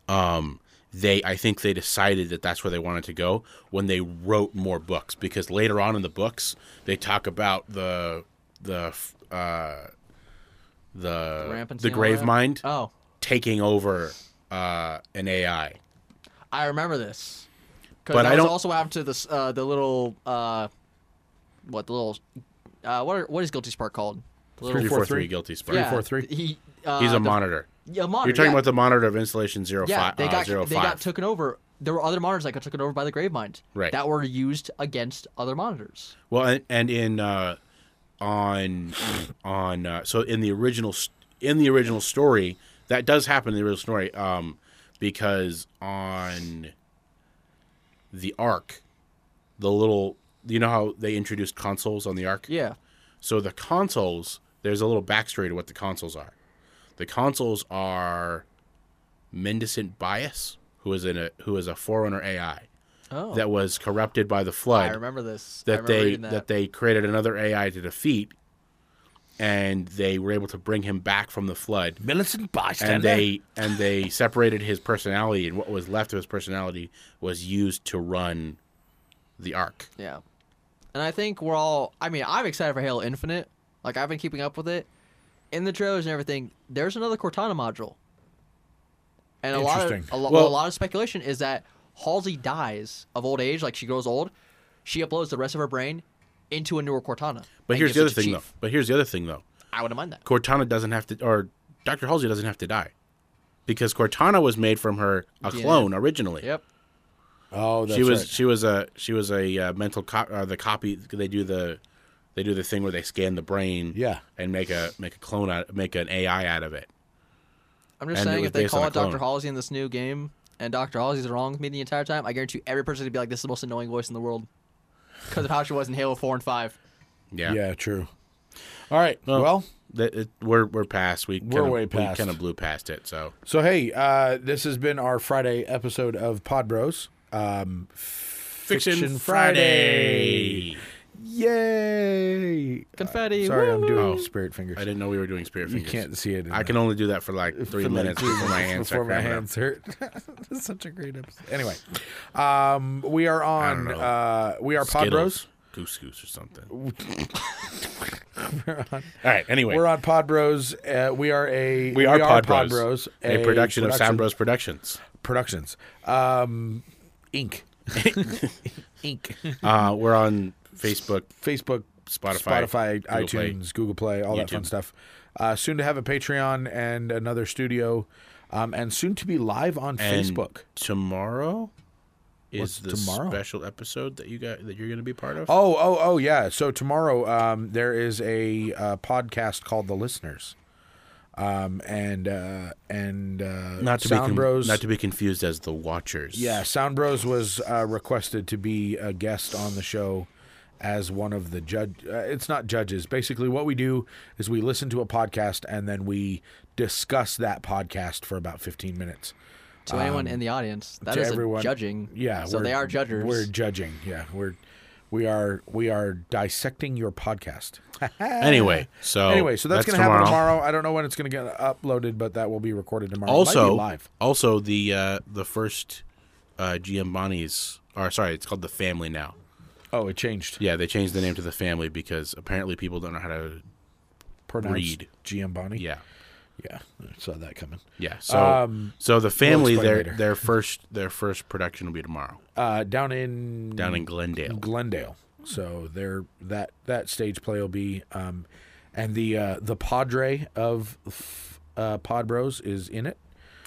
[SPEAKER 1] um, they I think they decided that that's where they wanted to go when they wrote more books because later on in the books they talk about the the uh the
[SPEAKER 3] Rampancy
[SPEAKER 1] the
[SPEAKER 3] and all that.
[SPEAKER 1] grave mind
[SPEAKER 3] Oh,
[SPEAKER 1] taking over uh an AI.
[SPEAKER 3] I remember this.
[SPEAKER 1] But
[SPEAKER 3] But
[SPEAKER 1] I
[SPEAKER 3] I was
[SPEAKER 1] don't-
[SPEAKER 3] also after this uh, the little uh, what the little uh, what are, what is guilty spark called? The little,
[SPEAKER 1] Three four
[SPEAKER 2] 343?
[SPEAKER 1] three guilty spark.
[SPEAKER 3] yeah,
[SPEAKER 2] 343?
[SPEAKER 3] He uh,
[SPEAKER 1] He's a
[SPEAKER 3] the-
[SPEAKER 1] monitor.
[SPEAKER 3] yeah, a monitor.
[SPEAKER 1] You're talking
[SPEAKER 3] yeah.
[SPEAKER 1] about the monitor of installation zero
[SPEAKER 3] yeah.
[SPEAKER 1] five.
[SPEAKER 3] they
[SPEAKER 1] uh,
[SPEAKER 3] got
[SPEAKER 1] zero
[SPEAKER 3] they
[SPEAKER 1] five.
[SPEAKER 3] got taken over. There were other monitors that got taken over by the grave mind.
[SPEAKER 1] Right.
[SPEAKER 3] That were used against other monitors.
[SPEAKER 1] Well, and, and in uh, on on uh, so in the original s- in the original story that does happen in the original story um, because on the Ark, the little you know how they introduced consoles on the Ark.
[SPEAKER 3] Yeah.
[SPEAKER 1] So the consoles, there's a little backstory to what the consoles are. The consoles are Mendicant Bias, who is in a who is a forerunner AI
[SPEAKER 3] Oh.
[SPEAKER 1] that was corrupted by the flood
[SPEAKER 3] I remember this. I
[SPEAKER 1] that
[SPEAKER 3] remember
[SPEAKER 1] they
[SPEAKER 3] reading
[SPEAKER 1] that.
[SPEAKER 3] that
[SPEAKER 1] they created another AI to defeat, and they were able to bring him back from the flood.
[SPEAKER 2] Millicent bystander.
[SPEAKER 1] And they *laughs* and they separated his personality, and what was left of his personality was used to run the Ark.
[SPEAKER 3] Yeah. And I think we're all I mean, I'm excited for Halo Infinite. Like I've been keeping up with it. In the trailers and everything, there's another Cortana module. And a lot of
[SPEAKER 2] Interesting.
[SPEAKER 3] a, lo-
[SPEAKER 1] Well-
[SPEAKER 3] a lot of speculation is that Halsey dies of old age, like she grows old, she uploads the rest of her brain into a newer Cortana.
[SPEAKER 1] But
[SPEAKER 3] and
[SPEAKER 1] here's
[SPEAKER 3] gives
[SPEAKER 1] the
[SPEAKER 3] it
[SPEAKER 1] other
[SPEAKER 3] to
[SPEAKER 1] thing,
[SPEAKER 3] Chief.
[SPEAKER 1] though. But here's the other thing, though.
[SPEAKER 3] I wouldn't mind that.
[SPEAKER 1] Cortana doesn't have to, or Dr. Halsey doesn't have to die, because Cortana was made from her a
[SPEAKER 3] DNA.
[SPEAKER 1] clone originally.
[SPEAKER 3] Yep.
[SPEAKER 2] oh, that's
[SPEAKER 1] she was
[SPEAKER 2] right.
[SPEAKER 1] she was a she was a uh, mental cop uh, the copy they do the they do the thing where they scan the brain
[SPEAKER 2] Yeah.
[SPEAKER 1] and make a make a clone out make an AI out of it
[SPEAKER 3] I'm just
[SPEAKER 1] And it
[SPEAKER 3] saying
[SPEAKER 1] was
[SPEAKER 3] if they
[SPEAKER 1] based on
[SPEAKER 3] call
[SPEAKER 1] a
[SPEAKER 3] it Dr.
[SPEAKER 1] clone.
[SPEAKER 3] Halsey in this new game and Dr. Halsey's wrong with me the entire time, I guarantee you every person would be like, This is the most annoying voice in the world. Because of how she was in Halo four and five.
[SPEAKER 1] yeah
[SPEAKER 2] Yeah, true. All right. well
[SPEAKER 1] That- it- we're we're past we
[SPEAKER 2] We're
[SPEAKER 1] kinda,
[SPEAKER 2] way past.
[SPEAKER 1] we kind of blew past it so
[SPEAKER 2] So hey, uh, this has been our Friday episode of Pod Bros. Um, Fiction, Yay!
[SPEAKER 3] Confetti.
[SPEAKER 2] Sorry, I'm
[SPEAKER 3] woo-hoo.
[SPEAKER 2] doing
[SPEAKER 1] Oh.
[SPEAKER 2] spirit fingers.
[SPEAKER 1] I didn't know we were doing spirit
[SPEAKER 2] you
[SPEAKER 1] fingers
[SPEAKER 2] can't see it. in
[SPEAKER 1] I
[SPEAKER 2] the-
[SPEAKER 1] can only do that for like
[SPEAKER 2] for
[SPEAKER 1] three
[SPEAKER 2] like
[SPEAKER 1] minutes
[SPEAKER 2] three *laughs*
[SPEAKER 1] before my hands
[SPEAKER 2] before
[SPEAKER 1] are
[SPEAKER 2] my
[SPEAKER 1] cramping up.
[SPEAKER 2] hands hurt. *laughs* That's such a great episode. Anyway, um, we are on.
[SPEAKER 1] know.
[SPEAKER 2] Uh, we are Pod Bros.
[SPEAKER 1] Skittles, goose goose or something
[SPEAKER 2] *laughs*
[SPEAKER 1] all right anyway
[SPEAKER 2] We're on Pod Bros. Uh, we are a
[SPEAKER 1] we are, Pod, Bros,
[SPEAKER 2] a
[SPEAKER 1] a, production of Sound Bros Productions.
[SPEAKER 2] Productions. Um,
[SPEAKER 1] *laughs*
[SPEAKER 2] Inc. Inc.
[SPEAKER 1] Uh, we're on Facebook,
[SPEAKER 2] Facebook,
[SPEAKER 1] Spotify,
[SPEAKER 2] Spotify,
[SPEAKER 1] Google Play.
[SPEAKER 2] iTunes, Google Play, all that fun
[SPEAKER 1] YouTube.
[SPEAKER 2] stuff. Uh, soon to have a Patreon and another studio, um, and soon to be live on
[SPEAKER 1] And
[SPEAKER 2] Facebook.
[SPEAKER 1] tomorrow is
[SPEAKER 2] What's
[SPEAKER 1] the
[SPEAKER 2] tomorrow?
[SPEAKER 1] special episode that you got that you're going to be part of.
[SPEAKER 2] Oh, oh, oh, yeah. So tomorrow, um, there is a uh, podcast called The Listeners, um, and uh, and uh,
[SPEAKER 1] not to
[SPEAKER 2] Sound
[SPEAKER 1] be con-
[SPEAKER 2] Bros.
[SPEAKER 1] not to be confused as the Watchers.
[SPEAKER 2] Yeah, Sound Bros was uh, requested to be a guest on the show as one of the judge. Uh, it's not judges. Basically, what we do is we listen to a podcast and then we discuss that podcast for about fifteen minutes.
[SPEAKER 3] To anyone in the audience, that
[SPEAKER 2] um, to
[SPEAKER 3] is a
[SPEAKER 2] everyone-
[SPEAKER 3] judging.
[SPEAKER 2] Yeah,
[SPEAKER 3] So
[SPEAKER 2] we're-
[SPEAKER 3] they are judgers.
[SPEAKER 2] We're judging. Yeah, we're we are we are dissecting your podcast. *laughs*
[SPEAKER 1] Anyway, so
[SPEAKER 2] anyway, so that's, going to happen tomorrow. I don't know when it's going to get uploaded, but that will be recorded tomorrow. It might be
[SPEAKER 1] Also,
[SPEAKER 2] live.
[SPEAKER 1] also the uh, the first uh, GM Bonnie's, or sorry, it's called the Family now.
[SPEAKER 2] Oh, it changed.
[SPEAKER 1] Yeah, they changed the name to the Family because apparently people don't know how to.
[SPEAKER 2] Pronounced
[SPEAKER 1] Reed.
[SPEAKER 2] GM Bonnie.
[SPEAKER 1] Yeah,
[SPEAKER 2] yeah, I saw that coming.
[SPEAKER 1] yeah. So
[SPEAKER 2] Um,
[SPEAKER 1] so the Family
[SPEAKER 2] explain
[SPEAKER 1] their
[SPEAKER 2] later.
[SPEAKER 1] their first their first production will be tomorrow
[SPEAKER 2] Uh, down in
[SPEAKER 1] down in Glendale.
[SPEAKER 2] Glendale. So there, that that stage play will be, um, and the uh, the Padre of f- uh, Pod Bros is in it,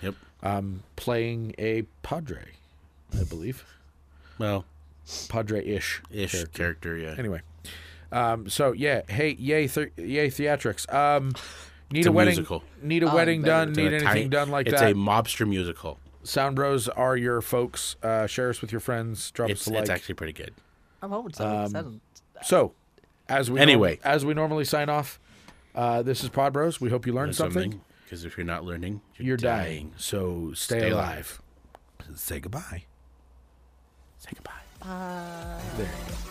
[SPEAKER 1] Yep.
[SPEAKER 2] um, playing a Padre, I believe,
[SPEAKER 1] Well,
[SPEAKER 2] Padre ish
[SPEAKER 1] ish character. yeah.
[SPEAKER 2] Anyway, um, so yeah, hey, yay, th- yay, theatrics.
[SPEAKER 1] *sighs*
[SPEAKER 2] Um, need
[SPEAKER 1] It's
[SPEAKER 2] a,
[SPEAKER 1] a
[SPEAKER 2] wedding,
[SPEAKER 1] musical.
[SPEAKER 2] need a
[SPEAKER 3] Oh,
[SPEAKER 2] wedding
[SPEAKER 3] better.
[SPEAKER 2] done,
[SPEAKER 1] It's
[SPEAKER 2] need
[SPEAKER 1] an
[SPEAKER 2] anything
[SPEAKER 1] Italian-
[SPEAKER 2] done like
[SPEAKER 1] it's
[SPEAKER 2] that.
[SPEAKER 1] a mobster musical.
[SPEAKER 2] Sound Bros are your folks. Uh, share us with your friends. Drop
[SPEAKER 1] It's
[SPEAKER 2] us a like.
[SPEAKER 1] it's actually pretty good.
[SPEAKER 3] I'm hoping so.
[SPEAKER 2] um,
[SPEAKER 3] 'cause that-
[SPEAKER 2] So, as we
[SPEAKER 1] Anyway.
[SPEAKER 2] norm- as we normally sign off, uh, this is Pod Bros. We hope you learned something.
[SPEAKER 1] Because if you're not learning, you're,
[SPEAKER 2] You're dying.
[SPEAKER 1] dying.
[SPEAKER 2] so stay,
[SPEAKER 1] Stay
[SPEAKER 2] alive. Say goodbye.
[SPEAKER 1] Say goodbye.
[SPEAKER 2] There. you go.